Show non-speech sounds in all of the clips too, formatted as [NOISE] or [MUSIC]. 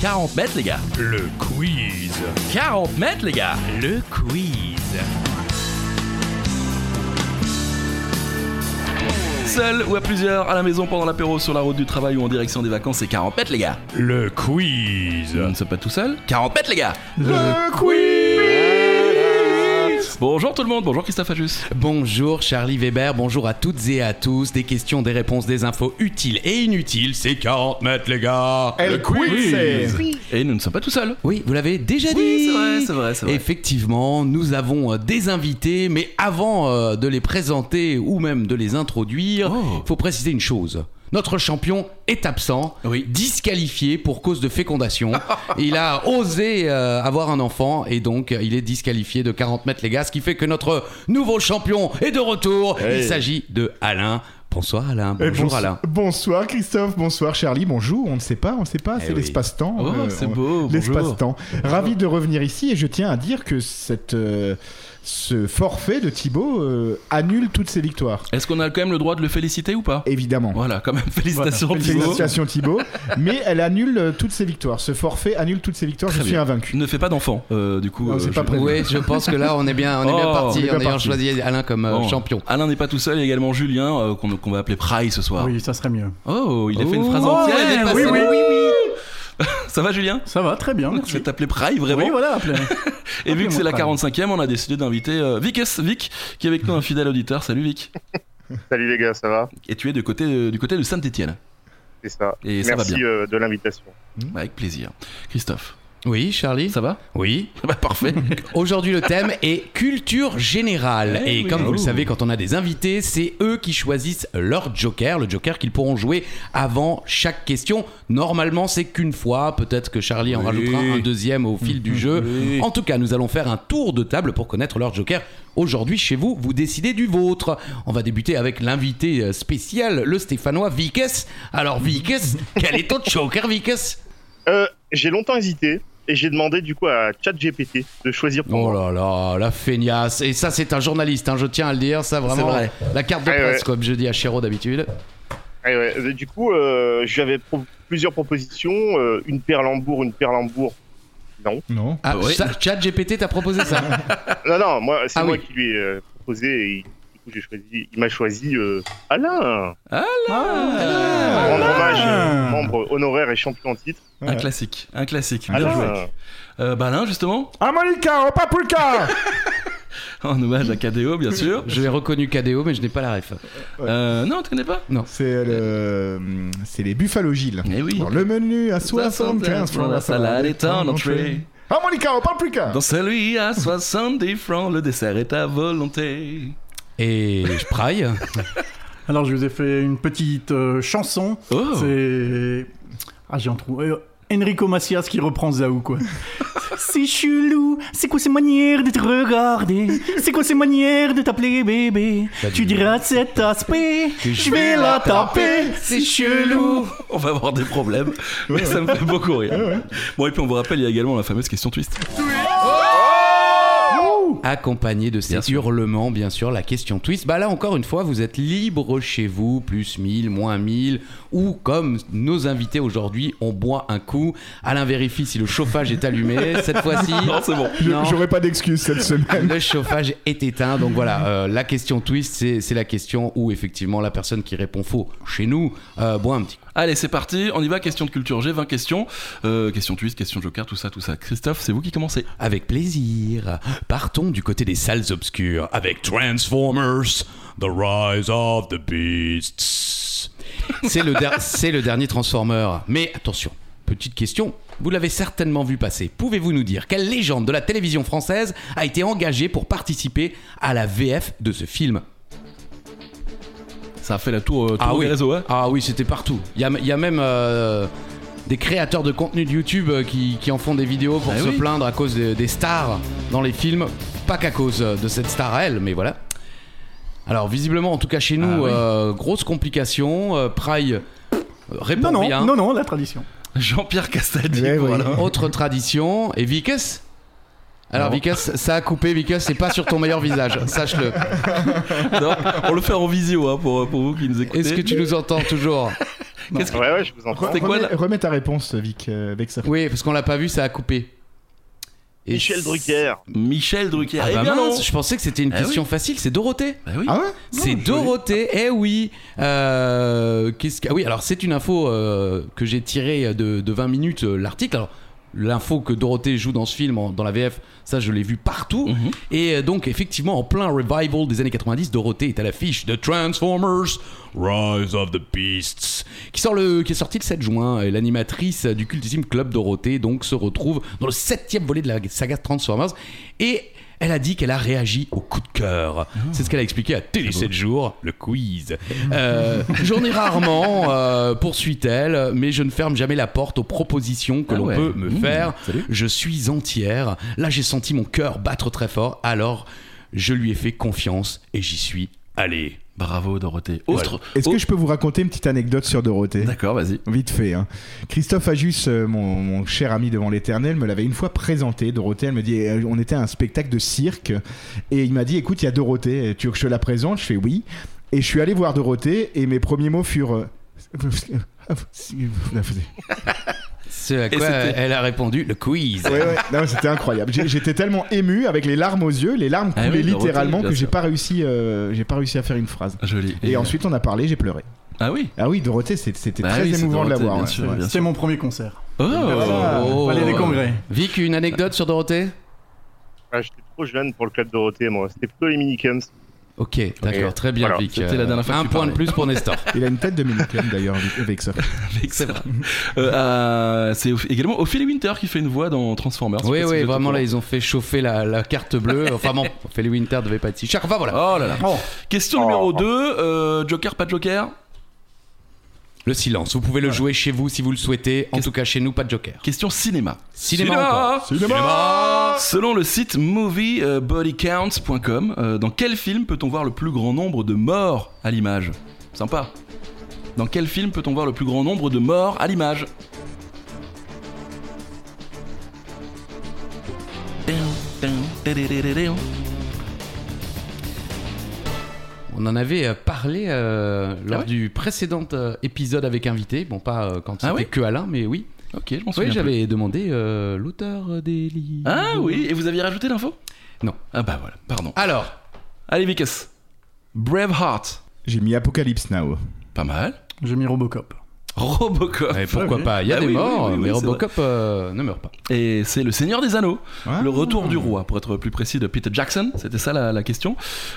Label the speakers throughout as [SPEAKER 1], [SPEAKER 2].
[SPEAKER 1] 40 mètres, les gars.
[SPEAKER 2] Le quiz.
[SPEAKER 1] 40 mètres, les gars.
[SPEAKER 2] Le quiz.
[SPEAKER 1] Seul ou à plusieurs, à la maison pendant l'apéro, sur la route du travail ou en direction des vacances, c'est 40 mètres, les gars.
[SPEAKER 2] Le quiz.
[SPEAKER 1] On ne sait pas tout seul. 40 mètres, les gars.
[SPEAKER 2] Le quiz.
[SPEAKER 1] Bonjour tout le monde, bonjour Christophe Ajus.
[SPEAKER 3] Bonjour Charlie Weber, bonjour à toutes et à tous. Des questions, des réponses, des infos utiles et inutiles, c'est 40 mètres les gars.
[SPEAKER 4] Eh
[SPEAKER 2] Le quiz.
[SPEAKER 1] Et nous ne sommes pas tout seuls.
[SPEAKER 3] Oui, vous l'avez déjà dit.
[SPEAKER 1] c'est vrai, c'est vrai, c'est vrai.
[SPEAKER 3] Effectivement, nous avons euh, des invités, mais avant euh, de les présenter ou même de les introduire, il
[SPEAKER 1] Oh.
[SPEAKER 3] faut préciser une chose. Notre champion est absent,
[SPEAKER 1] Oui.
[SPEAKER 3] disqualifié pour cause
[SPEAKER 1] [LAUGHS]
[SPEAKER 3] de fécondation. il a osé euh, avoir un enfant et donc euh, il est disqualifié de 40 mètres les gars, ce qui fait que notre nouveau champion est de retour. Il s'agit de Alain. Bonsoir Alain,
[SPEAKER 4] Eh,
[SPEAKER 3] bonjour
[SPEAKER 4] bonso-
[SPEAKER 3] Alain.
[SPEAKER 4] Bonsoir Christophe, bonsoir Charlie, bonjour, on ne sait pas, on ne sait pas, c'est
[SPEAKER 3] Eh oui.
[SPEAKER 4] l'espace-temps. euh,
[SPEAKER 1] Oh, c'est
[SPEAKER 4] on-
[SPEAKER 1] beau, bonjour.
[SPEAKER 4] L'espace-temps. Ravi de revenir ici et je tiens à dire que cette, euh, ce forfait de Thibaut euh, annule toutes ses victoires.
[SPEAKER 1] Est-ce qu'on a quand même le droit de le féliciter ou pas
[SPEAKER 4] Évidemment.
[SPEAKER 1] Voilà, quand même, [LAUGHS] félicitations Thibaut.
[SPEAKER 4] Félicitations Thibaut, [LAUGHS] mais elle annule euh, toutes ses victoires. Ce forfait annule toutes ses victoires,
[SPEAKER 1] Très
[SPEAKER 4] je suis
[SPEAKER 1] bien.
[SPEAKER 4] invaincu.
[SPEAKER 1] Ne fais pas d'enfant, euh, du coup.
[SPEAKER 4] Non, c'est
[SPEAKER 1] je-
[SPEAKER 4] pas prévu.
[SPEAKER 3] Oui, je pense que là on est bien, on est bien
[SPEAKER 1] Oh,
[SPEAKER 3] parti
[SPEAKER 4] on est bien
[SPEAKER 3] en ayant
[SPEAKER 4] parti.
[SPEAKER 3] choisi Alain comme euh,
[SPEAKER 1] Bon.
[SPEAKER 3] champion.
[SPEAKER 1] Alain n'est pas tout seul, il y a également Julien, euh, qu'on qu'on va appeler Pry ce soir.
[SPEAKER 5] Oui, ça serait mieux.
[SPEAKER 1] Oh, il a fait une
[SPEAKER 3] Oh,
[SPEAKER 1] phrase
[SPEAKER 3] ouais,
[SPEAKER 1] entière.
[SPEAKER 3] dépassé.
[SPEAKER 1] oui, Ça va Julien
[SPEAKER 5] Ça va, très bien.
[SPEAKER 1] Je vais
[SPEAKER 5] Merci.
[SPEAKER 1] t'appeler Pry vraiment.
[SPEAKER 5] Oui, voilà,
[SPEAKER 1] [LAUGHS]
[SPEAKER 5] appelez.
[SPEAKER 1] Et vu que c'est la
[SPEAKER 5] Appelez-moi
[SPEAKER 1] 45e, on a décidé d'inviter euh, Vicus, Vic, qui est avec nous, un fidèle auditeur. Salut Vic.
[SPEAKER 6] Salut les gars, ça va
[SPEAKER 1] Et tu es du côté de, du côté de Saint-Étienne.
[SPEAKER 6] C'est ça.
[SPEAKER 1] Et ça va
[SPEAKER 6] Merci
[SPEAKER 1] bien.
[SPEAKER 6] euh, de l'invitation.
[SPEAKER 1] Avec plaisir. Christophe,
[SPEAKER 3] Oui, Charlie.
[SPEAKER 1] ça va
[SPEAKER 3] Oui.
[SPEAKER 1] [LAUGHS] Bah parfait.
[SPEAKER 3] Aujourd'hui, le thème est culture générale.
[SPEAKER 1] Eh
[SPEAKER 3] Et
[SPEAKER 1] oui.
[SPEAKER 3] comme vous le
[SPEAKER 1] Oh.
[SPEAKER 3] savez, quand on a des invités, c'est eux qui choisissent leur joker, le joker qu'ils pourront jouer avant chaque question. Normalement, c'est qu'une fois. Peut-être que Charlie en
[SPEAKER 1] Oui.
[SPEAKER 3] rajoutera un deuxième au fil du jeu.
[SPEAKER 1] [LAUGHS] Oui.
[SPEAKER 3] En tout cas, nous allons faire un tour de table pour connaître leur joker. Aujourd'hui, chez vous, vous décidez du vôtre. On va débuter avec l'invité euh, spécial, le Stéphanois Vikes. Alors, Vikes, quel
[SPEAKER 1] [LAUGHS]
[SPEAKER 3] est ton joker, Vikes
[SPEAKER 6] Euh, j'ai longtemps hésité et j'ai demandé du coup à ChatGPT de choisir pour
[SPEAKER 3] Oh
[SPEAKER 6] moi.
[SPEAKER 3] là là, la feignasse. Et ça, c'est un journaliste, hein, je tiens à le dire, ça vraiment.
[SPEAKER 1] vrai.
[SPEAKER 3] La carte de
[SPEAKER 6] Ouais,
[SPEAKER 3] presse,
[SPEAKER 6] ouais.
[SPEAKER 3] comme je dis à Chéro d'habitude.
[SPEAKER 6] Et ouais, euh, du coup, euh, j'avais pro- plusieurs propositions, euh, une Perlembourg, une Perlembourg.
[SPEAKER 1] Mm.
[SPEAKER 4] Non.
[SPEAKER 3] Ah,
[SPEAKER 1] Ouais.
[SPEAKER 3] ça, Chat GPT t'a proposé ça
[SPEAKER 6] Non, non, moi, c'est
[SPEAKER 3] Ah
[SPEAKER 6] moi
[SPEAKER 3] oui.
[SPEAKER 6] qui lui ai euh, proposé et du coup, j'ai choisi, il m'a choisi euh, Alain,
[SPEAKER 4] Ah,
[SPEAKER 6] Rendre
[SPEAKER 5] Alain
[SPEAKER 6] hommage, euh, membre honoraire et champion en titre.
[SPEAKER 1] Un classique, un classique.
[SPEAKER 4] Alain.
[SPEAKER 1] Ah, Bien joué. Euh, bah Alain justement,
[SPEAKER 3] Ah, oh,
[SPEAKER 4] Amalika, Opapulka
[SPEAKER 1] en hommage à KDO bien sûr.
[SPEAKER 3] [LAUGHS] Je l'ai reconnu KDO, mais je n'ai pas la ref.
[SPEAKER 1] Euh, non, tu connais pas
[SPEAKER 4] [LAUGHS] C'est le... euh, c'est les Buffalo Gilles.
[SPEAKER 1] Eh oui.
[SPEAKER 4] Dans le menu à 75
[SPEAKER 1] 75
[SPEAKER 4] francs la salade est en entrée. Amalika, Opapulka
[SPEAKER 1] Dans celui à 70 francs, le dessert est à volonté.
[SPEAKER 3] Et je [LAUGHS] praille.
[SPEAKER 5] Alors, je vous ai fait une petite euh, chanson.
[SPEAKER 1] Oh
[SPEAKER 5] C'est. Ah, j'ai en trouvé. Euh, Enrico Macias qui reprend
[SPEAKER 1] [LAUGHS]
[SPEAKER 5] Zaou, quoi. c'est chelou, c'est quoi ces manières de te regarder C'est quoi ces manières de t'appeler bébé
[SPEAKER 3] T'as
[SPEAKER 5] Tu
[SPEAKER 3] dit-
[SPEAKER 5] diras de cet aspect, je vais la taper, c'est chelou
[SPEAKER 1] On va avoir des
[SPEAKER 4] [LAUGHS]
[SPEAKER 1] problèmes, mais ça me fait beaucoup rire. Bon, et puis on vous rappelle, il y a également la fameuse question twist.
[SPEAKER 4] [LAUGHS]
[SPEAKER 3] Accompagné de ces
[SPEAKER 1] Bien sûr.
[SPEAKER 3] hurlements, bien sûr, la question twist. Bah là, encore une fois, vous êtes libre chez vous, plus 1000, moins 1000, ou comme nos invités aujourd'hui, on boit un coup. Alain vérifie si le chauffage est allumé. Cette fois-ci.
[SPEAKER 1] Non, c'est bon.
[SPEAKER 4] Je-
[SPEAKER 3] Non.
[SPEAKER 4] J'aurais pas d'excuses cette
[SPEAKER 3] [LAUGHS]
[SPEAKER 4] semaine.
[SPEAKER 3] Le chauffage est éteint, donc voilà. euh, la question twist, c'est c'est la question où effectivement la personne qui répond faux chez nous euh, boit un petit coup.
[SPEAKER 1] Allez, c'est parti, on y va. Question de culture G, 20 questions. Euh, question twist, question joker, tout ça, tout ça. Christophe, c'est vous qui commencez.
[SPEAKER 3] Avec plaisir. Partons du côté des salles obscures avec Transformers, The Rise of the Beasts. C'est le, der- c'est le dernier Transformer. Mais attention, petite question. Vous l'avez certainement vu passer. Pouvez-vous nous dire quelle légende de la télévision française a été engagée pour participer à la VF de ce film
[SPEAKER 1] Ça a fait la tour, euh, tour
[SPEAKER 3] Ah
[SPEAKER 1] des
[SPEAKER 3] oui.
[SPEAKER 1] réseaux, hein
[SPEAKER 3] Ah oui, c'était partout. Il y a, il y a même euh, des créateurs de contenu de YouTube euh, qui, qui en font des vidéos pour
[SPEAKER 1] Ah
[SPEAKER 3] se
[SPEAKER 1] oui.
[SPEAKER 3] plaindre à cause de- des stars dans les films. Pas qu'à cause euh, de cette star à elle, mais voilà. Alors visiblement, en tout cas chez nous,
[SPEAKER 1] Ah oui.
[SPEAKER 3] euh, grosse complication. euh, Pry euh, répond
[SPEAKER 5] Non, non,
[SPEAKER 3] rien.
[SPEAKER 5] non, non, la tradition.
[SPEAKER 1] Jean-Pierre Castaldi.
[SPEAKER 4] Eh oui.
[SPEAKER 1] voilà.
[SPEAKER 3] Autre tradition. Et Vickes alors
[SPEAKER 1] Non.
[SPEAKER 3] Vickes, ça a coupé, Vickes, c'est pas sur ton
[SPEAKER 1] [LAUGHS]
[SPEAKER 3] meilleur visage, sache-le.
[SPEAKER 1] Non, on le fait en visio hein, pour, pour vous qui nous écoutez.
[SPEAKER 3] Est-ce que tu nous entends toujours
[SPEAKER 1] Qu'est-ce que-
[SPEAKER 6] Ouais, ouais, je vous entends.
[SPEAKER 1] C'est
[SPEAKER 4] Remets,
[SPEAKER 1] quoi, là
[SPEAKER 4] remets ta réponse, Vic, euh, avec ça.
[SPEAKER 3] Oui, parce qu'on l'a pas vu, ça a coupé. Et
[SPEAKER 6] Michel
[SPEAKER 3] c'est-
[SPEAKER 6] Drucker.
[SPEAKER 1] Michel Drucker.
[SPEAKER 3] Ah
[SPEAKER 1] eh
[SPEAKER 3] bah
[SPEAKER 1] bien non
[SPEAKER 3] mince, je pensais que c'était une
[SPEAKER 1] Eh
[SPEAKER 3] question facile, c'est Dorothée.
[SPEAKER 1] Bah oui.
[SPEAKER 4] Ah ouais
[SPEAKER 3] C'est
[SPEAKER 1] Ah.
[SPEAKER 3] Dorothée, eh oui. Euh, Qu'est-ce que... Ah oui, alors c'est une info euh, que j'ai tirée de, de 20 minutes, euh, l'article. Alors, l'info que Dorothée joue dans ce film, en- dans la VF, ça je l'ai vu partout.
[SPEAKER 1] Mhm.
[SPEAKER 3] Et euh, donc, effectivement, en plein revival des années 90, Dorothée est à l'affiche de Transformers Rise of the Beasts, qui, sort le, qui est sorti le 7 juin. Et l'animatrice du cultissime Club Dorothée donc, se retrouve dans le septième volet de la saga Transformers. Et elle a dit qu'elle a réagi au coup de cœur.
[SPEAKER 1] Ah.
[SPEAKER 3] C'est ce qu'elle a expliqué à Télé 7 jours, le quiz.
[SPEAKER 1] [LAUGHS]
[SPEAKER 3] Euh, J'en ai rarement, euh, poursuit-elle, mais je ne ferme jamais la porte aux propositions que
[SPEAKER 1] Ah
[SPEAKER 3] l'on
[SPEAKER 1] ouais.
[SPEAKER 3] peut me
[SPEAKER 1] Mmh.
[SPEAKER 3] faire.
[SPEAKER 1] Salut.
[SPEAKER 3] Je suis entière. Là, j'ai senti mon cœur battre très fort. Alors, je lui ai fait confiance et j'y suis allé.
[SPEAKER 1] Bravo Dorothée. Autre.
[SPEAKER 4] Est-ce
[SPEAKER 1] au-
[SPEAKER 4] que je peux vous raconter une petite anecdote sur Dorothée
[SPEAKER 1] Oh. D'accord, vas-y.
[SPEAKER 4] Vite fait. hein. Christophe Ajus, euh, mon, mon cher ami devant l'éternel, me l'avait une fois présenté. Dorothée, elle me dit euh, on était à un spectacle de cirque. Et il m'a dit écoute, il y a Dorothée, tu veux que je te la présente Je fais oui. Et je suis allé voir Dorothée et mes premiers mots furent. euh, [LAUGHS]
[SPEAKER 3] Ce à
[SPEAKER 1] Et
[SPEAKER 3] quoi
[SPEAKER 1] c'était-
[SPEAKER 3] elle a répondu le quiz.
[SPEAKER 4] Ouais, ouais. Non, c'était incroyable. J'ai- J'étais tellement ému avec les larmes aux yeux, les larmes
[SPEAKER 1] Ah oui,
[SPEAKER 4] coulaient
[SPEAKER 1] Dorothée,
[SPEAKER 4] littéralement
[SPEAKER 1] bien
[SPEAKER 4] que j'ai
[SPEAKER 1] sûr.
[SPEAKER 4] pas réussi, euh, j'ai pas réussi à faire une phrase.
[SPEAKER 1] Joli.
[SPEAKER 4] Et, ensuite, on a parlé, j'ai pleuré.
[SPEAKER 1] Ah oui.
[SPEAKER 4] Ah oui, Dorothée, c'est- c'était
[SPEAKER 1] Bah
[SPEAKER 4] très
[SPEAKER 1] oui, c'est
[SPEAKER 4] émouvant de la
[SPEAKER 1] Dorothée,
[SPEAKER 4] voir.
[SPEAKER 1] bien
[SPEAKER 4] ouais.
[SPEAKER 1] sûr,
[SPEAKER 4] Ouais.
[SPEAKER 1] bien sûr.
[SPEAKER 5] C'était mon premier concert.
[SPEAKER 1] Oh.
[SPEAKER 4] Ah, Voilà.
[SPEAKER 5] Palais des
[SPEAKER 1] [LAUGHS]
[SPEAKER 5] Congrès.
[SPEAKER 3] Vic, une anecdote sur Dorothée
[SPEAKER 6] Ah, J'étais trop jeune pour le club Dorothée, moi. C'était plutôt les Minicums.
[SPEAKER 3] Ok, d'accord,
[SPEAKER 6] Voilà.
[SPEAKER 3] très bien,
[SPEAKER 6] Voilà,
[SPEAKER 3] Vic.
[SPEAKER 1] c'était la dernière fois que
[SPEAKER 3] un
[SPEAKER 1] tu
[SPEAKER 3] point de
[SPEAKER 1] parlais.
[SPEAKER 3] plus pour
[SPEAKER 1] [LAUGHS]
[SPEAKER 3] Nestor.
[SPEAKER 4] Il a une tête de minicum d'ailleurs avec- avec ça.
[SPEAKER 3] C'est vrai.
[SPEAKER 1] Euh, euh, c'est au- également Ophélie Winter qui fait une voix dans Transformers. Je
[SPEAKER 3] Oui,
[SPEAKER 1] sais pas si
[SPEAKER 3] oui,
[SPEAKER 1] vous êtes au
[SPEAKER 3] vraiment, là,
[SPEAKER 1] courant.
[SPEAKER 3] ils ont fait chauffer la, la carte bleue. Enfin bon, Feli Winter devait pas être si cher. Enfin voilà.
[SPEAKER 1] Oh là là. Question
[SPEAKER 6] Oh.
[SPEAKER 1] numéro 2, Joker, pas de Joker
[SPEAKER 3] Le silence, vous pouvez le jouer chez vous si vous le souhaitez. En
[SPEAKER 1] Qu'est-ce-
[SPEAKER 3] tout cas, chez nous, pas de joker.
[SPEAKER 1] Question cinéma.
[SPEAKER 3] Cinéma encore.
[SPEAKER 1] Cinéma Selon le site moviebodycounts.com, euh, dans quel film peut-on voir le plus grand nombre de morts à l'image Sympa. Dans quel film peut-on voir le plus grand nombre de morts à l'image
[SPEAKER 3] On en avait euh, parlé euh, lors
[SPEAKER 1] ouais
[SPEAKER 3] du précédent euh, épisode avec invité. Bon, pas euh, quand
[SPEAKER 1] Ah
[SPEAKER 3] c'était
[SPEAKER 1] ouais
[SPEAKER 3] que Alain, mais oui.
[SPEAKER 1] Ok, je m'en
[SPEAKER 3] Oui,
[SPEAKER 1] souviens. plus.
[SPEAKER 3] j'avais demandé euh, l'auteur des livres.
[SPEAKER 1] Ah oui, et vous aviez rajouté l'info
[SPEAKER 3] Non.
[SPEAKER 1] Ah bah voilà, pardon.
[SPEAKER 3] Alors,
[SPEAKER 1] Allez, Vikas. Braveheart.
[SPEAKER 4] J'ai mis Apocalypse Now.
[SPEAKER 1] Pas mal.
[SPEAKER 5] J'ai mis Robocop.
[SPEAKER 1] Robocop.
[SPEAKER 3] eh, pourquoi
[SPEAKER 5] oui.
[SPEAKER 3] pas Il y a
[SPEAKER 1] Ah
[SPEAKER 3] des
[SPEAKER 1] oui, oui,
[SPEAKER 3] morts,
[SPEAKER 1] oui, oui,
[SPEAKER 3] mais
[SPEAKER 1] c'est
[SPEAKER 3] Robocop euh, ne meurt pas.
[SPEAKER 1] Et c'est le Seigneur des Anneaux.
[SPEAKER 4] Ah.
[SPEAKER 1] Le retour du roi, pour être plus précis, de Peter Jackson, c'était ça la, la question.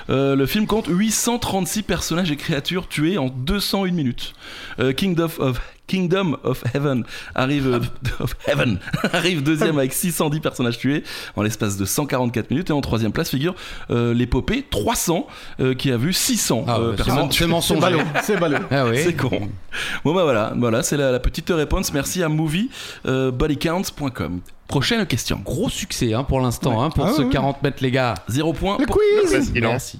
[SPEAKER 1] Euh, le film compte 836 personnages et créatures tués en 201 minutes. Euh, Kingdom of Kingdom of Heaven arrive euh, [LAUGHS] of Heaven arrive deuxième avec 610 personnages tués en l'espace de 144 minutes et en troisième place figure euh, l'épopée 300 euh, qui a vu 600
[SPEAKER 3] Ah,
[SPEAKER 1] euh,
[SPEAKER 3] bah,
[SPEAKER 1] personnes
[SPEAKER 3] c'est
[SPEAKER 1] tuées.
[SPEAKER 5] C'est
[SPEAKER 3] mensonger.
[SPEAKER 5] ballot, c'est ballot.
[SPEAKER 3] Ah oui.
[SPEAKER 1] C'est con. Bon bah voilà, voilà c'est la, la petite réponse. Merci à euh, moviebodycounts.com. Prochaine question.
[SPEAKER 3] Gros succès hein, pour l'instant, hein, pour
[SPEAKER 4] Ah
[SPEAKER 3] ce
[SPEAKER 4] ouais.
[SPEAKER 3] 40 mètres, les gars.
[SPEAKER 1] Zéro point.
[SPEAKER 4] Le
[SPEAKER 1] pour-
[SPEAKER 4] quiz
[SPEAKER 6] Facile, hein.
[SPEAKER 3] Merci.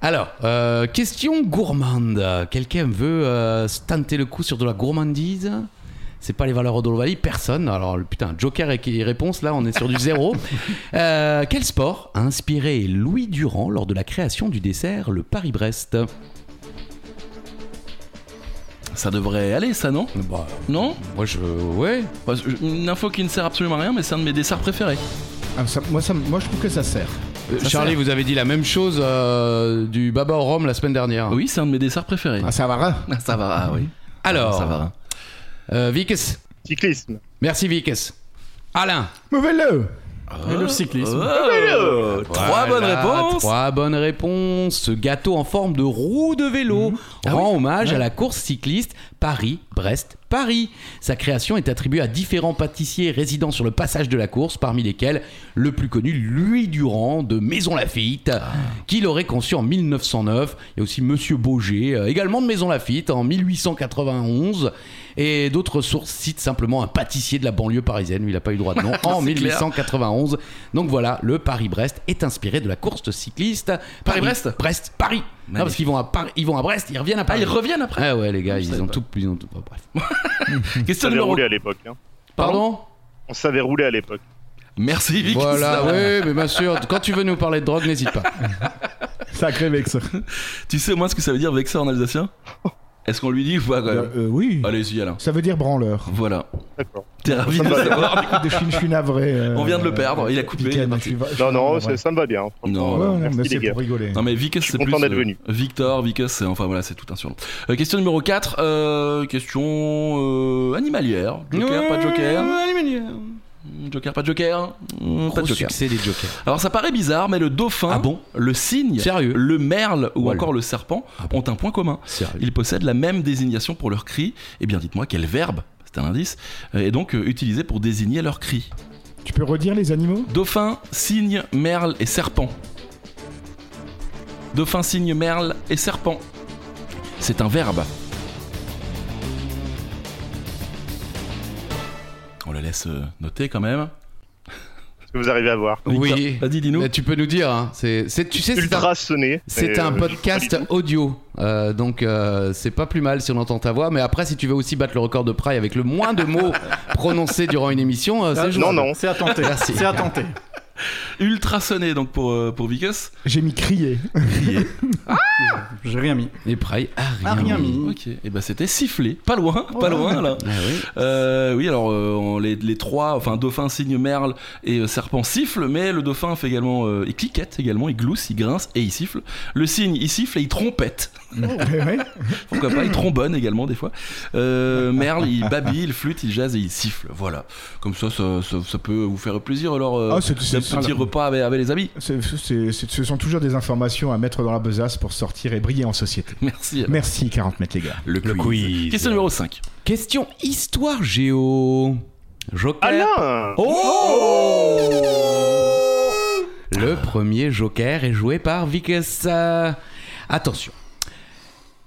[SPEAKER 3] Alors, euh, question gourmande. Quelqu'un veut euh, se tenter le coup sur de la gourmandise c'est pas les valeurs d'Olovali, personne. Alors, le- putain, Joker et qui- réponse, là, on est sur du [LAUGHS] zéro. Euh, quel sport a inspiré Louis Durand lors de la création du dessert le Paris-Brest
[SPEAKER 1] Ça devrait aller ça non
[SPEAKER 3] Bah,
[SPEAKER 1] Non
[SPEAKER 3] Moi, je. Ouais.
[SPEAKER 1] Bah, je- Une info qui ne sert absolument à rien, mais c'est un de mes desserts préférés.
[SPEAKER 4] Ah, ça- moi, ça- moi, je trouve que ça sert.
[SPEAKER 3] Euh,
[SPEAKER 1] Ça
[SPEAKER 3] Charlie,
[SPEAKER 1] sert.
[SPEAKER 3] vous avez dit la même chose euh, du Baba au Rhum la semaine dernière.
[SPEAKER 1] Oui, c'est un de mes desserts préférés.
[SPEAKER 4] Ah, ça va, hein
[SPEAKER 1] Ah, ça va, ah oui.
[SPEAKER 3] Alors,
[SPEAKER 1] Ça va.
[SPEAKER 3] euh, Vikes.
[SPEAKER 6] Cyclisme.
[SPEAKER 3] Merci, Vikes. Alain.
[SPEAKER 4] Mauvais le
[SPEAKER 1] Ah.
[SPEAKER 5] Et le cyclisme.
[SPEAKER 1] Oh, trois
[SPEAKER 3] Voilà,
[SPEAKER 1] bonnes réponses.
[SPEAKER 3] Trois bonnes réponses. Ce gâteau en forme de roue de vélo
[SPEAKER 1] Mhm. Ah
[SPEAKER 3] rend hommage à la course cycliste Paris-Brest-Paris. Sa création est attribuée à différents pâtissiers résidant sur le passage de la course, parmi lesquels le plus connu, Louis Durand de Maison Lafitte,
[SPEAKER 1] Ah.
[SPEAKER 3] qu'il aurait conçu en 1909. Il y a aussi Monsieur Boger, euh, également de Maison Lafitte, en 1891. Et d'autres sources citent simplement un pâtissier de la banlieue parisienne. Lui, il n'a pas eu droit de nom.
[SPEAKER 1] [LAUGHS]
[SPEAKER 3] en
[SPEAKER 1] C'est
[SPEAKER 3] 1891.
[SPEAKER 1] clair.
[SPEAKER 3] 1991. Donc voilà, le Paris-Brest est inspiré de la course de cycliste
[SPEAKER 1] Paris-Brest
[SPEAKER 3] Brest, Paris. Non, parce qu'ils vont à Paris, ils vont à Brest, ils reviennent à
[SPEAKER 1] Ah,
[SPEAKER 3] Paris.
[SPEAKER 1] ils reviennent après.
[SPEAKER 3] Ah ouais, les gars,
[SPEAKER 1] Je
[SPEAKER 3] ils
[SPEAKER 1] savais
[SPEAKER 3] ont,
[SPEAKER 1] pas.
[SPEAKER 3] tout, ils ont tout. oh, bref.
[SPEAKER 1] Question
[SPEAKER 6] Ça avait
[SPEAKER 1] numéro.
[SPEAKER 6] roulé à l'époque. hein.
[SPEAKER 3] Pardon
[SPEAKER 6] On savait rouler à l'époque.
[SPEAKER 1] Merci Vic. [LAUGHS]
[SPEAKER 3] Voilà, oui, mais bien sûr. Quand tu veux nous parler de drogue, n'hésite pas.
[SPEAKER 4] Sacré vex.
[SPEAKER 1] Tu sais au moins ce que ça veut dire vexer en alsacien Est-ce qu'on lui dit ou pas quand même
[SPEAKER 4] Euh, euh, oui.
[SPEAKER 1] Allez-y Alain.
[SPEAKER 4] Ça veut dire branleur.
[SPEAKER 1] Voilà.
[SPEAKER 6] D'accord.
[SPEAKER 1] T'es ravi de le savoir.
[SPEAKER 4] Écoute, de Chine, je suis navré. euh,
[SPEAKER 1] On vient de le perdre, il a coupé,
[SPEAKER 4] Piquet,
[SPEAKER 1] il est
[SPEAKER 4] mais
[SPEAKER 1] parti.
[SPEAKER 4] je suis- je
[SPEAKER 6] Non,
[SPEAKER 4] suis
[SPEAKER 6] non,
[SPEAKER 4] navré.
[SPEAKER 6] c'est- ça me va bien.
[SPEAKER 4] Ouais,
[SPEAKER 1] Non,
[SPEAKER 4] ouais,
[SPEAKER 1] voilà.
[SPEAKER 4] non, mais
[SPEAKER 6] Merci,
[SPEAKER 4] c'est
[SPEAKER 6] les gars.
[SPEAKER 4] pour rigoler.
[SPEAKER 1] Non mais Vicus
[SPEAKER 6] suis
[SPEAKER 1] c'est plus
[SPEAKER 6] content d'être
[SPEAKER 1] euh,
[SPEAKER 6] venu.
[SPEAKER 1] Victor, Vicus c'est enfin voilà c'est tout un surnom. Euh, question numéro 4, euh, question euh, animalière. Joker, pas de Joker. Joker, pas de Joker. Mm, Pas
[SPEAKER 3] Gros
[SPEAKER 1] de Joker.
[SPEAKER 3] succès des Jokers.
[SPEAKER 1] Alors ça paraît bizarre mais le dauphin,
[SPEAKER 3] Ah bon
[SPEAKER 1] le cygne,
[SPEAKER 3] Sérieux
[SPEAKER 1] le merle ou
[SPEAKER 3] Voilà. Ah
[SPEAKER 1] encore le serpent ont un point commun.
[SPEAKER 3] Sérieux.
[SPEAKER 1] Ils possèdent la même désignation pour leur cri. Eh bien dites-moi quel verbe, c'est un indice, euh, est donc euh, utilisé pour désigner leur cri.
[SPEAKER 4] Tu peux redire les animaux
[SPEAKER 1] Dauphin, cygne, merle et serpent. Dauphin, cygne, merle et serpent. C'est un verbe. On le laisse euh, noter quand même.
[SPEAKER 6] Est-ce que vous arrivez à voir
[SPEAKER 3] Oui.
[SPEAKER 1] Vas-y, dis-nous.
[SPEAKER 3] Là, tu peux nous dire, hein. c'est, c'est- tu sais, c'est un,
[SPEAKER 6] Ultra sonné.
[SPEAKER 3] c'est
[SPEAKER 6] mais,
[SPEAKER 3] un
[SPEAKER 6] euh,
[SPEAKER 3] podcast audio, Euh, donc euh, c'est pas plus mal si on entend ta voix. Mais après, si tu veux aussi battre le record de Pride avec le moins de
[SPEAKER 1] [LAUGHS]
[SPEAKER 3] mots prononcés durant une émission, euh, c'est
[SPEAKER 6] Ah, Non,
[SPEAKER 3] jouable.
[SPEAKER 6] non.
[SPEAKER 5] C'est à tenter.
[SPEAKER 3] Merci.
[SPEAKER 5] C'est à tenter.
[SPEAKER 1] Ultrasonné donc pour, euh, pour Vicus.
[SPEAKER 4] J'ai mis
[SPEAKER 1] [LAUGHS]
[SPEAKER 4] crier.
[SPEAKER 5] J'ai rien mis.
[SPEAKER 3] Et Pride a rien,
[SPEAKER 5] Ah, rien mis.
[SPEAKER 1] Ok, et ben c'était sifflé. Pas loin, pas loin là.
[SPEAKER 3] Ah oui.
[SPEAKER 1] Euh, oui, alors euh, on- les, les trois, enfin dauphin, cygne, merle et euh, serpent sifflent, mais le dauphin fait également, euh, il cliquette également, il glousse, il grince et il siffle. Le cygne, il siffle et il trompette.
[SPEAKER 4] Ouais.
[SPEAKER 1] Pourquoi pas Il trombone également des fois. Euh, merle, il babille, il flûte, il jazz et il siffle. Voilà. Comme ça, ça, ça- ça peut vous faire plaisir alors. euh,
[SPEAKER 4] Ah, c'est- c'est-
[SPEAKER 1] d'un petit
[SPEAKER 4] c'est-
[SPEAKER 1] repas avec, avec les amis.
[SPEAKER 4] C'est- c'est- c'est- ce sont toujours des informations à mettre dans la besace pour sortir et briller en société.
[SPEAKER 1] Merci. alors.
[SPEAKER 4] Merci 40 mètres les gars.
[SPEAKER 1] Le quiz.
[SPEAKER 2] quiz.
[SPEAKER 1] Question numéro 5.
[SPEAKER 3] Question histoire géo. Joker.
[SPEAKER 6] Alain Oh.
[SPEAKER 3] Le premier Joker est joué par Vickers. Euh, Attention.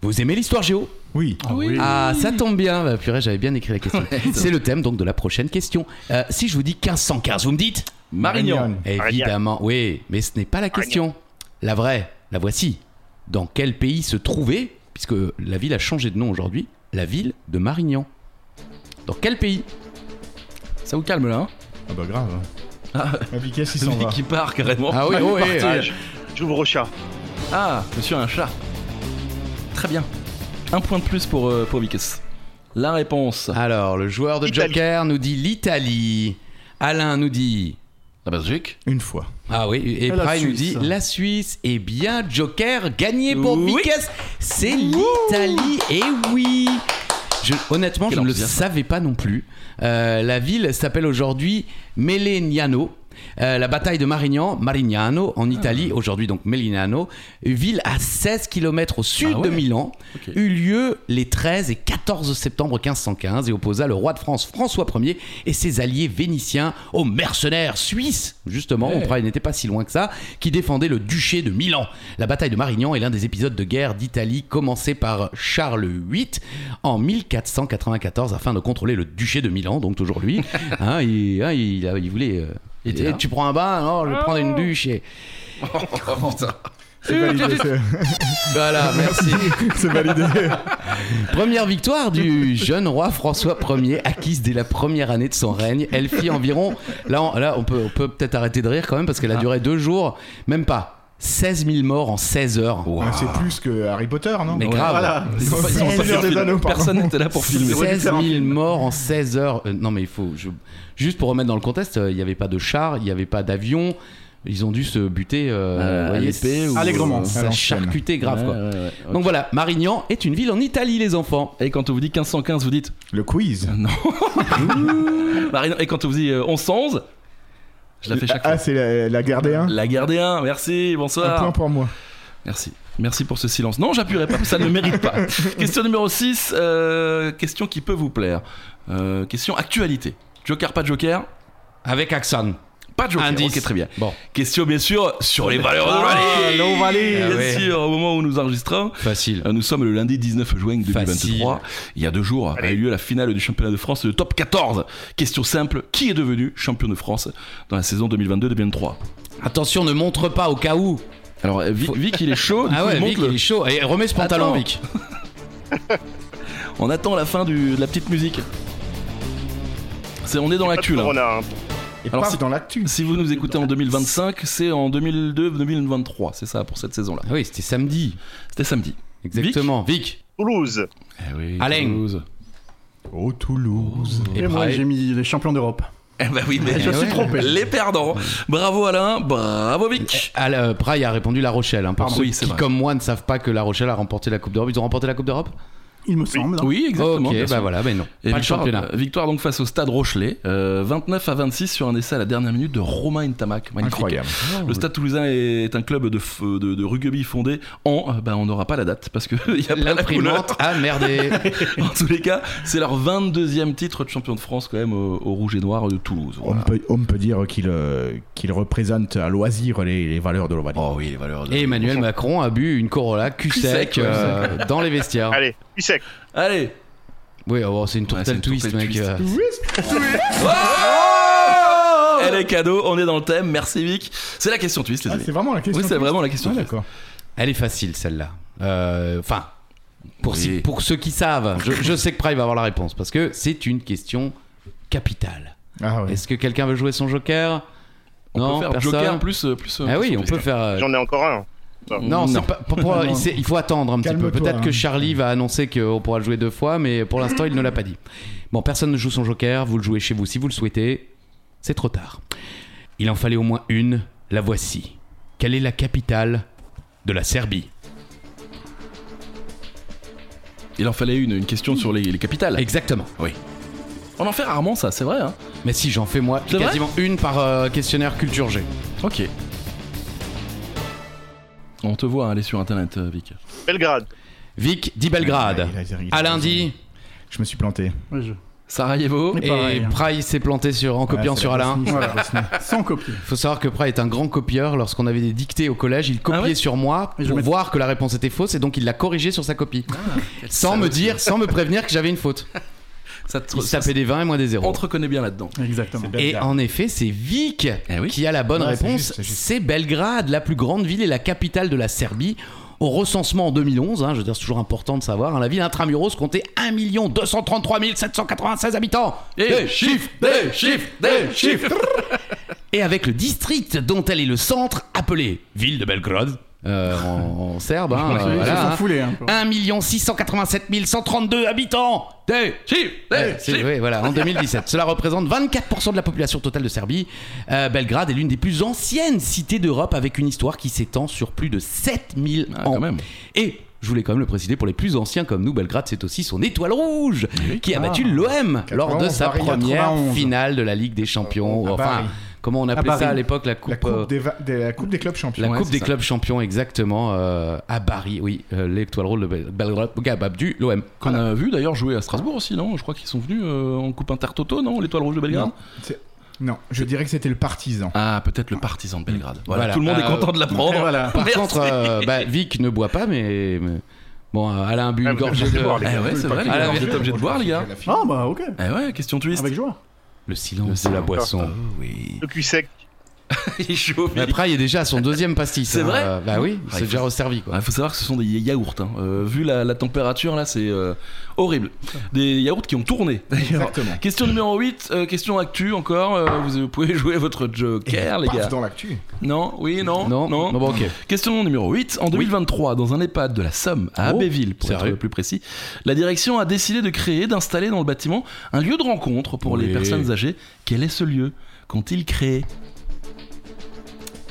[SPEAKER 3] Vous aimez l'histoire géo
[SPEAKER 4] Oui.
[SPEAKER 3] Ah, ça tombe bien. Bah, purée, j'avais bien écrit la question. C'est le thème donc de la prochaine question. Euh, si je vous dis 1515, vous me dites
[SPEAKER 1] Marignan.
[SPEAKER 3] Évidemment, oui, mais ce n'est pas la question. La vraie, la voici. Dans quel pays se trouvait, puisque la ville a changé de nom aujourd'hui, la ville de Marignan Dans quel pays
[SPEAKER 1] Ça vous calme là hein
[SPEAKER 4] Ah bah grave.
[SPEAKER 1] Ah,
[SPEAKER 4] La vitesse il
[SPEAKER 1] Celui
[SPEAKER 4] s'en va.
[SPEAKER 1] qui part carrément.
[SPEAKER 3] Ah oui,
[SPEAKER 1] Il est
[SPEAKER 3] oui,
[SPEAKER 1] parti.
[SPEAKER 3] oui.
[SPEAKER 6] Ah, je- J'ouvre au chat.
[SPEAKER 1] Ah, monsieur a un chat. Très bien. Un point de plus pour, euh, pour Vickers. La réponse.
[SPEAKER 3] Alors, le joueur de
[SPEAKER 6] Italie.
[SPEAKER 3] Joker nous dit l'Italie. Alain nous dit.
[SPEAKER 1] La Belgique.
[SPEAKER 4] Une fois.
[SPEAKER 3] Ah oui, et
[SPEAKER 5] Et la
[SPEAKER 3] Prime nous dit
[SPEAKER 5] Suisse.
[SPEAKER 3] la Suisse. Eh bien, Joker, gagné pour
[SPEAKER 1] Oui.
[SPEAKER 3] Vickers. C'est l'Italie, et oui Je- Honnêtement,
[SPEAKER 1] Quel
[SPEAKER 3] je ne le
[SPEAKER 1] enthousiasme.
[SPEAKER 3] savais pas non plus. Euh, la ville s'appelle aujourd'hui Melegnano. Euh, la bataille de Marignan, Marignano
[SPEAKER 1] Ah.
[SPEAKER 3] en Italie, aujourd'hui donc Melignano, ville à 16 km au sud
[SPEAKER 1] Ah ouais.
[SPEAKER 3] de Milan,
[SPEAKER 1] Ok.
[SPEAKER 3] eut lieu les 13 et 14 septembre 1515 et opposa le roi de France François Ier et ses alliés vénitiens aux mercenaires suisses, justement,
[SPEAKER 1] Ouais.
[SPEAKER 3] on croit qu'il n'était pas si loin que ça, qui défendaient le duché de Milan. La bataille de Marignan est l'un des épisodes de guerre d'Italie commencé par Charles VIII en 1494 afin de contrôler le duché de Milan, donc
[SPEAKER 1] [LAUGHS]
[SPEAKER 3] toujours lui. Hein, il, hein, il a- il voulait... euh,
[SPEAKER 1] Il était
[SPEAKER 3] eh,
[SPEAKER 1] là.
[SPEAKER 3] tu prends un bain, non, je vais prendre une douche et...
[SPEAKER 1] Oh, putain.
[SPEAKER 4] C'est validé. c'est-
[SPEAKER 3] Voilà, merci.
[SPEAKER 1] [LAUGHS]
[SPEAKER 4] C'est [LAUGHS] validé.
[SPEAKER 3] Première victoire du jeune roi François Ier, acquise dès la première année de son règne. Elle fit environ. Là, on, là, on peut on peut peut-être arrêter de rire quand même parce qu'elle a duré deux jours, même pas. 16 000 morts en 16 heures.
[SPEAKER 4] Ah, C'est plus que Harry Potter, non
[SPEAKER 3] Mais
[SPEAKER 1] Ouais,
[SPEAKER 3] grave.
[SPEAKER 5] Voilà.
[SPEAKER 1] Ils sont pas- ils sont pas
[SPEAKER 4] Seigneur
[SPEAKER 1] sur
[SPEAKER 4] des
[SPEAKER 1] film.
[SPEAKER 4] Anneaux, pardon.
[SPEAKER 1] Personne n'était là pour filmer.
[SPEAKER 5] Ouais,
[SPEAKER 3] 16
[SPEAKER 5] c'est un
[SPEAKER 3] 000
[SPEAKER 5] film.
[SPEAKER 3] morts en 16 heures. Euh, non, mais il faut. je- Juste pour remettre dans le contexte, euh, il n'y avait pas de char, il n'y avait pas d'avion. Ils ont dû se buter euh,
[SPEAKER 1] Euh,
[SPEAKER 3] vous
[SPEAKER 1] à
[SPEAKER 3] voyez,
[SPEAKER 1] l'épée ou-
[SPEAKER 5] Allègrement.
[SPEAKER 4] À
[SPEAKER 3] Ça
[SPEAKER 4] l'ancienne.
[SPEAKER 3] charcutait grave,
[SPEAKER 1] Ouais,
[SPEAKER 3] quoi.
[SPEAKER 1] ouais, ouais, ouais.
[SPEAKER 3] Donc voilà, Marignan est une ville en Italie, les enfants.
[SPEAKER 1] Et quand on vous dit 1515, vous dites.
[SPEAKER 4] Le quiz.
[SPEAKER 1] Non. Marine- Et quand on vous dit euh, 1111, je la fais chaque
[SPEAKER 4] Ah,
[SPEAKER 1] fois.
[SPEAKER 4] c'est la, la gardéen.
[SPEAKER 1] La gardien, merci,
[SPEAKER 4] Un
[SPEAKER 1] bonsoir.
[SPEAKER 4] point pour moi.
[SPEAKER 1] Merci. Merci pour ce silence. Non, j'appuierai pas, ça ne le mérite pas. question numéro 6, question qui peut vous plaire. Euh, question actualité. Joker, pas de Joker
[SPEAKER 3] Avec Axon.
[SPEAKER 1] Pas de Joker.
[SPEAKER 3] Indice.
[SPEAKER 1] Ok, très bien.
[SPEAKER 3] Bon,
[SPEAKER 1] Question, bien sûr, sur les valeurs de
[SPEAKER 5] Ah,
[SPEAKER 1] Valley.
[SPEAKER 5] Low Valley.
[SPEAKER 1] Bien
[SPEAKER 3] Ah ouais.
[SPEAKER 1] sûr, au moment où nous enregistrons.
[SPEAKER 3] facile.
[SPEAKER 1] Euh, Nous sommes le lundi 19 juin 2023.
[SPEAKER 3] Facile.
[SPEAKER 1] Il y a deux jours a eu lieu la finale du championnat de France de top 14. Question simple qui est devenu champion de France dans la saison 2022-2023
[SPEAKER 3] Attention, ne montre pas au cas où.
[SPEAKER 1] Alors, euh, Vic, Vic, il est chaud. du
[SPEAKER 3] Ah
[SPEAKER 1] coup,
[SPEAKER 3] ouais,
[SPEAKER 1] il
[SPEAKER 3] Vic,
[SPEAKER 1] monte le-
[SPEAKER 3] il est chaud. Et remets ce pantalon,
[SPEAKER 1] Attends.
[SPEAKER 3] Vic.
[SPEAKER 1] On attend la fin du- de la petite musique. C'est, on est dans l'actu là.
[SPEAKER 6] On a un
[SPEAKER 1] Alors,
[SPEAKER 4] Et Alors,
[SPEAKER 1] c'est-
[SPEAKER 4] c'est dans l'actu.
[SPEAKER 1] Si vous nous écoutez en 2025, c'est en 2002-2023, c'est ça pour cette saison-là.
[SPEAKER 3] Ah oui, c'était samedi.
[SPEAKER 1] C'était samedi.
[SPEAKER 3] Exactement. Vic,
[SPEAKER 6] Toulouse.
[SPEAKER 1] Eh oui,
[SPEAKER 3] Alain.
[SPEAKER 1] Toulouse.
[SPEAKER 4] Oh, Toulouse.
[SPEAKER 5] Et moi,
[SPEAKER 3] Braille.
[SPEAKER 5] j'ai mis les champions d'Europe.
[SPEAKER 1] Eh ben oui, mais
[SPEAKER 5] Je me suis trompé.
[SPEAKER 1] Les perdants. Bravo Alain, bravo Vic.
[SPEAKER 3] Al- euh, Braille a répondu La Rochelle. hein, pour
[SPEAKER 1] Pardon.
[SPEAKER 3] ceux
[SPEAKER 1] Ah Oui, c'est
[SPEAKER 3] qui,
[SPEAKER 1] vrai.
[SPEAKER 3] comme moi, ne savent pas que La Rochelle a remporté la Coupe d'Europe. Ils ont remporté la Coupe d'Europe
[SPEAKER 5] Il me semble. hein.
[SPEAKER 1] Eh, Oui, exactement.
[SPEAKER 3] Ok,
[SPEAKER 1] bien
[SPEAKER 3] bah
[SPEAKER 1] sûr.
[SPEAKER 3] voilà, mais non.
[SPEAKER 1] Et
[SPEAKER 3] pas le
[SPEAKER 1] victoire,
[SPEAKER 3] championnat.
[SPEAKER 1] euh, victoire donc face au Stade Rochelet, euh, 29 à 26 sur un essai à la dernière minute de Romain Ntamak. Magnifique.
[SPEAKER 4] Incroyable.
[SPEAKER 1] Le Stade Toulousain est un club de, f- de, de rugby fondé en, euh, bah, on n'aura pas la date parce que [LAUGHS] il y a pas la couleur.
[SPEAKER 3] L'imprimante a merdé.
[SPEAKER 1] [LAUGHS] En tous les cas, c'est leur 22e titre de champion de France quand même au, au Rouge et Noir de Toulouse.
[SPEAKER 4] On
[SPEAKER 1] Voilà.
[SPEAKER 4] peut, on peut dire qu'il euh, qu'il représente à loisir les, les valeurs de l'Ovalie.
[SPEAKER 1] Oh oui, les valeurs de.
[SPEAKER 3] Et Emmanuel Macron a bu une Corolla cul sec
[SPEAKER 1] Cul-sec, ouais.
[SPEAKER 3] euh, dans les vestiaires.
[SPEAKER 6] Allez, tu sec.
[SPEAKER 1] Allez.
[SPEAKER 3] Oui, oh, c'est une
[SPEAKER 1] c'est
[SPEAKER 3] tourtelle
[SPEAKER 1] une
[SPEAKER 3] twist,
[SPEAKER 1] tourtelle
[SPEAKER 3] mec.
[SPEAKER 1] twist.
[SPEAKER 3] euh.
[SPEAKER 1] Oh Elle est cadeau. Eh, On est dans le thème. Merci Vic. C'est la question twist. les
[SPEAKER 4] Ah,
[SPEAKER 1] amis.
[SPEAKER 4] c'est vraiment la question.
[SPEAKER 1] Oui, c'est vraiment la question.
[SPEAKER 4] Ah, d'accord.
[SPEAKER 3] Elle est facile, celle-là. Euh, Enfin, pour,
[SPEAKER 1] Oui.
[SPEAKER 3] si- pour ceux qui savent, je, je sais que Prime va avoir la réponse parce que c'est une question capitale.
[SPEAKER 4] Ah ouais.
[SPEAKER 3] Est-ce que quelqu'un veut jouer son joker
[SPEAKER 1] on
[SPEAKER 3] Non,
[SPEAKER 1] peut faire
[SPEAKER 3] personne.
[SPEAKER 1] Joker plus euh, plus. euh,
[SPEAKER 3] Ah oui,
[SPEAKER 1] question
[SPEAKER 3] on peut
[SPEAKER 1] twist.
[SPEAKER 3] faire. euh,
[SPEAKER 6] J'en ai encore un.
[SPEAKER 3] Non, c'est pas- pour- pour- il, c'est- il faut attendre un petit peu.
[SPEAKER 4] Calme-toi,
[SPEAKER 3] Peut-être que
[SPEAKER 4] hein.
[SPEAKER 3] Charlie va annoncer qu'on pourra le jouer deux fois, mais pour l'instant, il ne l'a pas dit. Bon, personne ne joue son joker, vous le jouez chez vous si vous le souhaitez. C'est trop tard. Il en fallait au moins une, la voici. Quelle est la capitale de la Serbie
[SPEAKER 1] Il en fallait une, une question sur les, les capitales.
[SPEAKER 3] Exactement.
[SPEAKER 1] On en fait rarement ça, c'est vrai. Hein
[SPEAKER 3] Mais si, j'en fais moi
[SPEAKER 1] C'est vrai
[SPEAKER 3] quasiment une par euh, questionnaire culture G.
[SPEAKER 1] ok. On te voit aller sur internet, euh, Vic.
[SPEAKER 6] Belgrade.
[SPEAKER 3] Vic dit Belgrade.
[SPEAKER 4] Il a- il a- il a-
[SPEAKER 3] Alain dit
[SPEAKER 4] Je me suis planté.
[SPEAKER 5] Ouais, je-
[SPEAKER 1] Sarajevo.
[SPEAKER 5] Mais-
[SPEAKER 3] et
[SPEAKER 5] Pareil, hein.
[SPEAKER 3] Pry s'est planté sur, en copiant
[SPEAKER 4] c'est
[SPEAKER 3] sur
[SPEAKER 4] la
[SPEAKER 3] Alain.
[SPEAKER 4] Bosnie.
[SPEAKER 5] Voilà. Sans copier.
[SPEAKER 3] Faut savoir que Pry est un grand copieur. Lorsqu'on avait des dictées au collège, il copiait
[SPEAKER 1] Ah ouais
[SPEAKER 3] sur moi
[SPEAKER 5] Et je
[SPEAKER 3] pour
[SPEAKER 5] mettais-
[SPEAKER 3] voir que la réponse était fausse et donc il l'a corrigée sur sa copie.
[SPEAKER 1] Ah,
[SPEAKER 3] sans me dire, sans me prévenir que j'avais
[SPEAKER 1] [LAUGHS]
[SPEAKER 3] une faute.
[SPEAKER 1] Ça te-
[SPEAKER 3] Il se
[SPEAKER 1] ça-
[SPEAKER 3] tapait des 20 et moi des
[SPEAKER 1] on
[SPEAKER 3] 0.
[SPEAKER 1] te reconnaît bien là-dedans.
[SPEAKER 5] Exactement.
[SPEAKER 3] Et en effet, c'est Vic
[SPEAKER 1] Eh oui.
[SPEAKER 3] qui a la bonne
[SPEAKER 4] Ouais, c'est
[SPEAKER 3] réponse.
[SPEAKER 4] juste, c'est juste.
[SPEAKER 3] C'est Belgrade, la plus grande ville et la capitale de la Serbie. Au recensement en 2011, hein, je veux dire, c'est toujours important de savoir, hein, la ville intramuros comptait 1 233 796 habitants.
[SPEAKER 1] Des Eh, chiffres, des chiffres, des chiffres.
[SPEAKER 3] Et avec le district dont elle est le centre, appelé Ville de Belgrade, euh, en, en
[SPEAKER 4] [LAUGHS]
[SPEAKER 3] serbe, hein, euh,
[SPEAKER 5] Ils se
[SPEAKER 3] voilà,
[SPEAKER 5] sont
[SPEAKER 3] hein.
[SPEAKER 5] foulés. hein, quoi.
[SPEAKER 3] 1 687 132 habitants
[SPEAKER 1] Des chiffres,
[SPEAKER 3] Ouais,
[SPEAKER 1] des
[SPEAKER 3] c'est-
[SPEAKER 1] chiffres.
[SPEAKER 3] ouais, Euh, voilà, en 2017. Cela représente 24% de la population totale de Serbie. Euh, Belgrade est l'une des plus anciennes cités d'Europe avec une histoire qui s'étend sur plus de 7000
[SPEAKER 1] Ah,
[SPEAKER 3] ans.
[SPEAKER 1] quand même.
[SPEAKER 3] Et je voulais quand même le préciser, pour les plus anciens comme nous, Belgrade, c'est aussi son étoile rouge qui a battu l'OM lors de
[SPEAKER 4] 91,
[SPEAKER 3] sa
[SPEAKER 4] Paris,
[SPEAKER 3] première
[SPEAKER 5] 91.
[SPEAKER 3] finale de la Ligue des Champions.
[SPEAKER 4] À
[SPEAKER 3] enfin,
[SPEAKER 4] Paris.
[SPEAKER 3] comment on appelait
[SPEAKER 5] Paris.
[SPEAKER 3] ça à l'époque la coupe
[SPEAKER 4] La
[SPEAKER 3] euh,
[SPEAKER 4] coupe, des, va- des- la coupe des clubs champions.
[SPEAKER 3] la
[SPEAKER 1] Ouais,
[SPEAKER 3] Coupe
[SPEAKER 1] c'est
[SPEAKER 3] des
[SPEAKER 1] ça.
[SPEAKER 3] clubs champions, exactement, euh, à Paris, oui, euh, l'étoile rouge de Bel- Belgrade, Gabab du l'OM.
[SPEAKER 1] Qu'on a vu d'ailleurs jouer à Strasbourg aussi, non Je crois qu'ils sont venus euh, en Coupe Intertoto, non L'Étoile Rouge de Belgrade
[SPEAKER 4] Non. C'est- Non, je dirais que c'était le partisan.
[SPEAKER 1] Ah, peut-être le Partisan de Belgrade. Voilà, Ah,
[SPEAKER 3] Voilà.
[SPEAKER 1] tout le monde
[SPEAKER 3] Euh,
[SPEAKER 1] est content de l'apprendre.
[SPEAKER 5] Et voilà.
[SPEAKER 3] Par
[SPEAKER 1] Merci.
[SPEAKER 3] contre, euh, bah, Vic ne boit pas, mais mais- bon, euh, Alain a bu
[SPEAKER 6] Ah,
[SPEAKER 3] une
[SPEAKER 6] vous
[SPEAKER 3] gorgée
[SPEAKER 6] devez
[SPEAKER 3] de...
[SPEAKER 6] boire, les
[SPEAKER 1] Eh
[SPEAKER 6] gars.
[SPEAKER 1] ouais, c'est vrai, les
[SPEAKER 3] Ah,
[SPEAKER 1] gars,
[SPEAKER 3] la
[SPEAKER 1] vous
[SPEAKER 3] vérité,
[SPEAKER 1] êtes obligés de boire, les gars.
[SPEAKER 5] Ah bah ok.
[SPEAKER 1] Eh ouais, question twist.
[SPEAKER 5] Avec joie.
[SPEAKER 3] Le silence de la
[SPEAKER 1] Oh,
[SPEAKER 3] boisson.
[SPEAKER 1] oui.
[SPEAKER 6] Le cul sec.
[SPEAKER 1] [LAUGHS] Il est chaud,
[SPEAKER 3] Mais
[SPEAKER 1] Philippe.
[SPEAKER 3] après, il est déjà à son deuxième pastis.
[SPEAKER 1] C'est
[SPEAKER 3] hein.
[SPEAKER 1] vrai
[SPEAKER 3] Euh, Bah oui,
[SPEAKER 1] Ah, il
[SPEAKER 3] c'est
[SPEAKER 1] faut-
[SPEAKER 3] déjà resservi, quoi.
[SPEAKER 1] Il faut savoir que ce sont des yaourts. hein. Euh, vu la, la température, là, c'est euh, horrible. Des yaourts qui ont tourné, d'ailleurs.
[SPEAKER 4] Exactement.
[SPEAKER 1] Question numéro 8, euh, question actu encore. euh, vous pouvez jouer votre joker, les
[SPEAKER 4] Paf,
[SPEAKER 1] gars.
[SPEAKER 4] dans l'actu.
[SPEAKER 1] Non, oui, non,
[SPEAKER 3] Non,
[SPEAKER 1] non,
[SPEAKER 3] non, bon, ok.
[SPEAKER 1] Question numéro 8. En 2023, dans un EHPAD de la Somme, à
[SPEAKER 3] Oh,
[SPEAKER 1] Abbeville, pour
[SPEAKER 3] sérieux
[SPEAKER 1] être plus précis, la direction a décidé de créer, d'installer dans le bâtiment un lieu de rencontre pour les
[SPEAKER 3] Oui.
[SPEAKER 1] personnes âgées. Quel est ce lieu Qu'ont-ils créé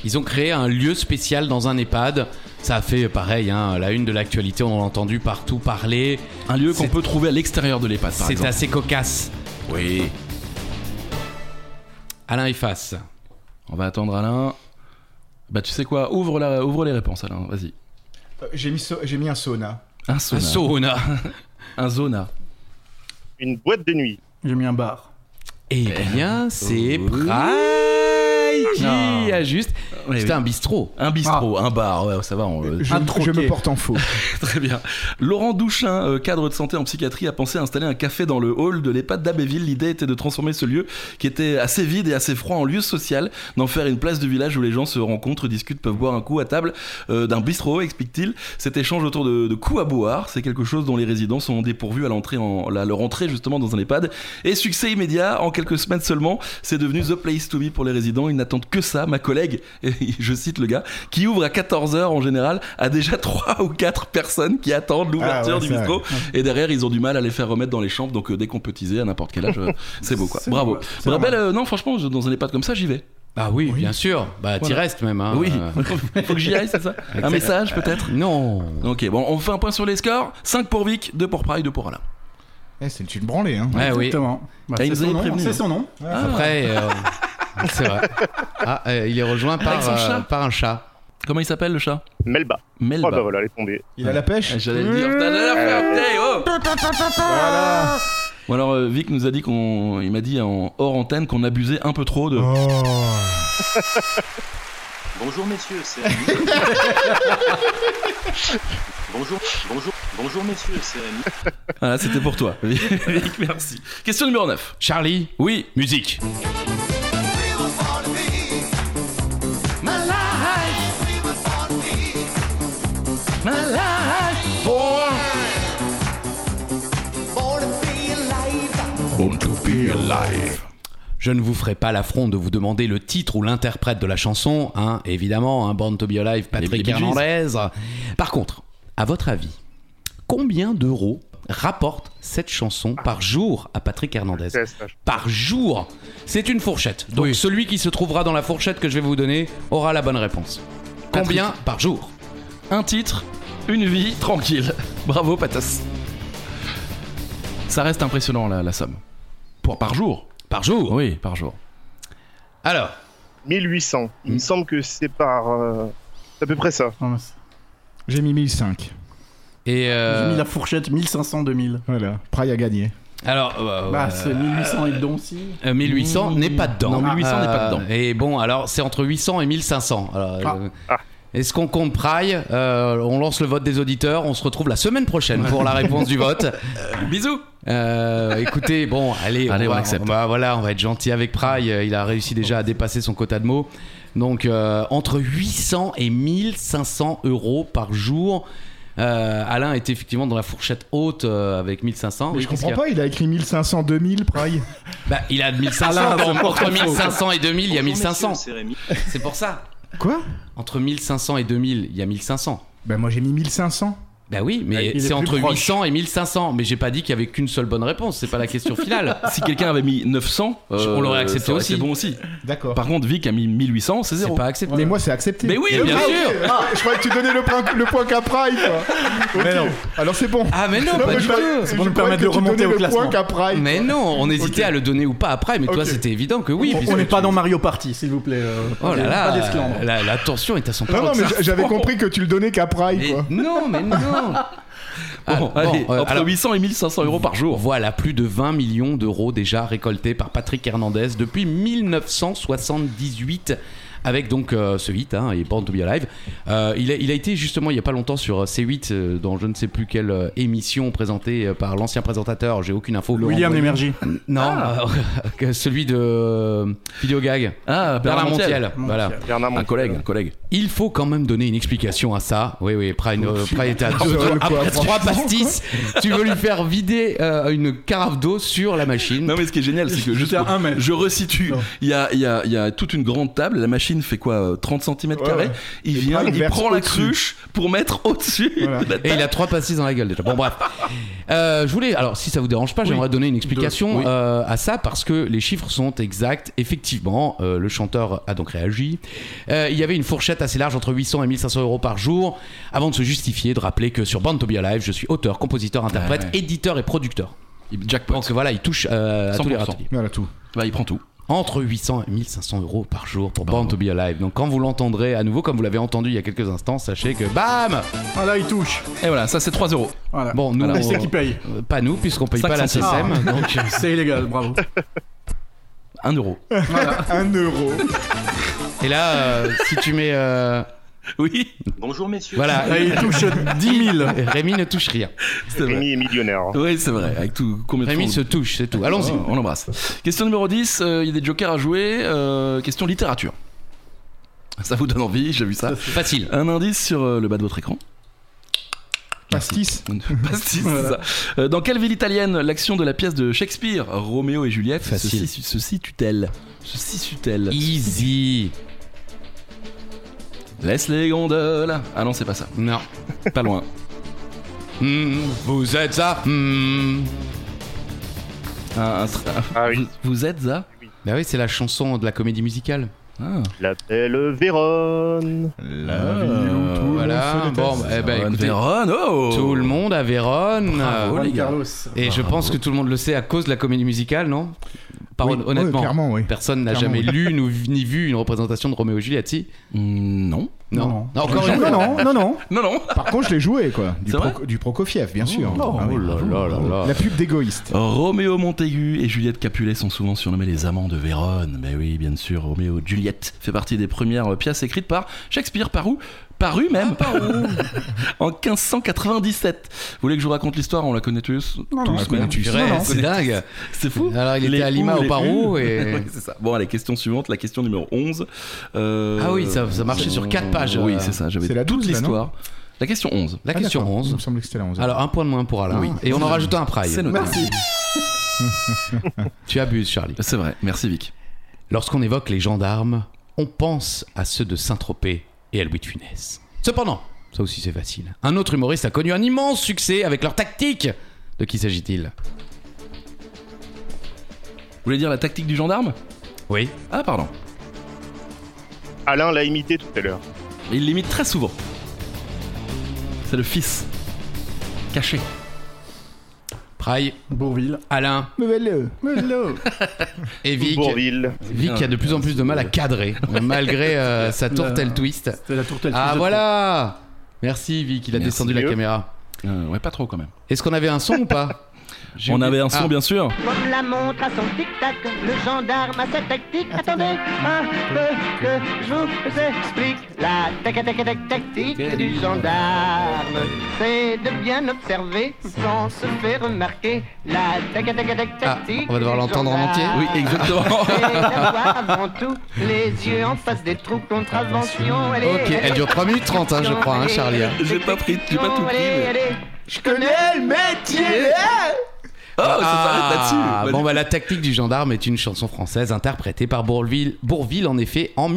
[SPEAKER 3] Ils ont créé un lieu spécial dans un EHPAD. Ça a fait euh, pareil, hein, la une de l'actualité, on l'a entendu partout parler.
[SPEAKER 1] Un lieu qu'on
[SPEAKER 3] C'est-
[SPEAKER 1] peut trouver à l'extérieur de l'EHPAD, par
[SPEAKER 3] C'est
[SPEAKER 1] exemple.
[SPEAKER 3] assez cocasse.
[SPEAKER 1] Oui.
[SPEAKER 3] Alain efface.
[SPEAKER 1] On va attendre Alain. Bah, tu sais quoi Ouvre, la... Ouvre les réponses, Alain. Vas-y.
[SPEAKER 4] Euh, J'ai mis, so- j'ai mis un sauna.
[SPEAKER 1] Un
[SPEAKER 3] Un
[SPEAKER 1] sauna. [LAUGHS]
[SPEAKER 3] sauna.
[SPEAKER 1] Un zona.
[SPEAKER 6] Une boîte de nuit.
[SPEAKER 5] J'ai mis un bar.
[SPEAKER 3] Eh bien, c'est
[SPEAKER 1] Oh.
[SPEAKER 3] Braille qui
[SPEAKER 5] Non.
[SPEAKER 3] a juste.
[SPEAKER 1] Oui,
[SPEAKER 3] C'était
[SPEAKER 1] oui.
[SPEAKER 3] un bistrot.
[SPEAKER 1] Oh, Un bistrot, un bar, ouais, ça va. On... euh,
[SPEAKER 4] Je,
[SPEAKER 5] Un
[SPEAKER 4] je
[SPEAKER 5] troquet.
[SPEAKER 4] me porte en faux.
[SPEAKER 1] [LAUGHS] Très bien. Laurent Douchin, euh, cadre de santé en psychiatrie, a pensé à installer un café dans le hall de l'EHPAD d'Abbeville. L'idée était de transformer ce lieu, qui était assez vide et assez froid, en lieu social, d'en faire une place du village où les gens se rencontrent, discutent, peuvent boire un coup à table euh, d'un bistrot, explique-t-il. Cet échange autour de, de coups à boire, c'est quelque chose dont les résidents sont dépourvus à l'entrée, en, à leur entrée justement dans un EHPAD. Et succès immédiat, en quelques semaines seulement, c'est devenu the place to be pour les résidents. Ils n'attendent n'entendent que ça, ma collègue, [LAUGHS] et je cite le gars, qui ouvre à 14h en général, a déjà [LAUGHS] 3 ou 4 personnes qui attendent l'ouverture
[SPEAKER 4] Ah ouais,
[SPEAKER 1] du
[SPEAKER 4] c'est
[SPEAKER 1] bistrot. Et derrière, ils ont du mal à les faire remettre dans les chambres, donc euh, dès qu'on peut teaser à n'importe quel âge, euh, c'est beau quoi.
[SPEAKER 4] C'est
[SPEAKER 1] Bravo.
[SPEAKER 4] normal, c'est
[SPEAKER 1] Bravo. euh, non, franchement, je- dans un EHPAD comme ça, j'y vais.
[SPEAKER 3] Ah oui, bien sûr. Bah, t'y
[SPEAKER 1] Voilà.
[SPEAKER 3] restes même. Hein. [LAUGHS]
[SPEAKER 1] oui,
[SPEAKER 3] Euh,
[SPEAKER 1] il faut que j'y aille, c'est ça Un
[SPEAKER 3] Exact.
[SPEAKER 1] message peut-être
[SPEAKER 3] Non.
[SPEAKER 1] [LAUGHS] Ok, bon, on fait un point sur les scores 5 pour Vic, 2 pour Pride, 2 pour Alain.
[SPEAKER 4] Eh, c'est une branlée, hein.
[SPEAKER 3] Ouais, oui.
[SPEAKER 5] Exactement. Bah,
[SPEAKER 1] Ah, il nous
[SPEAKER 5] c'est
[SPEAKER 1] avait
[SPEAKER 5] son nom,
[SPEAKER 1] prévenu,
[SPEAKER 5] c'est
[SPEAKER 1] hein.
[SPEAKER 5] son nom.
[SPEAKER 3] Après, euh, c'est vrai. Ah, euh, il est rejoint par,
[SPEAKER 1] Avec son
[SPEAKER 3] euh,
[SPEAKER 1] chat.
[SPEAKER 3] par un chat.
[SPEAKER 1] Ah. Comment il s'appelle le chat
[SPEAKER 6] Melba.
[SPEAKER 1] Melba.
[SPEAKER 6] Ah bah voilà, elle est tombée.
[SPEAKER 4] Il a la pêche
[SPEAKER 1] Ah, J'allais le dire. Putain, j'allais la faire, putain, oh
[SPEAKER 4] Voilà
[SPEAKER 1] Bon alors euh, Vic nous a dit qu'on, il m'a dit en hors antenne qu'on abusait un peu trop de.
[SPEAKER 4] Oh.
[SPEAKER 7] Bonjour messieurs, c'est Rémi. bonjour, bonjour, bonjour messieurs, c'est Rémi.
[SPEAKER 1] Voilà, Ah, c'était pour toi. [LAUGHS] Vic, merci. Question numéro 9
[SPEAKER 3] Charlie,
[SPEAKER 1] Oui.
[SPEAKER 3] musique. Je ne vous ferai pas l'affront de vous demander le titre ou l'interprète de la chanson, hein, évidemment, hein, Born to Be
[SPEAKER 1] Les
[SPEAKER 3] Alive, Patrick
[SPEAKER 1] Bee Gees.
[SPEAKER 3] Hernandez. Par contre, à votre avis, combien d'euros rapporte cette chanson par jour à Patrick Hernandez
[SPEAKER 6] C'est la stage.
[SPEAKER 3] Par jour C'est une fourchette. Donc celui qui se trouvera dans la fourchette que je vais vous donner aura la bonne réponse.
[SPEAKER 1] Patrick.
[SPEAKER 3] Combien par jour
[SPEAKER 1] Un titre, une vie, tranquille. Bravo Patas. Ça reste impressionnant la, la somme. Pour par jour.
[SPEAKER 3] Par jour
[SPEAKER 1] Oui, par jour.
[SPEAKER 3] Alors,
[SPEAKER 6] 1800. Il me semble que c'est par. euh, C'est à peu près ça.
[SPEAKER 5] Non, mais c'est-
[SPEAKER 4] J'ai mis 1005.
[SPEAKER 3] et euh,
[SPEAKER 5] J'ai mis la fourchette 1500-2000.
[SPEAKER 4] Voilà. Praille a gagné.
[SPEAKER 3] alors, euh,
[SPEAKER 5] Bah,
[SPEAKER 3] euh,
[SPEAKER 5] c'est 1800 et dedans aussi.
[SPEAKER 3] euh, 1800
[SPEAKER 1] Mmh.
[SPEAKER 3] n'est pas dedans. Euh,
[SPEAKER 1] Non, 1800 n'est pas dedans.
[SPEAKER 3] Et bon, alors c'est entre 800 et 1500. Alors, euh,
[SPEAKER 6] Ah.
[SPEAKER 3] Est-ce qu'on compte Praille Euh, On lance le vote des auditeurs. On se retrouve la semaine prochaine pour la réponse
[SPEAKER 4] [LAUGHS]
[SPEAKER 3] du vote.
[SPEAKER 1] Bisous.
[SPEAKER 3] Euh, écoutez, bon, allez,
[SPEAKER 1] Allez,
[SPEAKER 3] va,
[SPEAKER 1] on accepte.
[SPEAKER 3] va- voilà, on va être gentil avec Praille. Euh, Il a réussi déjà à dépasser son quota de mots. Donc, euh, entre 800 et 1500 euros par jour. Euh, Alain était effectivement dans la fourchette haute euh, avec 1500.
[SPEAKER 4] Mais
[SPEAKER 3] Oui,
[SPEAKER 4] je
[SPEAKER 3] qu'est-ce
[SPEAKER 4] comprends
[SPEAKER 3] qu'il y a
[SPEAKER 4] pas, il a écrit 1500, 2000, Praille.
[SPEAKER 3] Bah, il a 1500.
[SPEAKER 5] Alain,
[SPEAKER 3] dans-
[SPEAKER 5] c'est
[SPEAKER 3] entre
[SPEAKER 5] encore
[SPEAKER 3] 1500 et 2000, il y a
[SPEAKER 7] Bonjour,
[SPEAKER 3] 1500.
[SPEAKER 7] messieurs, Oh, C'est Rémi.
[SPEAKER 3] C'est pour ça.
[SPEAKER 4] Quoi
[SPEAKER 3] Entre 1500 et 2000, il y a 1500.
[SPEAKER 4] Ben moi j'ai mis 1500.
[SPEAKER 3] Bah oui, mais
[SPEAKER 5] Il est
[SPEAKER 3] c'est
[SPEAKER 5] plus
[SPEAKER 3] entre
[SPEAKER 5] proche.
[SPEAKER 3] 800 et 1500. Mais j'ai pas dit qu'il y avait qu'une seule bonne réponse. C'est pas la question finale.
[SPEAKER 1] Si quelqu'un avait mis euh, 900,
[SPEAKER 3] On l'aurait accepté
[SPEAKER 1] ça aurait été
[SPEAKER 3] aussi.
[SPEAKER 1] bon aussi.
[SPEAKER 4] D'accord.
[SPEAKER 1] Par contre, Vic a mis 1800, c'est
[SPEAKER 3] C'est
[SPEAKER 1] zéro.
[SPEAKER 3] pas accepté.
[SPEAKER 4] Mais moi c'est accepté.
[SPEAKER 1] Mais oui, bien
[SPEAKER 4] Ah,
[SPEAKER 1] sûr.
[SPEAKER 4] ok. Ah, je croyais que tu donnais le point, le point qu'à Praille,
[SPEAKER 5] [LAUGHS]
[SPEAKER 4] quoi. Mais non. Alors c'est bon. [LAUGHS]
[SPEAKER 3] Ah, mais non,
[SPEAKER 4] Non,
[SPEAKER 3] pas
[SPEAKER 4] mais
[SPEAKER 3] du
[SPEAKER 4] je-
[SPEAKER 3] tout.
[SPEAKER 5] C'est pour
[SPEAKER 4] je
[SPEAKER 5] nous
[SPEAKER 4] croyais que
[SPEAKER 5] permettre de
[SPEAKER 4] tu
[SPEAKER 5] remonter
[SPEAKER 4] donnais
[SPEAKER 5] au classement.
[SPEAKER 4] Le point qu'à Praille,
[SPEAKER 3] Mais
[SPEAKER 4] quoi.
[SPEAKER 3] non, on hésitait
[SPEAKER 4] Ok.
[SPEAKER 3] à le donner ou pas après, mais toi
[SPEAKER 4] Ok.
[SPEAKER 3] c'était évident que oui.
[SPEAKER 5] On-
[SPEAKER 3] puisque
[SPEAKER 5] on n'est
[SPEAKER 3] tu-
[SPEAKER 5] pas dans Mario Party, s'il vous plaît. euh,
[SPEAKER 3] Oh là
[SPEAKER 5] pas
[SPEAKER 3] là,
[SPEAKER 5] d'esclandre.
[SPEAKER 3] la, la tension est à son
[SPEAKER 4] Non, non, mais
[SPEAKER 3] paroxysme.
[SPEAKER 4] j- j'avais compris que tu le donnais qu'à Praille,
[SPEAKER 3] Mais
[SPEAKER 4] quoi.
[SPEAKER 3] non, mais non. Ah,
[SPEAKER 1] Bon,
[SPEAKER 3] bon,
[SPEAKER 1] allez,
[SPEAKER 3] euh,
[SPEAKER 1] entre
[SPEAKER 3] alors,
[SPEAKER 1] 800 et 1500 euros par jour.
[SPEAKER 3] Voilà, plus de 20 millions d'euros déjà récoltés par Patrick Hernandez depuis 1978. Avec donc euh, ce hit, hein, et Born to Be Alive. Euh, il, a, il a été justement il n'y a pas longtemps sur euh, C8, euh, dans je ne sais plus quelle euh, émission présentée euh, par l'ancien présentateur, j'ai aucune info.
[SPEAKER 5] William
[SPEAKER 3] Laurent
[SPEAKER 5] Lémergie.
[SPEAKER 3] Boyer. Non, euh, [LAUGHS] que celui de euh, Videogag.
[SPEAKER 1] Ah,
[SPEAKER 3] Bernard Montiel. Voilà.
[SPEAKER 6] Bernard
[SPEAKER 1] Un
[SPEAKER 6] Montiel.
[SPEAKER 1] collègue, un collègue.
[SPEAKER 3] Il faut quand même donner une explication à ça. Oui, oui, Prime, euh, Prime était à deux,
[SPEAKER 4] Seul,
[SPEAKER 3] trois,
[SPEAKER 4] quoi,
[SPEAKER 3] après
[SPEAKER 4] franchement,
[SPEAKER 3] trois pastis. Tu veux lui faire vider euh, une carafe d'eau sur la machine.
[SPEAKER 1] Non mais ce qui est génial, c'est que
[SPEAKER 5] J'étais
[SPEAKER 1] juste
[SPEAKER 5] à
[SPEAKER 1] pour-
[SPEAKER 5] un mètre.
[SPEAKER 1] je resitue.
[SPEAKER 5] Non.
[SPEAKER 1] Il y a, il y, a, il y a toute une grande table. La machine fait quoi euh, 30 cm
[SPEAKER 4] Ouais, ouais.
[SPEAKER 1] Il
[SPEAKER 4] Et
[SPEAKER 1] vient,
[SPEAKER 4] Prime
[SPEAKER 1] il
[SPEAKER 4] verse
[SPEAKER 1] prend la
[SPEAKER 4] au-dessus.
[SPEAKER 1] cruche pour mettre au-dessus.
[SPEAKER 4] Voilà.
[SPEAKER 1] de la table.
[SPEAKER 3] Et il a trois pastis dans la gueule déjà. Bon, bref. Euh, je voulais, alors si ça vous dérange pas, j'aimerais donner une explication
[SPEAKER 1] Oui.
[SPEAKER 3] euh, à ça parce que les chiffres sont exacts. Effectivement, euh, le chanteur a donc réagi. Euh, il y avait une fourchette assez large entre 800 et 1500 euros par jour avant de se justifier, de rappeler que sur Born to Be Alive, je suis auteur, compositeur, interprète,
[SPEAKER 1] Ah Ouais, ouais.
[SPEAKER 3] éditeur et producteur.
[SPEAKER 1] Il- Jackpot.
[SPEAKER 3] Donc voilà, il touche euh, à tous les
[SPEAKER 1] 100%.
[SPEAKER 3] râteliers.
[SPEAKER 4] Voilà tout.
[SPEAKER 1] [LAUGHS] Bah, il prend tout.
[SPEAKER 3] entre 800 et 1500 euros par jour pour
[SPEAKER 1] Bravo.
[SPEAKER 3] Born to Be Alive. Donc quand vous l'entendrez à nouveau, comme vous l'avez entendu il y a quelques instants, sachez que bam
[SPEAKER 5] Ah là, il touche.
[SPEAKER 1] Et voilà, ça c'est 3 euros.
[SPEAKER 5] Voilà.
[SPEAKER 3] Bon, nous,
[SPEAKER 1] Alors,
[SPEAKER 5] Et c'est
[SPEAKER 3] on-
[SPEAKER 5] qui paye
[SPEAKER 3] euh, pas nous, puisqu'on paye pas la
[SPEAKER 1] 5 centimes.
[SPEAKER 3] CCM.
[SPEAKER 4] Ah.
[SPEAKER 3] donc, euh,
[SPEAKER 5] C'est illégal, bravo.
[SPEAKER 1] 1 euro.
[SPEAKER 4] Un euro.
[SPEAKER 3] et là, euh, si tu mets... euh,
[SPEAKER 1] [LAUGHS] Oui,
[SPEAKER 7] Bonjour messieurs.
[SPEAKER 1] Ah,
[SPEAKER 3] voilà,
[SPEAKER 4] Ah,
[SPEAKER 3] [LAUGHS]
[SPEAKER 5] Là, il touche 10 000.
[SPEAKER 3] Rémi ne touche rien.
[SPEAKER 1] c'est vrai.
[SPEAKER 6] Rémi est millionnaire. hein.
[SPEAKER 1] Oui, c'est vrai. Avec tout combien de
[SPEAKER 3] Rémi
[SPEAKER 1] fois-
[SPEAKER 3] se touche, c'est tout.
[SPEAKER 1] Allons-y,
[SPEAKER 3] Allons-y.
[SPEAKER 4] Oh.
[SPEAKER 1] on l'embrasse. Question numéro 10, euh, il y a des jokers à jouer. euh, question littérature. Ça vous donne envie, j'ai vu ça.
[SPEAKER 3] Facile.
[SPEAKER 1] Un indice sur euh, le bas de votre écran.
[SPEAKER 4] Pastis.
[SPEAKER 1] [LAUGHS] Pastis, c'est ça. Euh, Dans quelle ville italienne l'action de la pièce de Shakespeare, Roméo et Juliette,
[SPEAKER 3] Facile.
[SPEAKER 1] ceci, ceci tutelle Ceci tutelle.
[SPEAKER 3] Easy.
[SPEAKER 1] Laisse les gondoles. Ah non, c'est pas ça.
[SPEAKER 3] Non.
[SPEAKER 1] Pas loin.
[SPEAKER 3] Hmm, vous êtes ça. Hmm.
[SPEAKER 1] Un- un tra-
[SPEAKER 6] Ah oui.
[SPEAKER 1] vous, vous êtes à
[SPEAKER 3] Bah oui, c'est la chanson de la comédie musicale.
[SPEAKER 1] Ah.
[SPEAKER 6] La belle Vérone.
[SPEAKER 4] La ville où tout le monde se
[SPEAKER 3] voilà.
[SPEAKER 4] déteste.
[SPEAKER 3] Bon, eh ben,
[SPEAKER 1] Van
[SPEAKER 3] écoutez,
[SPEAKER 1] Vérone, oh
[SPEAKER 3] tout le monde à Vérone.
[SPEAKER 1] Bravo,
[SPEAKER 3] Euh,
[SPEAKER 1] les gars.
[SPEAKER 5] Carlos.
[SPEAKER 3] Et je pense que tout le monde le sait à cause de la comédie musicale, non Par
[SPEAKER 4] Oui,
[SPEAKER 3] hon-
[SPEAKER 4] oui,
[SPEAKER 3] honnêtement,
[SPEAKER 4] clairement, oui.
[SPEAKER 3] personne n'a
[SPEAKER 4] Clairement,
[SPEAKER 3] jamais
[SPEAKER 4] oui.
[SPEAKER 3] lu nous- ni vu une représentation de Roméo et Juliette, si
[SPEAKER 1] Mm, Non.
[SPEAKER 3] Non.
[SPEAKER 5] Non,
[SPEAKER 3] Encore une
[SPEAKER 4] Non,
[SPEAKER 3] fois.
[SPEAKER 4] non.
[SPEAKER 5] Non, non, non.
[SPEAKER 1] Non, non.
[SPEAKER 4] Par contre, je l'ai joué, quoi. Du,
[SPEAKER 1] C'est vrai
[SPEAKER 4] Proco- du Prokofiev, bien sûr.
[SPEAKER 5] Oh,
[SPEAKER 4] Ah oui.
[SPEAKER 3] là là là.
[SPEAKER 4] La pub d'égoïste.
[SPEAKER 1] Roméo Montaigu et Juliette Capulet sont souvent surnommés les amants de Vérone. Mais oui, bien sûr, Roméo Juliette fait partie des premières euh, pièces écrites par Shakespeare, par où Paru
[SPEAKER 3] Ah,
[SPEAKER 1] même [LAUGHS] En 1597. Vous voulez que je vous raconte l'histoire On la connaît tous
[SPEAKER 5] Non,
[SPEAKER 1] tous,
[SPEAKER 5] non,
[SPEAKER 4] on la
[SPEAKER 1] merde.
[SPEAKER 4] connaît tous.
[SPEAKER 3] Purée,
[SPEAKER 1] Non, non.
[SPEAKER 3] c'est dingue.
[SPEAKER 1] C'est fou
[SPEAKER 3] Alors, il
[SPEAKER 1] Les
[SPEAKER 3] était à Lima
[SPEAKER 1] ou,
[SPEAKER 3] au
[SPEAKER 1] les
[SPEAKER 3] Paro
[SPEAKER 1] u.
[SPEAKER 3] et-
[SPEAKER 1] [LAUGHS] Ouais, c'est ça. Bon, allez, question suivante, la question numéro 11. Euh,
[SPEAKER 3] Ah oui, ça- ça marchait sur quatre pages,
[SPEAKER 1] Oui,
[SPEAKER 3] euh.
[SPEAKER 1] c'est ça, j'avais
[SPEAKER 4] C'est la
[SPEAKER 1] toute
[SPEAKER 4] 12, là, non
[SPEAKER 1] l'histoire. La question 11.
[SPEAKER 3] La
[SPEAKER 4] Ah,
[SPEAKER 3] question
[SPEAKER 4] d'accord. Il
[SPEAKER 3] 11.
[SPEAKER 4] me semblait que c'était la 11.
[SPEAKER 3] Alors un point de moins pour Alain.
[SPEAKER 1] Oui.
[SPEAKER 3] Et on en rajoute un à Praille.
[SPEAKER 1] C'est noté.
[SPEAKER 3] Tu abuses, Charlie.
[SPEAKER 1] C'est vrai, merci Vic.
[SPEAKER 3] Lorsqu'on évoque les gendarmes, on pense à ceux de Saint-Tropez et à Louis de Funès. Cependant, ça aussi c'est facile. Un autre humoriste a connu un immense succès avec leur tactique. De qui s'agit-il
[SPEAKER 1] Vous voulez dire la tactique du gendarme
[SPEAKER 3] Oui.
[SPEAKER 1] Ah, pardon.
[SPEAKER 6] Alain l'a imité tout à l'heure.
[SPEAKER 1] Il l'imite très souvent. C'est le fils. Caché.
[SPEAKER 3] Praille,
[SPEAKER 5] Bourville.
[SPEAKER 3] Alain,
[SPEAKER 4] Nouvelle.
[SPEAKER 3] et Vic.
[SPEAKER 6] Bourville.
[SPEAKER 3] Vic a de plus en plus de mal à cadrer, malgré euh, sa tourtelle twist.
[SPEAKER 5] C'était la tourtelle.
[SPEAKER 3] Ah
[SPEAKER 5] de
[SPEAKER 3] voilà Merci Vic, il a
[SPEAKER 1] Merci,
[SPEAKER 3] descendu la
[SPEAKER 6] Dieu.
[SPEAKER 3] caméra.
[SPEAKER 1] Euh, ouais, pas trop quand même.
[SPEAKER 3] Est-ce qu'on avait un son ou pas J'ai
[SPEAKER 1] On
[SPEAKER 3] oublié-
[SPEAKER 1] avait un son,
[SPEAKER 3] Ah,
[SPEAKER 1] bien sûr.
[SPEAKER 8] Comme la montre à son tic-tac, le gendarme a sa tactique.
[SPEAKER 3] Ah,
[SPEAKER 8] Attendez un peu que je vous explique la tac tac tac tactique du gendarme. C'est de bien observer sans se faire remarquer la tac tac tac
[SPEAKER 3] Ah,
[SPEAKER 8] tactique.
[SPEAKER 3] on va devoir
[SPEAKER 8] du
[SPEAKER 3] l'entendre en entier.
[SPEAKER 1] Oui,
[SPEAKER 8] gendarme.
[SPEAKER 1] exactement.
[SPEAKER 8] C'est d'avoir avant tout les yeux en face des trous contravention. Allez,
[SPEAKER 3] Ok, elle
[SPEAKER 8] allez,
[SPEAKER 3] dure 3 minutes 30, hein, je crois, hein, Charlie. hein.
[SPEAKER 1] J'ai pas pris- j'ai pas tout pris,
[SPEAKER 8] Allez,
[SPEAKER 1] mais-
[SPEAKER 8] allez.
[SPEAKER 1] [LAUGHS] Oh, ça s'arrête là-dessus.
[SPEAKER 3] Ah,
[SPEAKER 1] Bah,
[SPEAKER 3] bon,
[SPEAKER 1] du-
[SPEAKER 3] bah, la tactique du gendarme est une chanson française interprétée par Bourville, Bourville en effet, en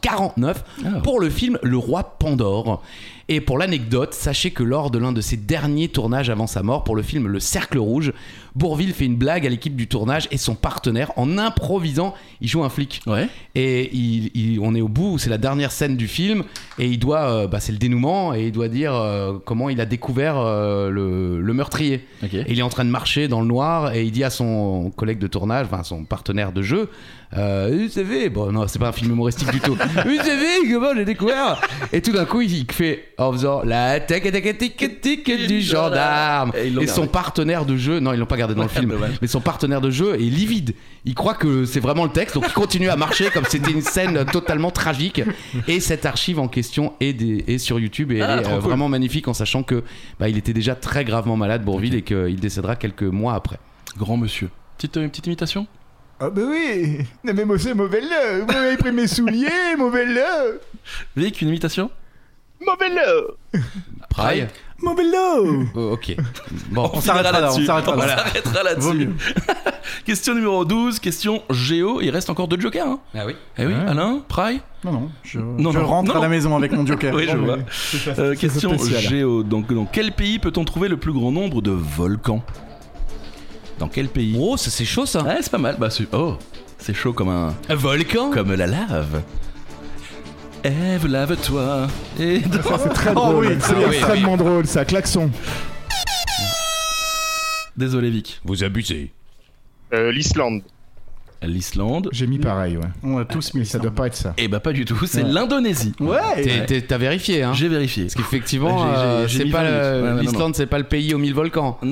[SPEAKER 3] 1949
[SPEAKER 1] Ah.
[SPEAKER 3] pour le film Le Roi Pandore. Et pour l'anecdote, sachez que lors de l'un de ses derniers tournages avant sa mort, pour le film Le Cercle Rouge, Bourville fait une blague à l'équipe du tournage et son partenaire en improvisant, il joue un flic.
[SPEAKER 1] Ouais.
[SPEAKER 3] Et il- il- on est au bout, c'est la dernière scène du film, et il doit, euh, bah, c'est le dénouement, et il doit dire euh, comment il a découvert euh, le, le meurtrier.
[SPEAKER 1] Ok.
[SPEAKER 3] Et il est en train de marcher dans le noir et il dit à son collègue de tournage, enfin son partenaire de jeu, euh, vous savez, bon non c'est pas un film
[SPEAKER 1] [LAUGHS]
[SPEAKER 3] humoristique du tout, vous savez comment j'ai découvert Et tout d'un coup il fait en faisant la tac tac tac tac du gendarme
[SPEAKER 1] Et ils l'ont
[SPEAKER 3] et son
[SPEAKER 1] gardé.
[SPEAKER 3] partenaire de jeu, non ils l'ont pas gardé dans le
[SPEAKER 1] Ouais,
[SPEAKER 3] film,
[SPEAKER 1] dommage.
[SPEAKER 3] mais son partenaire de jeu est livide. Il croit que c'est vraiment le texte, donc il continue à marcher comme c'était une scène totalement tragique. Et cette archive en question est, des- est sur YouTube et
[SPEAKER 1] Ah,
[SPEAKER 3] elle est
[SPEAKER 1] trop
[SPEAKER 3] euh,
[SPEAKER 1] cool.
[SPEAKER 3] vraiment magnifique en sachant que bah, il était déjà très gravement malade, Bourville, et qu'il décédera quelques mois après.
[SPEAKER 1] Grand monsieur. Petite, euh, petite imitation
[SPEAKER 4] Ah bah oui Non mais moi c'est mauvais le Vous m'avez pris mes souliers, mauvais le
[SPEAKER 1] Vic, une imitation
[SPEAKER 6] Mauvais euh, le
[SPEAKER 3] Praille
[SPEAKER 5] Tourcoing. Mobillo
[SPEAKER 3] Oh,
[SPEAKER 1] [LAUGHS]
[SPEAKER 3] Ok. Bon.
[SPEAKER 5] On s'arrêtera là, on
[SPEAKER 1] là-dessus.
[SPEAKER 5] s'arrêtera
[SPEAKER 1] On
[SPEAKER 5] là.
[SPEAKER 1] s'arrêtera
[SPEAKER 5] Vaut
[SPEAKER 1] là-dessus.
[SPEAKER 5] mieux.
[SPEAKER 1] Question numéro 12, question géo. Il reste encore deux jokers. Hein.
[SPEAKER 3] Ah oui
[SPEAKER 1] Eh oui,
[SPEAKER 4] Ouais.
[SPEAKER 1] Alain, Pry
[SPEAKER 5] Non, non. Je,
[SPEAKER 1] Non,
[SPEAKER 5] je
[SPEAKER 1] non,
[SPEAKER 5] rentre
[SPEAKER 1] non,
[SPEAKER 5] à la
[SPEAKER 1] non.
[SPEAKER 5] maison avec mon Joker.
[SPEAKER 1] Oui, je
[SPEAKER 5] Non,
[SPEAKER 1] vois.
[SPEAKER 5] mais-
[SPEAKER 1] Euh, question
[SPEAKER 4] spécial.
[SPEAKER 1] géo. Donc, dans quel pays peut-on trouver le plus grand nombre de volcans Dans quel pays
[SPEAKER 3] Oh, ça c'est chaud ça.
[SPEAKER 1] Ouais, c'est pas mal. Bah, c'est... Oh, c'est chaud comme un...
[SPEAKER 3] Un volcan
[SPEAKER 1] Comme la lave. Ève, lave-toi. Et
[SPEAKER 4] [LAUGHS] Ça c'est très
[SPEAKER 5] Oh
[SPEAKER 4] drôle,
[SPEAKER 5] oui,
[SPEAKER 4] c'est
[SPEAKER 3] Ah oui, oui.
[SPEAKER 4] extrêmement drôle ça, klaxon
[SPEAKER 1] Désolé, Vic.
[SPEAKER 2] Vous abusez.
[SPEAKER 6] Euh, L'Islande.
[SPEAKER 1] L'Islande.
[SPEAKER 4] J'ai mis pareil, ouais.
[SPEAKER 5] On a tous
[SPEAKER 4] Mais
[SPEAKER 5] mis
[SPEAKER 4] ça doit pas être ça.
[SPEAKER 1] Eh bah, pas du tout. C'est l'Indonésie.
[SPEAKER 4] Hein
[SPEAKER 5] Ouais
[SPEAKER 3] T'es- t'es- T'as vérifié hein
[SPEAKER 1] J'ai vérifié.
[SPEAKER 3] Parce qu'effectivement,
[SPEAKER 1] J'ai- j'ai-
[SPEAKER 3] euh,
[SPEAKER 1] j'ai
[SPEAKER 3] c'est
[SPEAKER 1] mis
[SPEAKER 3] pas
[SPEAKER 1] 20 minutes. Ouais,
[SPEAKER 3] le-
[SPEAKER 1] ouais, non,
[SPEAKER 3] l'Islande, c'est pas le pays aux mille volcans.
[SPEAKER 1] Hmm,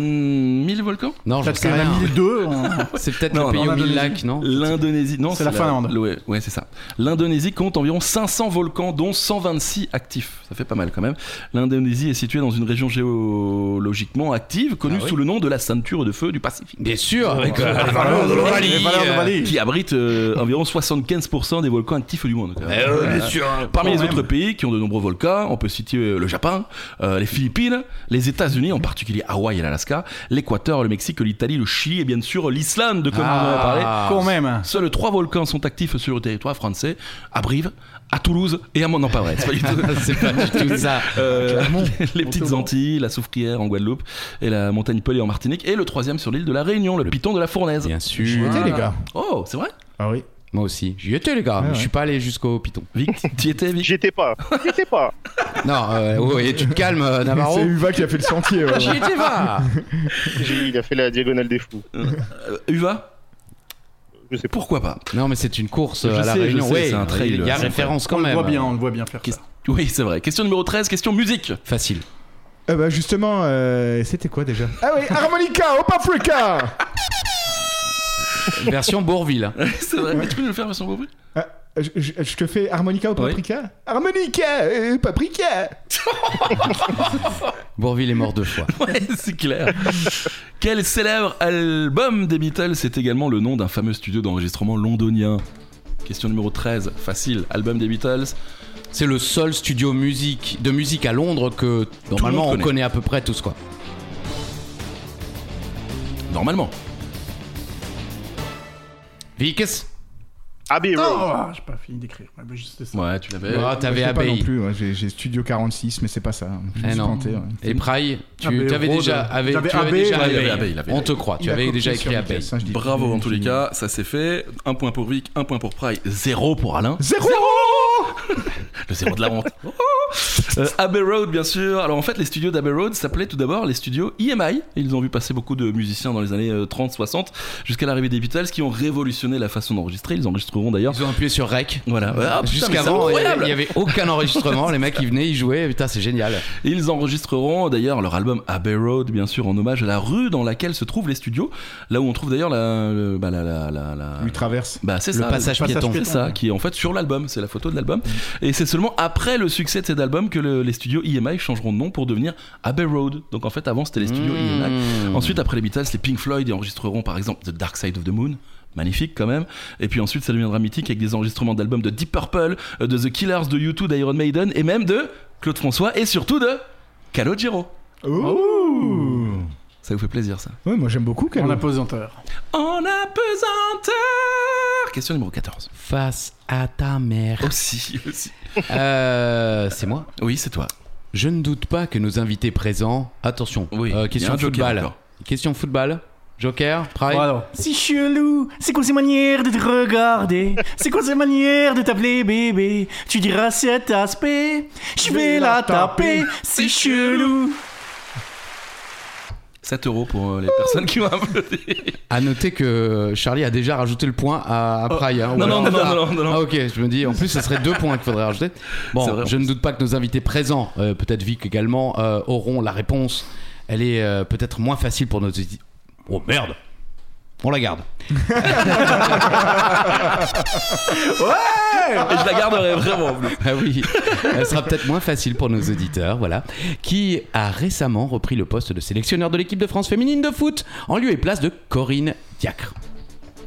[SPEAKER 1] 1000 volcans
[SPEAKER 3] Non, je
[SPEAKER 5] Peut-être
[SPEAKER 3] sais
[SPEAKER 5] qu'il y en a
[SPEAKER 3] rien.
[SPEAKER 5] mis deux. hein.
[SPEAKER 1] Ah,
[SPEAKER 3] C'est peut-être
[SPEAKER 1] Non,
[SPEAKER 3] le pays
[SPEAKER 1] non,
[SPEAKER 3] aux mille
[SPEAKER 1] l'Indonésie.
[SPEAKER 3] lacs, non
[SPEAKER 1] L'Indonésie. Non,
[SPEAKER 5] C'est la Finlande.
[SPEAKER 1] E, Ouais, ouais, c'est ça. L'Indonésie compte environ 500 volcans, dont 126 actifs. Ça fait pas mal quand même. L'Indonésie est située dans une région géologiquement active, connue
[SPEAKER 3] Ah oui
[SPEAKER 1] sous le nom de la ceinture de feu du Pacifique.
[SPEAKER 3] Bien sûr, avec euh, les
[SPEAKER 5] valeurs
[SPEAKER 3] valeurs de
[SPEAKER 5] de
[SPEAKER 3] l'Ovalie.
[SPEAKER 5] les valeurs de l'Ovalie.
[SPEAKER 1] Qui abrite euh, environ 75% des volcans actifs du monde. quand même.
[SPEAKER 3] Eh ouais, bien sûr.
[SPEAKER 1] Parmi les autres pays qui ont de nombreux volcans, on peut citer euh, le Japon, euh, les Philippines, les États-Unis, en particulier Hawaï et l'Alaska, l'Équateur, le Mexique, l'Italie, le Chili et bien sûr l'Islande, de comme on en a parlé.
[SPEAKER 3] Ah.
[SPEAKER 5] Quand même.
[SPEAKER 1] Seuls trois volcans sont actifs sur le territoire français, à Brive, à Toulouse et à Mont. Non, pas [LAUGHS] vrai, c'est pas du tout.
[SPEAKER 3] [LAUGHS] C'est pas du tout ça.
[SPEAKER 1] Euh, [LAUGHS] les petites Antilles, la Soufrière en Guadeloupe et la montagne Pelée en Martinique et le troisième sur l'île de la Réunion, le, Piton de la Fournaise.
[SPEAKER 3] Bien
[SPEAKER 4] J'y
[SPEAKER 3] sûr.
[SPEAKER 4] étais, les gars.
[SPEAKER 1] Oh, c'est vrai
[SPEAKER 4] Ah oui.
[SPEAKER 3] Moi aussi. J'y étais, les gars.
[SPEAKER 4] Ah
[SPEAKER 3] mais
[SPEAKER 4] ouais.
[SPEAKER 3] Je suis pas allé jusqu'au Python.
[SPEAKER 1] Vic, t'y étais Vic
[SPEAKER 6] J'y étais pas. J'y étais pas.
[SPEAKER 3] Non, euh, ouais, tu te calmes, euh, Navarro.
[SPEAKER 4] [LAUGHS] C'est Uva qui a fait le sentier. ouais. [LAUGHS]
[SPEAKER 3] J'y étais pas.
[SPEAKER 6] J'ai- Il a fait la diagonale des fous.
[SPEAKER 1] Euh, Uva
[SPEAKER 6] Je sais pas.
[SPEAKER 1] Pourquoi pas
[SPEAKER 3] Non, mais c'est une course euh,
[SPEAKER 1] Je
[SPEAKER 3] à la
[SPEAKER 1] sais, je
[SPEAKER 3] Réunion.
[SPEAKER 1] sais,
[SPEAKER 3] Ouais,
[SPEAKER 1] c'est un trail,
[SPEAKER 3] Il y a
[SPEAKER 1] c'est
[SPEAKER 3] référence quand
[SPEAKER 5] On le
[SPEAKER 3] même.
[SPEAKER 5] voit bien, on le voit bien faire
[SPEAKER 1] Qu'est-ce-
[SPEAKER 5] ça.
[SPEAKER 1] Oui, c'est vrai. Question numéro 13, question [LAUGHS] musique.
[SPEAKER 3] Facile.
[SPEAKER 4] Euh, bah justement, euh, c'était quoi déjà Ah oui, harmonica, Hop Africa
[SPEAKER 3] Version Bourville.
[SPEAKER 1] c'est vrai. Mais tu peux nous le faire, version compris
[SPEAKER 4] Ah, je, je- je te fais harmonica ou
[SPEAKER 1] Oui.
[SPEAKER 4] paprika Harmonica, euh, paprika
[SPEAKER 3] Bourville est mort deux fois.
[SPEAKER 1] [LAUGHS] Ouais, c'est clair. Quel célèbre album des Beatles est également le nom d'un fameux studio d'enregistrement londonien Question numéro 13, facile. Album des Beatles.
[SPEAKER 3] C'est le seul studio musique, de musique à Londres que normalement on
[SPEAKER 1] connaît.
[SPEAKER 3] connaît à peu près tous quoi.
[SPEAKER 1] Normalement.
[SPEAKER 3] Vicks
[SPEAKER 6] Abbey Road.
[SPEAKER 5] Ah, j'ai pas fini d'écrire. Ouais, bah, juste ça.
[SPEAKER 1] Ouais, tu
[SPEAKER 4] Euh,
[SPEAKER 1] l'avais.
[SPEAKER 3] Ah, t'avais
[SPEAKER 4] Je sais pas non
[SPEAKER 3] ABI.
[SPEAKER 4] plus, ouais, j'ai j'ai Studio 46, mais c'est pas ça. hein. Je me
[SPEAKER 3] Eh
[SPEAKER 4] suis
[SPEAKER 3] non.
[SPEAKER 4] planté, ouais.
[SPEAKER 3] Et Pry,
[SPEAKER 1] Ah,
[SPEAKER 3] tu
[SPEAKER 5] Abbey
[SPEAKER 3] avais
[SPEAKER 5] Road.
[SPEAKER 3] déjà, avait-
[SPEAKER 5] J'avais
[SPEAKER 3] tu avais
[SPEAKER 5] Abbey,
[SPEAKER 1] il
[SPEAKER 3] déjà
[SPEAKER 1] avait
[SPEAKER 3] Abbey.
[SPEAKER 1] Abbey, il avait
[SPEAKER 3] On
[SPEAKER 1] Abbey.
[SPEAKER 3] te croit, tu
[SPEAKER 4] Il a
[SPEAKER 3] avais
[SPEAKER 4] copié
[SPEAKER 3] déjà
[SPEAKER 4] sur
[SPEAKER 3] écrit Abbey.
[SPEAKER 4] Mickaël, ça, je dis-
[SPEAKER 1] Bravo en
[SPEAKER 4] je
[SPEAKER 1] tous les
[SPEAKER 4] dis-
[SPEAKER 1] cas, ça s'est fait. Un point pour Vic, un point pour Pry, zéro pour Alain.
[SPEAKER 4] Zéro
[SPEAKER 1] Le zéro de la
[SPEAKER 3] [LAUGHS]
[SPEAKER 1] honte. Oh Euh, Abbey Road, bien sûr. Alors en fait, les studios d'Abbey Road s'appelaient tout d'abord les studios EMI. Ils ont vu passer beaucoup de musiciens dans les années 30-60 jusqu'à l'arrivée des Beatles qui ont révolutionné la façon d'enregistrer. Ils enregistreront d'ailleurs.
[SPEAKER 3] Ils ont appuyé sur Rec.
[SPEAKER 1] Voilà. Ah, putain, mais c'est
[SPEAKER 3] Jusqu'avant, il y
[SPEAKER 1] incroyable.
[SPEAKER 3] avait- il y avait aucun enregistrement. Les mecs, ils venaient, ils jouaient. Putain, c'est génial.
[SPEAKER 1] Ils enregistreront d'ailleurs leur album Abbey Road, bien sûr, en hommage à la rue dans laquelle se trouvent les studios, là où on trouve d'ailleurs la, le- bah, la, la, la, la-
[SPEAKER 4] Lui traverse.
[SPEAKER 1] bah, c'est
[SPEAKER 3] Le
[SPEAKER 1] ça,
[SPEAKER 3] passage piéton.
[SPEAKER 1] C'est ça, qui est en fait sur l'album, c'est la photo de l'album. Et c'est seulement après le succès de cet album que le- les studios EMI changeront de nom pour devenir Abbey Road. Donc en fait, avant c'était les studios EMI.
[SPEAKER 3] Mmh.
[SPEAKER 1] Ensuite, après les Beatles, les Pink Floyd y enregistreront par exemple The Dark Side of the Moon. Magnifique quand même. Et puis ensuite, ça deviendra mythique avec des enregistrements d'albums de Deep Purple, euh, de The Killers, de U2, d'Iron Maiden et même de Claude François et surtout de Calogero.
[SPEAKER 4] Ouh.
[SPEAKER 1] Ça vous fait plaisir ça
[SPEAKER 4] Ouais, moi j'aime beaucoup
[SPEAKER 5] On
[SPEAKER 4] Calo.
[SPEAKER 5] a pesanteur.
[SPEAKER 1] En apesanteur Question numéro 14.
[SPEAKER 3] Face à
[SPEAKER 1] [LAUGHS]
[SPEAKER 3] ta mère.
[SPEAKER 1] Aussi, aussi.
[SPEAKER 3] Euh, c'est moi.
[SPEAKER 1] Oui, c'est toi.
[SPEAKER 3] Je ne doute pas que nos invités présents. Attention.
[SPEAKER 1] Oui,
[SPEAKER 3] euh,
[SPEAKER 1] il y a
[SPEAKER 3] question
[SPEAKER 1] un joker
[SPEAKER 3] football.
[SPEAKER 1] encore.
[SPEAKER 3] question football. Joker, Pride.
[SPEAKER 5] Voilà. Si chelou, c'est quoi ces manières de te regarder C'est quoi ces manières de t'appeler bébé Tu diras cet aspect, je vais la taper, c'est chelou.
[SPEAKER 1] 7 euros pour euh, les personnes qui ont applaudi.
[SPEAKER 3] À noter que Charlie a déjà rajouté le point à, à Praille, hein.
[SPEAKER 1] Oh. non,
[SPEAKER 3] Ouais.
[SPEAKER 1] non, non, non, non, non, non.
[SPEAKER 3] Ah, ok, je me dis, en plus, ça serait deux points qu'il faudrait rajouter.
[SPEAKER 1] C'est
[SPEAKER 3] Bon,
[SPEAKER 1] vrai, en
[SPEAKER 3] je ne
[SPEAKER 1] plus.
[SPEAKER 3] doute pas que nos invités présents, euh, peut-être Vic également, euh, auront la réponse. Elle est euh, peut-être moins facile pour nos auditeurs. Oh merde On la garde.
[SPEAKER 1] [LAUGHS] Et je la garderai vraiment.
[SPEAKER 3] Ah oui, elle sera peut-être moins facile pour nos auditeurs, voilà. Qui a récemment repris le poste de sélectionneur de l'équipe de France féminine de foot en lieu et place de Corinne Diacre.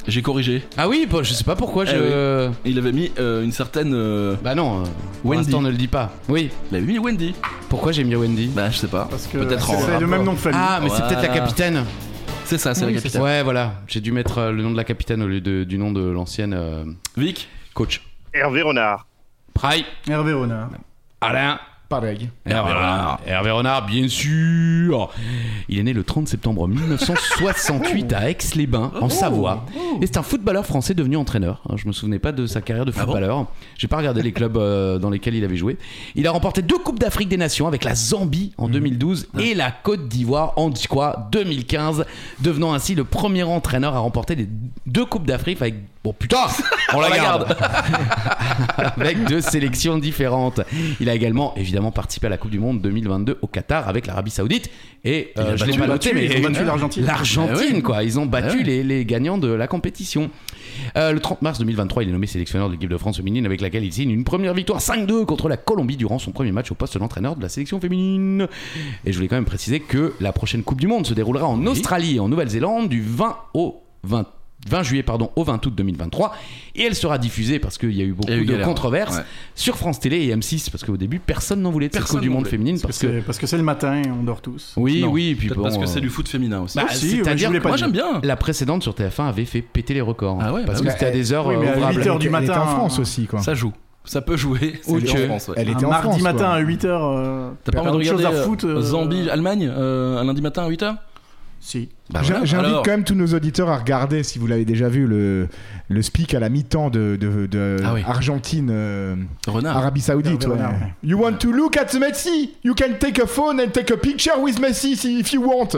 [SPEAKER 1] J'ai corrigé.
[SPEAKER 3] Ah oui, bon, je sais pas pourquoi
[SPEAKER 1] Eh
[SPEAKER 3] je.
[SPEAKER 1] Il avait mis euh, une certaine. euh,
[SPEAKER 3] Bah non, euh, pour
[SPEAKER 1] Wendy.
[SPEAKER 3] l'instant, ne le dis pas. Oui,
[SPEAKER 1] Il avait mis Wendy.
[SPEAKER 3] pourquoi j'ai mis Wendy
[SPEAKER 1] Bah, je sais pas.
[SPEAKER 5] Parce que
[SPEAKER 1] Peut-être en
[SPEAKER 5] c'est le
[SPEAKER 1] rapport.
[SPEAKER 5] même nom de famille.
[SPEAKER 3] Ah, mais c'est
[SPEAKER 1] Voilà.
[SPEAKER 3] peut-être la capitaine.
[SPEAKER 1] C'est ça, c'est
[SPEAKER 5] Oui,
[SPEAKER 1] la
[SPEAKER 5] c'est
[SPEAKER 1] capitale.
[SPEAKER 3] Ouais, voilà. J'ai dû mettre euh, le nom de la capitaine au lieu de- du nom de l'ancienne euh,
[SPEAKER 1] Vic
[SPEAKER 3] coach.
[SPEAKER 6] Hervé Renard.
[SPEAKER 3] Pry,
[SPEAKER 5] Hervé Renard.
[SPEAKER 3] Alain.
[SPEAKER 4] Pareil.
[SPEAKER 3] Hervé Renard. Hervé Renard, bien sûr. Il est né le 30 septembre 1968 à Aix-les-Bains, en Savoie. Et c'est un footballeur français devenu entraîneur. Hein, Je me souvenais pas de sa carrière de
[SPEAKER 1] Ah bon
[SPEAKER 3] footballeur. J'ai pas regardé les clubs euh, dans lesquels il avait joué. Il a remporté deux Coupes d'Afrique des Nations avec la Zambie en 2012 et la Côte d'Ivoire en quoi 2015, devenant ainsi le premier entraîneur à remporter les deux Coupes d'Afrique avec Bon putain, on la garde. [LAUGHS] avec deux sélections différentes. Il a également évidemment participé à la Coupe du Monde 2022 au Qatar avec l'Arabie Saoudite et euh,
[SPEAKER 5] Il a
[SPEAKER 3] je l'ai
[SPEAKER 5] battu-
[SPEAKER 3] pas
[SPEAKER 5] battu-
[SPEAKER 3] noté mais
[SPEAKER 5] ils ont battu l'Argentine.
[SPEAKER 3] L'Argentine
[SPEAKER 1] Ah oui.
[SPEAKER 3] quoi, ils ont battu
[SPEAKER 1] Ah oui.
[SPEAKER 3] les, les gagnants de la compétition. Euh, le 30 mars 2023, il est nommé sélectionneur de l'équipe de France féminine avec laquelle il signe une première victoire 5-2 contre la Colombie durant son premier match au poste d'entraîneur de la sélection féminine. Et je voulais quand même préciser que la prochaine Coupe du Monde se déroulera en Australie et en Nouvelle-Zélande du 20 au 20, 20 juillet pardon, au 20 août 2023. Et elle sera diffusée parce qu'il y a eu beaucoup
[SPEAKER 1] Il y a eu
[SPEAKER 3] de
[SPEAKER 1] galère,
[SPEAKER 3] controverses
[SPEAKER 1] ouais.
[SPEAKER 3] sur France Télé et M6 parce qu'au début personne n'en voulait de cette
[SPEAKER 1] Personne
[SPEAKER 3] Coupe du
[SPEAKER 1] n'en
[SPEAKER 3] Monde
[SPEAKER 1] voulait.
[SPEAKER 3] féminine
[SPEAKER 5] Parce
[SPEAKER 3] parce
[SPEAKER 5] que
[SPEAKER 3] que...
[SPEAKER 5] c'est- parce que c'est le matin et on dort tous.
[SPEAKER 3] Oui,
[SPEAKER 1] Non,
[SPEAKER 3] oui, et puis
[SPEAKER 1] Peut-être
[SPEAKER 3] bon,
[SPEAKER 1] parce que c'est
[SPEAKER 3] euh,
[SPEAKER 1] du foot féminin aussi.
[SPEAKER 3] bah,
[SPEAKER 5] Aussi, ouais,
[SPEAKER 3] c'est-à-dire
[SPEAKER 5] je voulais
[SPEAKER 3] que
[SPEAKER 5] pas
[SPEAKER 1] Moi
[SPEAKER 5] dire.
[SPEAKER 1] j'aime bien.
[SPEAKER 3] la précédente sur TF1 avait fait péter les records. hein,
[SPEAKER 1] Ah ouais,
[SPEAKER 3] parce
[SPEAKER 1] bah
[SPEAKER 3] que c'était à des heures
[SPEAKER 5] Oui, mais à
[SPEAKER 3] euh,
[SPEAKER 5] huit
[SPEAKER 3] ouvrables.
[SPEAKER 5] heures du
[SPEAKER 4] Elle était
[SPEAKER 5] matin,
[SPEAKER 4] en France
[SPEAKER 5] hein.
[SPEAKER 4] aussi, quoi.
[SPEAKER 1] Ça joue, ça peut jouer. C'est
[SPEAKER 3] Ok.
[SPEAKER 1] joué en France, ouais.
[SPEAKER 4] Elle
[SPEAKER 5] Un
[SPEAKER 4] était en
[SPEAKER 5] mardi
[SPEAKER 4] France.
[SPEAKER 5] matin
[SPEAKER 4] quoi.
[SPEAKER 5] à 8h. euh,
[SPEAKER 1] T'as pas
[SPEAKER 5] faire
[SPEAKER 1] envie de
[SPEAKER 5] autre
[SPEAKER 1] regarder
[SPEAKER 5] chose à
[SPEAKER 1] euh,
[SPEAKER 5] foutre, euh,
[SPEAKER 1] Zambie, Allemagne, euh, un lundi matin à 8h
[SPEAKER 5] Si.
[SPEAKER 4] J'in- J'invite
[SPEAKER 1] Bah Alors.
[SPEAKER 4] quand même tous nos auditeurs à regarder, si vous l'avez déjà vu, le, le speak à la mi-temps de, de, de
[SPEAKER 1] Ah oui. Ah.
[SPEAKER 4] Argentine, euh,
[SPEAKER 1] Renard.
[SPEAKER 4] Arabie Saoudite.
[SPEAKER 5] Bernard,
[SPEAKER 4] ouais.
[SPEAKER 5] Bernard, ouais.
[SPEAKER 4] You want to look at Messi? You can take a phone and take a picture with Messi si- if you want.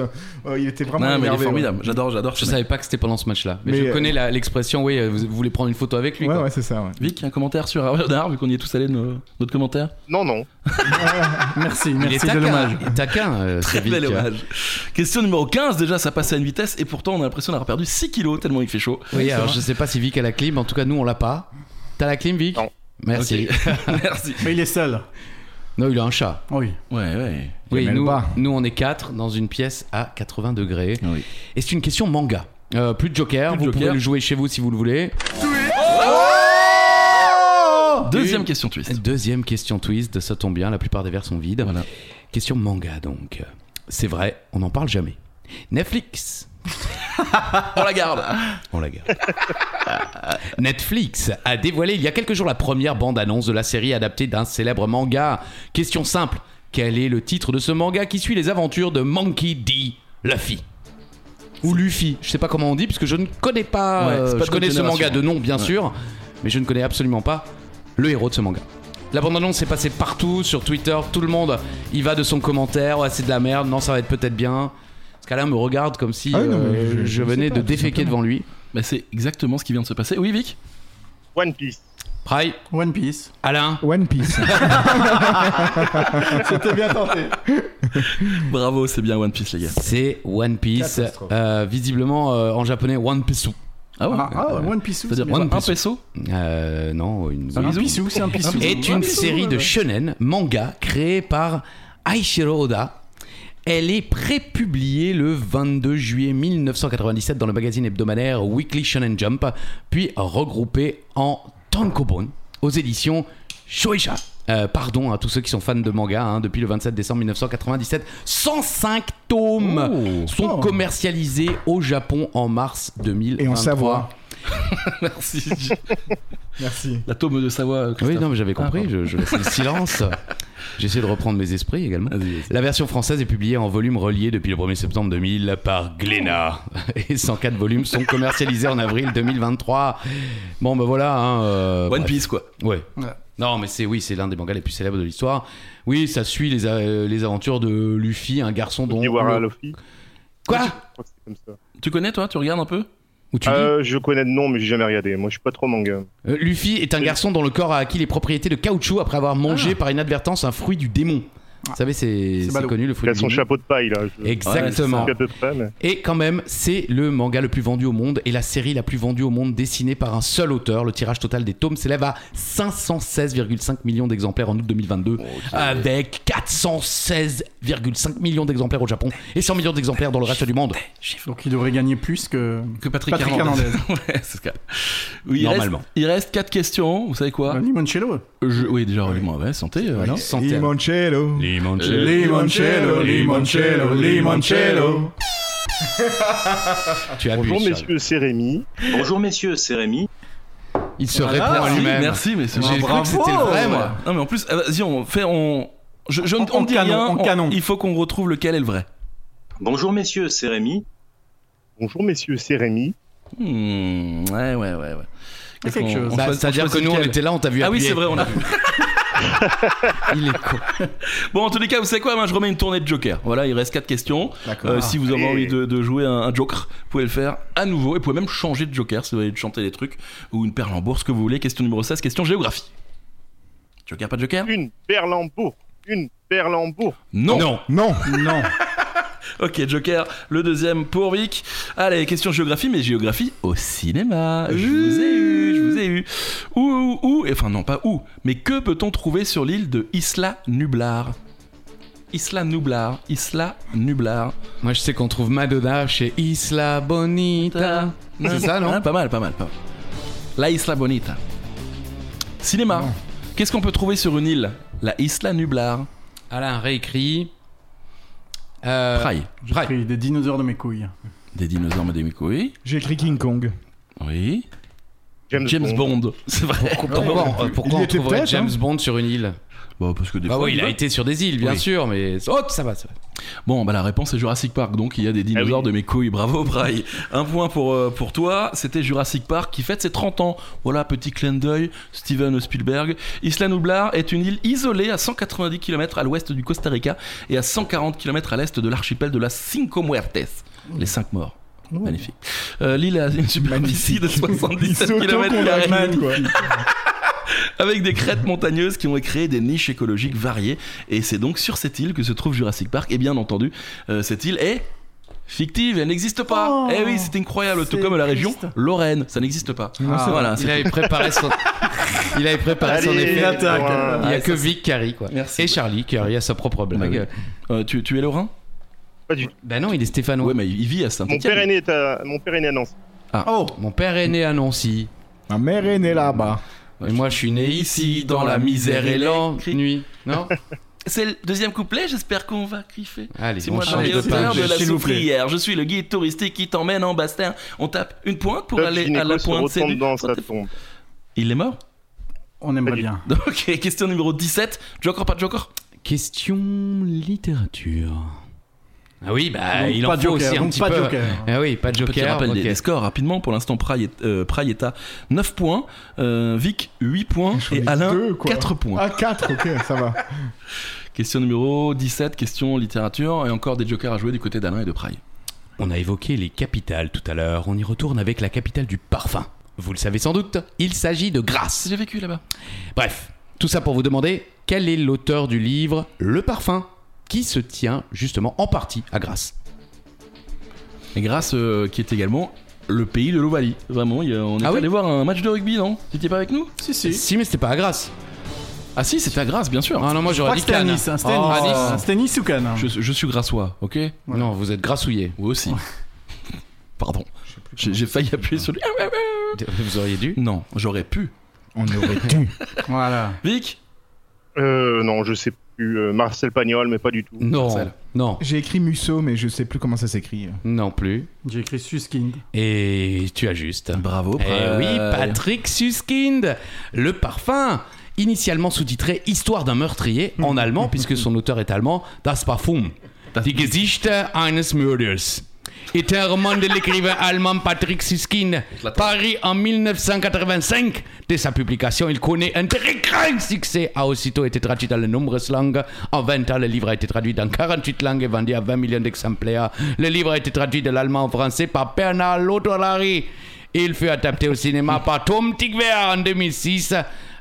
[SPEAKER 4] Euh, il était vraiment
[SPEAKER 1] non, mais il est
[SPEAKER 4] énervé, ouais.
[SPEAKER 1] formidable. J'adore, j'adore.
[SPEAKER 3] Je savais pas que c'était pendant ce match-là, mais,
[SPEAKER 4] Mais,
[SPEAKER 3] je
[SPEAKER 4] euh,
[SPEAKER 3] connais la- l'expression. Oui, euh, vous, vous voulez prendre une photo avec lui.
[SPEAKER 4] Ouais,
[SPEAKER 3] quoi.
[SPEAKER 4] ouais, c'est ça. ouais.
[SPEAKER 1] Vic, un commentaire sur Renard, vu qu'on y est tous allés, nos- notre commentaire
[SPEAKER 6] Non, non.
[SPEAKER 5] Merci,
[SPEAKER 3] Il est
[SPEAKER 5] merci de
[SPEAKER 3] taquin,
[SPEAKER 5] l'hommage.
[SPEAKER 3] il est taquin, euh,
[SPEAKER 1] Très
[SPEAKER 3] Savic.
[SPEAKER 1] bel hommage. Question numéro 15, déjà ça passe à une vitesse et pourtant on a l'impression d'avoir perdu 6 kilos tellement il fait chaud.
[SPEAKER 3] Oui, alors je sais pas si Vic a la clim. En tout cas, nous on l'a pas. T'as la clim, Vic
[SPEAKER 6] Non.
[SPEAKER 3] Merci.
[SPEAKER 1] [LAUGHS] Merci.
[SPEAKER 5] Mais il est seul.
[SPEAKER 3] Non, il a un chat.
[SPEAKER 5] Oui.
[SPEAKER 1] Ouais, ouais.
[SPEAKER 3] Oui,
[SPEAKER 4] mêle
[SPEAKER 3] nous,
[SPEAKER 4] pas.
[SPEAKER 3] nous on est quatre dans une pièce à 80 degrés.
[SPEAKER 1] Ah Oui.
[SPEAKER 3] Et c'est une question manga. Euh, plus de joker,
[SPEAKER 1] Plus de
[SPEAKER 3] vous
[SPEAKER 1] joker.
[SPEAKER 3] pouvez le jouer chez vous si vous le voulez.
[SPEAKER 1] Deuxième
[SPEAKER 3] Une-
[SPEAKER 1] question twist.
[SPEAKER 3] Deuxième question twist, ça tombe bien, la plupart des verres sont vides.
[SPEAKER 1] Voilà.
[SPEAKER 3] Question manga donc. C'est vrai, on n'en parle jamais. Netflix.
[SPEAKER 1] On la garde.
[SPEAKER 3] On la garde. Euh, Netflix a dévoilé il y a quelques jours la première bande-annonce de la série adaptée d'un célèbre manga. Question simple, quel est le titre de ce manga qui suit les aventures de Monkey D. Luffy Ou Luffy, je sais pas comment on dit puisque je ne connais pas...
[SPEAKER 1] Ouais,
[SPEAKER 3] euh,
[SPEAKER 1] c'est pas
[SPEAKER 3] je
[SPEAKER 1] de
[SPEAKER 3] connais
[SPEAKER 1] notre
[SPEAKER 3] ce manga
[SPEAKER 1] génération.
[SPEAKER 3] de nom bien
[SPEAKER 1] Ouais.
[SPEAKER 3] sûr, mais je ne connais absolument pas le héros de ce manga. La bande-annonce est passée partout sur Twitter, tout le monde y va de son commentaire, ouais c'est de la merde, non ça va être peut-être bien. Parce qu'Alain me regarde comme si
[SPEAKER 4] Ah oui, non, mais
[SPEAKER 3] euh,
[SPEAKER 4] je- je
[SPEAKER 3] je
[SPEAKER 4] sais
[SPEAKER 3] venais
[SPEAKER 4] pas,
[SPEAKER 3] de
[SPEAKER 4] tout
[SPEAKER 3] déféquer
[SPEAKER 4] simplement.
[SPEAKER 3] devant lui.
[SPEAKER 1] Bah, c'est exactement ce qui vient de se passer. Oui, Vic
[SPEAKER 6] One Piece.
[SPEAKER 3] Praille,
[SPEAKER 5] One [LAUGHS] Piece.
[SPEAKER 3] Alain,
[SPEAKER 4] One
[SPEAKER 1] [LAUGHS]
[SPEAKER 4] Piece.
[SPEAKER 5] C'était bien tenté.
[SPEAKER 1] Bravo, c'est bien One Piece, les gars.
[SPEAKER 3] c'est One Piece.
[SPEAKER 4] Catastrophe.
[SPEAKER 3] Euh, visiblement euh, en japonais, One Piece.
[SPEAKER 1] Ah ouais
[SPEAKER 5] Ah, ah,
[SPEAKER 1] Ouais.
[SPEAKER 5] One Piece.
[SPEAKER 1] C'est-à-dire
[SPEAKER 5] bien.
[SPEAKER 1] quoi,
[SPEAKER 3] One
[SPEAKER 1] un
[SPEAKER 3] Piece.
[SPEAKER 1] peso
[SPEAKER 3] Euh, non, une.
[SPEAKER 5] Un
[SPEAKER 1] bisou.
[SPEAKER 5] Piece, c'est un Piece.
[SPEAKER 3] Est une série de shonen manga créée par Aishiro Oda. Elle est prépubliée le 22 juillet 1997 dans le magazine hebdomadaire Weekly Shonen Jump, puis regroupée en tankobon aux éditions Shueisha. Euh, pardon à tous ceux qui sont fans de manga, hein, depuis le 27 décembre 1997, 105 tomes
[SPEAKER 1] Oh.
[SPEAKER 3] sont commercialisés au Japon en mars 2023.
[SPEAKER 4] Et en Savoie.
[SPEAKER 1] Merci.
[SPEAKER 4] Merci.
[SPEAKER 1] [LAUGHS] La tome de Savoie,
[SPEAKER 3] Oui,
[SPEAKER 1] Christophe.
[SPEAKER 3] non, mais j'avais
[SPEAKER 1] Ah,
[SPEAKER 3] compris, je, je laissais
[SPEAKER 1] [LAUGHS]
[SPEAKER 3] le silence. J'essaie de reprendre mes esprits également.
[SPEAKER 1] Vas-y, vas-y.
[SPEAKER 3] La version française est publiée en volume relié depuis le 1er septembre 2000 par Glénat. Et 104 volumes sont commercialisés en avril 2023. Bon, ben voilà. hein, euh,
[SPEAKER 1] One
[SPEAKER 3] bref.
[SPEAKER 1] Piece, quoi.
[SPEAKER 3] Ouais.
[SPEAKER 5] Voilà.
[SPEAKER 3] Non, mais c'est oui, c'est l'un des mangas les plus célèbres de l'histoire. Oui, ça suit les, euh, les aventures de Luffy, un garçon dont.
[SPEAKER 6] Mugiwara
[SPEAKER 3] le-
[SPEAKER 6] Luffy.
[SPEAKER 3] Quoi
[SPEAKER 6] Je crois que c'est comme ça.
[SPEAKER 1] Tu connais, toi Tu regardes un peu
[SPEAKER 3] Où tu dis
[SPEAKER 6] Euh, je connais le nom, mais j'ai jamais regardé. Moi, je suis pas trop manga.
[SPEAKER 3] Euh, Luffy est un garçon dont le corps a acquis les propriétés de caoutchouc après avoir mangé par inadvertance un fruit du démon. Vous savez, c'est
[SPEAKER 5] Ah. C'est
[SPEAKER 3] c'est
[SPEAKER 5] ballot.
[SPEAKER 3] connu le fruit
[SPEAKER 6] Il a
[SPEAKER 3] du
[SPEAKER 6] son
[SPEAKER 3] démon.
[SPEAKER 6] chapeau de paille, là. Je...
[SPEAKER 3] Exactement.
[SPEAKER 6] sais à peu près, mais...
[SPEAKER 3] Et quand même, c'est le manga le plus vendu au monde et la série la plus vendue au monde dessinée par un seul auteur. Le tirage total des tomes s'élève à 516,5 millions d'exemplaires en août 2022,
[SPEAKER 1] Oh,
[SPEAKER 3] avec 416,5 millions d'exemplaires au Japon et 100 millions d'exemplaires dans le reste du monde.
[SPEAKER 5] Donc il devrait gagner plus que.
[SPEAKER 1] Que Patrick,
[SPEAKER 5] Patrick
[SPEAKER 1] Hernandez.
[SPEAKER 5] Hernandez.
[SPEAKER 1] [LAUGHS] ouais, c'est ce cas. Oui, il
[SPEAKER 3] Normalement.
[SPEAKER 1] reste- il reste 4 questions. Vous savez quoi
[SPEAKER 5] Limoncello.
[SPEAKER 1] Je- Oui, déjà, revenons ouais, santé. euh, non
[SPEAKER 3] Centaines.
[SPEAKER 4] Limoncello.
[SPEAKER 5] Limoncello, Limoncello, Limoncello.
[SPEAKER 3] Tu abuses,
[SPEAKER 6] Bonjour,
[SPEAKER 3] Charles.
[SPEAKER 6] messieurs, c'est Rémi.
[SPEAKER 7] Bonjour messieurs, c'est Rémi.
[SPEAKER 3] Il se
[SPEAKER 5] Voilà.
[SPEAKER 3] répond à
[SPEAKER 1] Merci,
[SPEAKER 3] lui-même.
[SPEAKER 1] Ah, Merci, mais c'est
[SPEAKER 3] J'ai cru que c'était le vrai, moi.
[SPEAKER 1] Non, mais en plus, ah, vas-y, on fait. On... Je, je-
[SPEAKER 5] En-
[SPEAKER 1] on
[SPEAKER 5] en
[SPEAKER 1] dit
[SPEAKER 5] canon,
[SPEAKER 1] rien,
[SPEAKER 5] en
[SPEAKER 1] on-
[SPEAKER 5] canon.
[SPEAKER 1] Il faut qu'on retrouve lequel est le vrai.
[SPEAKER 7] Bonjour messieurs, c'est Rémi.
[SPEAKER 6] Bonjour, messieurs, c'est Rémi.
[SPEAKER 1] Hmm, ouais, ouais, ouais, ouais.
[SPEAKER 5] Il y a quelque
[SPEAKER 1] On-
[SPEAKER 5] chose.
[SPEAKER 1] on
[SPEAKER 3] Bah,
[SPEAKER 1] choisit-
[SPEAKER 3] C'est-à-dire
[SPEAKER 1] on
[SPEAKER 3] que
[SPEAKER 1] choisit
[SPEAKER 3] nous, on
[SPEAKER 1] lequel
[SPEAKER 3] était là, on t'a vu
[SPEAKER 1] Ah oui,
[SPEAKER 3] appuyer.
[SPEAKER 1] c'est vrai, on a vu.
[SPEAKER 3] Il est con.
[SPEAKER 1] Bon, en tous les cas, vous savez quoi moi, Je remets une tournée de Joker. Voilà, il reste 4 questions.
[SPEAKER 4] D'accord. Ah.
[SPEAKER 1] Euh, si vous avez
[SPEAKER 6] Allez.
[SPEAKER 1] envie de, de jouer un, un Joker, vous pouvez le faire à nouveau. Et vous pouvez même changer de Joker si vous avez chanter des trucs ou une perle en bourse, ce que vous voulez. Question numéro 16, question géographie. Joker, pas de Joker
[SPEAKER 6] Une Berlambourg. Une Berlambourg.
[SPEAKER 1] Non.
[SPEAKER 4] Non, non.
[SPEAKER 1] Ok, Joker, le deuxième pour Vic. Allez, question géographie, mais géographie au cinéma. Je vous ai eu, je vous ai eu. Où, où, où- enfin non, pas où, mais que peut-on trouver sur l'île de Isla Nublar Isla Nublar, Isla Nublar.
[SPEAKER 3] Moi, je sais qu'on trouve Madonna chez Isla Bonita. C'est ça, non
[SPEAKER 1] Hein, Pas mal, pas mal, pas mal. La Isla Bonita. Cinéma. Qu'est-ce qu'on peut trouver sur une île La Isla Nublar.
[SPEAKER 3] Alain réécrit. Euh,
[SPEAKER 1] Praille.
[SPEAKER 5] J'ai
[SPEAKER 3] Praille.
[SPEAKER 5] pris des dinosaures de mes couilles.
[SPEAKER 1] Des dinosaures, mais des micouilles.
[SPEAKER 4] J'ai écrit King Kong.
[SPEAKER 1] Oui.
[SPEAKER 6] James, Bond.
[SPEAKER 1] [LAUGHS] C'est vrai.
[SPEAKER 3] Pourquoi, euh, pourquoi
[SPEAKER 4] Il
[SPEAKER 3] on
[SPEAKER 4] était
[SPEAKER 3] trouverait
[SPEAKER 4] peut-être,
[SPEAKER 3] James
[SPEAKER 4] hein.
[SPEAKER 3] Bond sur une île
[SPEAKER 1] Bon, parce que des
[SPEAKER 3] Bah
[SPEAKER 1] fois,
[SPEAKER 3] oui, il a
[SPEAKER 1] va.
[SPEAKER 3] été sur des îles, bien
[SPEAKER 1] Oui.
[SPEAKER 3] sûr, mais. Hop, ça va, ça va.
[SPEAKER 1] Bon, bah la réponse est Jurassic Park, donc il y a des dinosaures de mes couilles. [LAUGHS] Bravo, Braille. Un point pour, euh, pour toi. C'était Jurassic Park qui fête ses 30 ans. Voilà, petit clin d'œil, Steven Spielberg. Isla Nublar est une île isolée à 190 km à l'ouest du Costa Rica et à 140 km à l'est de l'archipel de la Cinco Muertes. Les 5 morts.
[SPEAKER 3] Oh,
[SPEAKER 1] Magnifique. Euh, L'île a une superficie de 77 km
[SPEAKER 4] Auto-condamnés, quoi.
[SPEAKER 1] avec des crêtes montagneuses qui ont créé des niches écologiques variées. Et c'est donc sur cette île que se trouve Jurassic Park. Et bien entendu, euh, cette île est fictive, elle n'existe pas.
[SPEAKER 5] Oh,
[SPEAKER 1] eh oui, c'est incroyable, tout
[SPEAKER 5] c'est
[SPEAKER 1] comme la région
[SPEAKER 5] triste.
[SPEAKER 1] Lorraine, ça n'existe pas.
[SPEAKER 3] Ah,
[SPEAKER 4] Non, c'est
[SPEAKER 1] voilà,
[SPEAKER 3] Il
[SPEAKER 1] c'est-
[SPEAKER 3] avait préparé [LAUGHS] son. il avait préparé son
[SPEAKER 6] Allez,
[SPEAKER 3] effet.
[SPEAKER 5] attaque.
[SPEAKER 6] Laurent.
[SPEAKER 3] Il y a
[SPEAKER 1] Ouais,
[SPEAKER 3] que
[SPEAKER 1] ça,
[SPEAKER 3] Vic qui arrive, quoi.
[SPEAKER 1] Merci.
[SPEAKER 3] Et Charlie qui arrive à sa propre
[SPEAKER 1] Bah
[SPEAKER 3] blague.
[SPEAKER 1] Euh, tu, tu es Lorrain
[SPEAKER 3] Bah non, il est stéphanois.
[SPEAKER 1] Ouais, mais il vit à
[SPEAKER 6] Mon
[SPEAKER 1] Saint-Etienne.
[SPEAKER 6] père est né à, mon père est né à Nancy.
[SPEAKER 5] Oh
[SPEAKER 3] Mon père est né à Nancy.
[SPEAKER 4] Ma mère est née là-bas.
[SPEAKER 3] Et moi, je suis né ici, dans la misère et l'ennui. Non
[SPEAKER 1] C'est le deuxième couplet, j'espère qu'on va kiffer.
[SPEAKER 3] Allez,
[SPEAKER 1] Si
[SPEAKER 3] on
[SPEAKER 1] moi dans
[SPEAKER 3] change
[SPEAKER 1] les
[SPEAKER 3] de
[SPEAKER 1] hauteurs
[SPEAKER 3] page.
[SPEAKER 1] de la
[SPEAKER 5] s'il vous plaît.
[SPEAKER 1] soufrière, je suis le guide touristique qui t'emmène en bastin. On tape une pointe pour
[SPEAKER 6] Top
[SPEAKER 1] aller
[SPEAKER 6] gynéco
[SPEAKER 1] à la
[SPEAKER 6] se
[SPEAKER 1] pointe.
[SPEAKER 6] retombe
[SPEAKER 1] c'est du-
[SPEAKER 6] dans sa tombe.
[SPEAKER 1] Il est mort [LAUGHS]
[SPEAKER 5] On aimerait
[SPEAKER 6] Salut.
[SPEAKER 5] bien.
[SPEAKER 1] Ok, question numéro 17. Joker, pas de Joker
[SPEAKER 3] Question littérature. Ah oui, bah
[SPEAKER 5] Donc
[SPEAKER 3] il en
[SPEAKER 5] pas de
[SPEAKER 3] faut
[SPEAKER 5] Joker,
[SPEAKER 3] aussi un
[SPEAKER 5] donc
[SPEAKER 3] petit
[SPEAKER 5] pas de
[SPEAKER 3] peu.
[SPEAKER 5] Joker.
[SPEAKER 3] Ah oui, pas de
[SPEAKER 1] Petit
[SPEAKER 3] Joker.
[SPEAKER 1] rappel
[SPEAKER 3] ok.
[SPEAKER 1] des, des scores rapidement. Pour l'instant, Praille est, euh, Praille est à 9 points, euh, Vic 8 points
[SPEAKER 4] J'en ai
[SPEAKER 1] et Alain
[SPEAKER 4] deux, quoi.
[SPEAKER 1] 4 points.
[SPEAKER 4] Ah, 4, ok, ça va.
[SPEAKER 1] Question numéro 17, question littérature et encore des jokers à jouer du côté d'Alain et de Praille.
[SPEAKER 3] On a évoqué les capitales tout à l'heure. On y retourne avec la capitale du parfum. Vous le savez sans doute, il s'agit de Grasse.
[SPEAKER 1] J'ai vécu là-bas.
[SPEAKER 3] Bref, tout ça pour vous demander quel est l'auteur du livre Le Parfum qui se tient justement en partie à Grasse.
[SPEAKER 1] Et grâce euh, qui est également le pays de l'Ovalie. Vraiment, il y a- on est
[SPEAKER 3] Ah oui
[SPEAKER 1] allé voir un match de rugby, non Tu n'étais pas avec nous
[SPEAKER 5] Si, si.
[SPEAKER 3] Si mais c'était pas à Grasse.
[SPEAKER 1] Ah si, c'était à Grasse, bien sûr.
[SPEAKER 3] Ah non, moi
[SPEAKER 5] Je crois
[SPEAKER 3] j'aurais
[SPEAKER 5] que
[SPEAKER 3] dit
[SPEAKER 5] c'était à
[SPEAKER 3] Cannes.
[SPEAKER 5] Nice. hein, C'était à
[SPEAKER 3] Oh,
[SPEAKER 5] Nice.
[SPEAKER 3] à Nice.
[SPEAKER 5] C'était à Nice ou Cannes hein.
[SPEAKER 1] Je, je suis grassois, ok
[SPEAKER 3] Non, vous êtes grassouillé.
[SPEAKER 1] Vous aussi. [LAUGHS] Pardon. J'ai j'ai failli appuyer sur lui.
[SPEAKER 3] Vous auriez dû.
[SPEAKER 1] Non, j'aurais pu.
[SPEAKER 4] On aurait dû.
[SPEAKER 5] Voilà.
[SPEAKER 1] Vic
[SPEAKER 6] Euh, non, je sais plus. euh, Marcel Pagnol, mais pas du tout.
[SPEAKER 3] Non,
[SPEAKER 1] Marcel.
[SPEAKER 3] non,
[SPEAKER 4] J'ai écrit Musso, mais je sais plus comment ça s'écrit.
[SPEAKER 3] non plus.
[SPEAKER 5] J'ai écrit Suskind.
[SPEAKER 3] Et tu as juste.
[SPEAKER 1] Bravo,
[SPEAKER 3] Eh
[SPEAKER 1] Praille.
[SPEAKER 3] oui, Patrick Suskind, le parfum, initialement sous-titré Histoire d'un meurtrier en allemand, puisque son auteur est allemand, Das Parfum, Die Gesichter eines Mörders. Était un roman de l'écrivain allemand Patrick Suskind, Paris en 1985. Dès sa publication, il connaît un très grand succès. A aussitôt été traduit dans de nombreuses langues. En 20 ans, le livre a été traduit dans 48 langues et vendu à 20 millions d'exemplaires. Le livre a été traduit de l'allemand au français par Bernard Lodolari. Il fut adapté au cinéma par Tom Tigver en 2006.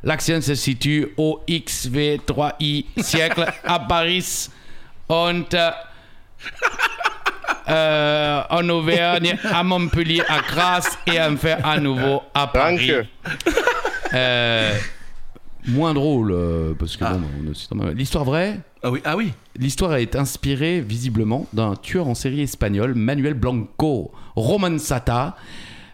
[SPEAKER 3] L'action se situe au XV3I siècle à Paris. Und euh, euh, en Auvergne, à Montpellier, à Grasse et enfin à nouveau à Paris.
[SPEAKER 6] Danke.
[SPEAKER 3] Euh, moins drôle, euh, parce que bon, on est aussi dans ma- l'histoire vraie.
[SPEAKER 1] Ah oui, ah oui.
[SPEAKER 3] L'histoire est inspirée visiblement d'un tueur en série espagnol, Manuel Blanco, Roman Sata.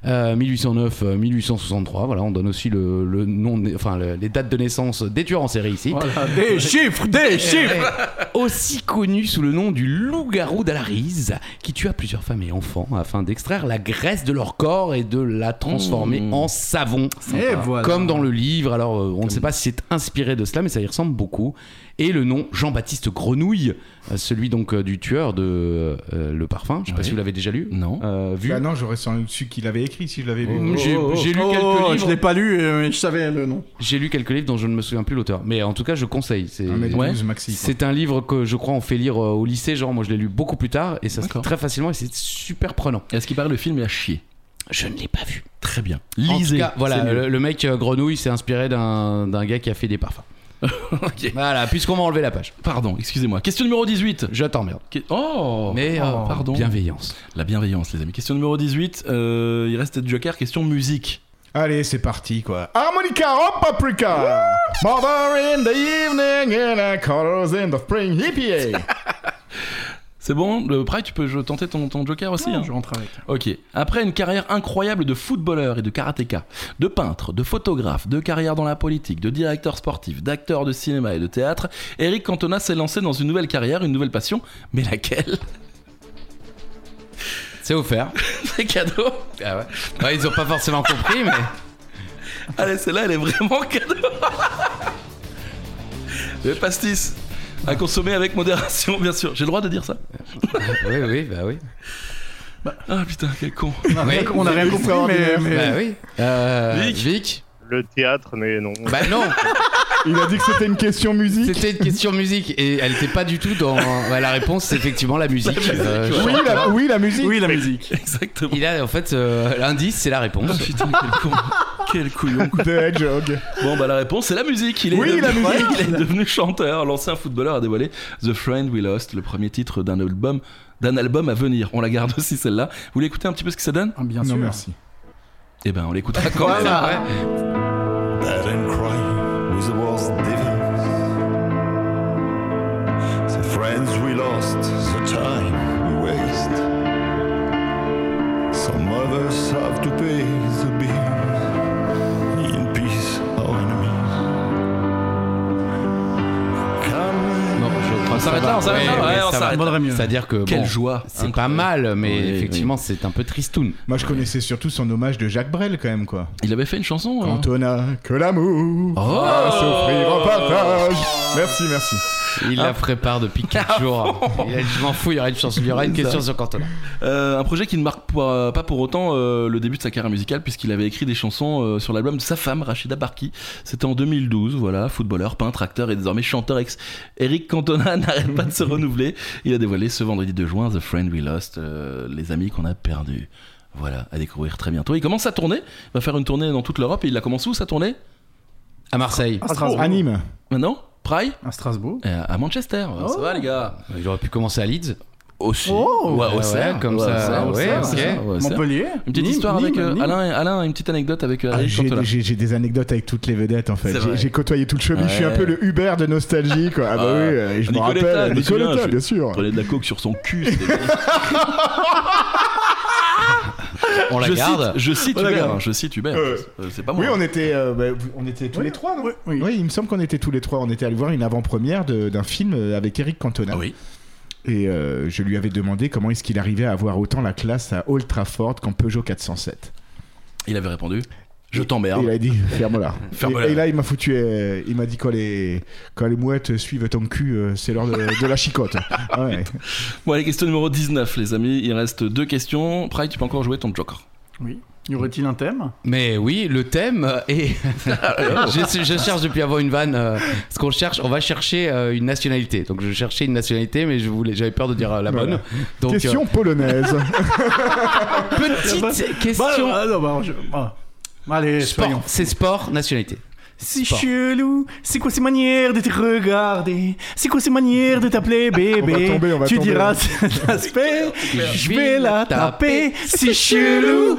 [SPEAKER 3] euh, 1809-1863, voilà, on donne aussi le, le nom, enfin le- les dates de naissance des tueurs en série ici.
[SPEAKER 5] Voilà. Des chiffres, des chiffres.
[SPEAKER 3] Eh, aussi connu sous le nom du loup-garou d'Alariz, qui tua plusieurs femmes et enfants afin d'extraire la graisse de leur corps et de la transformer
[SPEAKER 1] Mmh.
[SPEAKER 3] en savon.
[SPEAKER 5] Et voilà.
[SPEAKER 3] Comme dans le livre, alors euh, on ne sait pas si c'est inspiré de cela, mais ça y ressemble beaucoup. Et le nom Jean-Baptiste Grenouille, euh, celui donc euh, du tueur de euh, Le Parfum. Je ne sais pas
[SPEAKER 1] Ouais.
[SPEAKER 3] si vous l'avez déjà lu.
[SPEAKER 1] Non.
[SPEAKER 3] Euh, vu.
[SPEAKER 4] Ah non, j'aurais su qu'il avait écrit si je l'avais lu.
[SPEAKER 3] Mmh, J'ai j'ai lu
[SPEAKER 5] Oh,
[SPEAKER 3] quelques
[SPEAKER 5] je
[SPEAKER 3] livres.
[SPEAKER 5] l'ai pas lu, euh, mais je savais le nom.
[SPEAKER 3] J'ai lu quelques livres dont je ne me souviens plus l'auteur, mais en tout cas je conseille. C'est
[SPEAKER 4] Un mètre
[SPEAKER 1] Ouais.
[SPEAKER 4] douze maxi. quoi.
[SPEAKER 3] c'est un livre que je crois on fait lire euh, au lycée, genre moi je l'ai lu beaucoup plus tard et ça se lit
[SPEAKER 1] D'accord.
[SPEAKER 3] très facilement et c'est super prenant.
[SPEAKER 1] Est-ce qu'il paraît le film est à chier
[SPEAKER 3] Je ne l'ai pas vu.
[SPEAKER 1] Très bien.
[SPEAKER 3] En tout
[SPEAKER 1] Lisez.
[SPEAKER 3] cas, voilà,
[SPEAKER 1] c'est mieux.
[SPEAKER 3] le, le mec euh, grenouille s'est inspiré d'un d'un gars qui a fait des parfums.
[SPEAKER 1] [LAUGHS] Ok.
[SPEAKER 3] Voilà, puisqu'on m'a enlevé la page.
[SPEAKER 1] Pardon, excusez-moi. Question numéro 18.
[SPEAKER 3] Je t'emmerde.
[SPEAKER 1] Que- Oh
[SPEAKER 3] Mais euh,
[SPEAKER 1] Oh, pardon.
[SPEAKER 3] bienveillance.
[SPEAKER 1] La bienveillance, les amis. Question numéro 18. euh, il reste Joker. Question musique.
[SPEAKER 4] Allez, c'est parti, quoi. Harmonica or paprika! Mother in the evening and I colors in the spring
[SPEAKER 5] [LAUGHS]
[SPEAKER 4] hippie!
[SPEAKER 1] C'est bon, le Pride, tu peux je- tenter ton, ton Joker aussi hein
[SPEAKER 5] je rentre avec.
[SPEAKER 1] Ok. Après une carrière incroyable de footballeur et de karatéka, de peintre, de photographe, de carrière dans la politique, de directeur sportif, d'acteur de cinéma et de théâtre, Eric Cantona s'est lancé dans une nouvelle carrière, une nouvelle passion. Mais laquelle [LAUGHS]
[SPEAKER 3] C'est offert.
[SPEAKER 1] C'est cadeau
[SPEAKER 3] Ah ouais. Ouais, ils ont pas forcément compris, mais
[SPEAKER 1] [LAUGHS] Allez, celle-là, elle est vraiment [LAUGHS] cadeau Le pastis à consommer avec modération, bien sûr. J'ai le droit de dire ça
[SPEAKER 3] oui, oui, bah oui,
[SPEAKER 1] Ah putain, quel
[SPEAKER 3] [LAUGHS]
[SPEAKER 1] con
[SPEAKER 3] Oui.
[SPEAKER 5] On a rien compris, mais, mais-
[SPEAKER 3] bah oui. Euh,
[SPEAKER 1] Vic.
[SPEAKER 3] Vic.
[SPEAKER 6] Le théâtre, mais non.
[SPEAKER 3] Bah non.
[SPEAKER 4] Il a dit que c'était une question musique.
[SPEAKER 3] C'était une question musique et elle n'était pas du tout dans. ouais, la réponse, c'est effectivement la musique. Euh,
[SPEAKER 4] Oui
[SPEAKER 3] chanteur.
[SPEAKER 4] la, oui, la musique.
[SPEAKER 5] oui, la musique.
[SPEAKER 1] Exactement.
[SPEAKER 3] Il a en fait euh, l'indice, c'est la
[SPEAKER 1] Ah
[SPEAKER 3] réponse.
[SPEAKER 1] putain, quel con Quel couillon
[SPEAKER 4] The Hedgehog.
[SPEAKER 1] Bon bah la réponse c'est la musique. Il est
[SPEAKER 4] Oui,
[SPEAKER 1] devenu,
[SPEAKER 4] la musique.
[SPEAKER 1] Il est devenu chanteur. L'ancien footballeur a dévoilé The Friend We Lost, le premier titre d'un album d'un album à venir. On la garde aussi celle-là. Vous voulez écouter un petit peu ce que ça donne
[SPEAKER 5] Ah, bien
[SPEAKER 4] Non,
[SPEAKER 5] sûr.
[SPEAKER 4] merci.
[SPEAKER 1] Eh ben on l'écoutera quand même.
[SPEAKER 3] Voilà, ouais.
[SPEAKER 9] and cry with the worst devils. The friends we lost, the time we waste. Some others have to pay the bills. In peace, our enemies. Come,
[SPEAKER 3] Non, je crois
[SPEAKER 1] On
[SPEAKER 3] que
[SPEAKER 1] s'arrête
[SPEAKER 3] ça
[SPEAKER 1] là,
[SPEAKER 3] va.
[SPEAKER 1] on s'arrête
[SPEAKER 3] Ouais,
[SPEAKER 1] là,
[SPEAKER 3] ouais,
[SPEAKER 1] ouais, on
[SPEAKER 3] ça va.
[SPEAKER 1] s'arrête là.
[SPEAKER 5] Vaudrait mieux.
[SPEAKER 3] C'est-à-dire que
[SPEAKER 1] Quelle
[SPEAKER 3] bon,
[SPEAKER 1] joie
[SPEAKER 3] c'est pas
[SPEAKER 1] Incroyable.
[SPEAKER 3] mal, mais
[SPEAKER 1] Oui, oui.
[SPEAKER 3] effectivement, c'est un peu tristoun.
[SPEAKER 4] Moi, je connaissais surtout son hommage de Jacques Brel, quand même, quoi.
[SPEAKER 1] Il avait fait une
[SPEAKER 5] Oh.
[SPEAKER 1] chanson. hein.
[SPEAKER 4] Quand on a que l'amour
[SPEAKER 1] Oh.
[SPEAKER 4] à s'offrir en partage. Merci, merci.
[SPEAKER 1] Ah.
[SPEAKER 3] Il la prépare depuis 4 jours. Il a dit, je m'en fous, il y aura une chanson, il y aura une question sur Cantona.
[SPEAKER 1] Euh, un projet qui ne marque pas, pas pour autant euh, le début de sa carrière musicale puisqu'il avait écrit des chansons euh, sur l'album de sa femme Rachida Barki. C'était en 2012, voilà, footballeur, peintre, acteur et désormais chanteur ex. Eric Cantona [LAUGHS] n'arrête pas de se renouveler. Il a dévoilé ce vendredi 2 juin The Friend We Lost, euh, les amis qu'on a perdus. Voilà, à découvrir très bientôt. Il commence sa tournée, il va faire une tournée dans toute l'Europe et il la commence où sa tournée
[SPEAKER 3] À Marseille.
[SPEAKER 5] À Ah, Strasbourg.
[SPEAKER 4] Anime.
[SPEAKER 1] Maintenant Praille
[SPEAKER 5] À Strasbourg.
[SPEAKER 1] Euh, À Manchester, ça va les gars
[SPEAKER 3] Il aurait pu commencer à Leeds.
[SPEAKER 1] Aussi.
[SPEAKER 5] Oh,
[SPEAKER 1] ouais,
[SPEAKER 3] ouais,
[SPEAKER 1] Auxerre,
[SPEAKER 3] ouais, comme
[SPEAKER 1] ouais,
[SPEAKER 3] ça,
[SPEAKER 1] Auxerre,
[SPEAKER 3] Ah ouais,
[SPEAKER 1] Auxerre,
[SPEAKER 3] ok.
[SPEAKER 1] Auxerre, ouais, Auxerre.
[SPEAKER 5] Montpellier.
[SPEAKER 1] Une petite
[SPEAKER 5] Nîmes,
[SPEAKER 1] histoire avec
[SPEAKER 5] Nîmes,
[SPEAKER 1] euh,
[SPEAKER 5] Nîmes.
[SPEAKER 1] Alain, Alain, une petite anecdote avec euh,
[SPEAKER 4] Ah,
[SPEAKER 1] Eric
[SPEAKER 4] j'ai-
[SPEAKER 1] Cantona.
[SPEAKER 4] J'ai j'ai des anecdotes avec toutes les vedettes en fait.
[SPEAKER 1] C'est
[SPEAKER 4] J'ai-
[SPEAKER 1] vrai.
[SPEAKER 4] J'ai côtoyé tout le cheville, je suis un
[SPEAKER 1] Ouais.
[SPEAKER 4] peu le Uber de nostalgie quoi. Ah bah
[SPEAKER 1] Ah.
[SPEAKER 4] oui, euh, je me
[SPEAKER 1] Nicoletta, je
[SPEAKER 4] rappelle.
[SPEAKER 1] me souviens,
[SPEAKER 4] Nicoletta,
[SPEAKER 1] je-
[SPEAKER 4] bien sûr.
[SPEAKER 1] Prenez de la coke sur son cul. c'était-
[SPEAKER 3] On la
[SPEAKER 1] je, cite,
[SPEAKER 3] garde.
[SPEAKER 1] je cite
[SPEAKER 4] On la
[SPEAKER 1] Hubert.
[SPEAKER 4] garde.
[SPEAKER 1] hein, Je cite Hubert.
[SPEAKER 4] Euh,
[SPEAKER 1] Euh, C'est pas moi.
[SPEAKER 4] Oui, on était, euh, bah, on était tous les trois, non
[SPEAKER 5] Oui, oui.
[SPEAKER 4] Oui, il me semble qu'on était tous les trois. On était allés voir une avant-première de- d'un film euh, avec Eric Cantona.
[SPEAKER 1] Ah oui.
[SPEAKER 4] Et euh, je lui avais demandé comment est-ce qu'il arrivait à avoir autant la classe à Old Trafford qu'en Peugeot 407.
[SPEAKER 1] Il avait répondu. Je
[SPEAKER 4] Et il
[SPEAKER 1] t'emmerde.
[SPEAKER 4] a dit ferme-la.
[SPEAKER 1] Ferme-la.
[SPEAKER 4] et, et là, il m'a foutu. euh, il m'a dit quand les, quand les mouettes suivent ton cul, euh, c'est l'heure de, de
[SPEAKER 1] [LAUGHS]
[SPEAKER 4] la chicote. Ah ouais.
[SPEAKER 1] Bon, allez, question numéro 19, les amis. Il reste deux questions. Pride, tu peux encore jouer ton Joker.
[SPEAKER 5] Oui.
[SPEAKER 3] Ah,
[SPEAKER 5] Y aurait-il un thème
[SPEAKER 3] Mais oui, le thème euh, est.
[SPEAKER 1] Ah,
[SPEAKER 3] [LAUGHS] je, je cherche depuis avant une vanne. euh, ce qu'on cherche, on va chercher euh, une nationalité. Donc je cherchais une nationalité, mais je voulais, j'avais peur de dire euh, la
[SPEAKER 4] Voilà.
[SPEAKER 3] bonne. Donc euh,
[SPEAKER 4] Question polonaise.
[SPEAKER 1] Bah,
[SPEAKER 3] petite question.
[SPEAKER 5] Bah, ah, non, bah, je- ah. Allez, soyons.
[SPEAKER 3] Sport, c'est sport, nationalité.
[SPEAKER 5] Si
[SPEAKER 3] Sport.
[SPEAKER 5] chelou, c'est quoi ces manières de te regarder C'est quoi ces manières de
[SPEAKER 3] Ah,
[SPEAKER 5] t'appeler bébé
[SPEAKER 4] va tomber, on va
[SPEAKER 5] Tu
[SPEAKER 4] tomber.
[SPEAKER 5] diras
[SPEAKER 3] [LAUGHS]
[SPEAKER 5] cet aspect, je vais la taper. Si chelou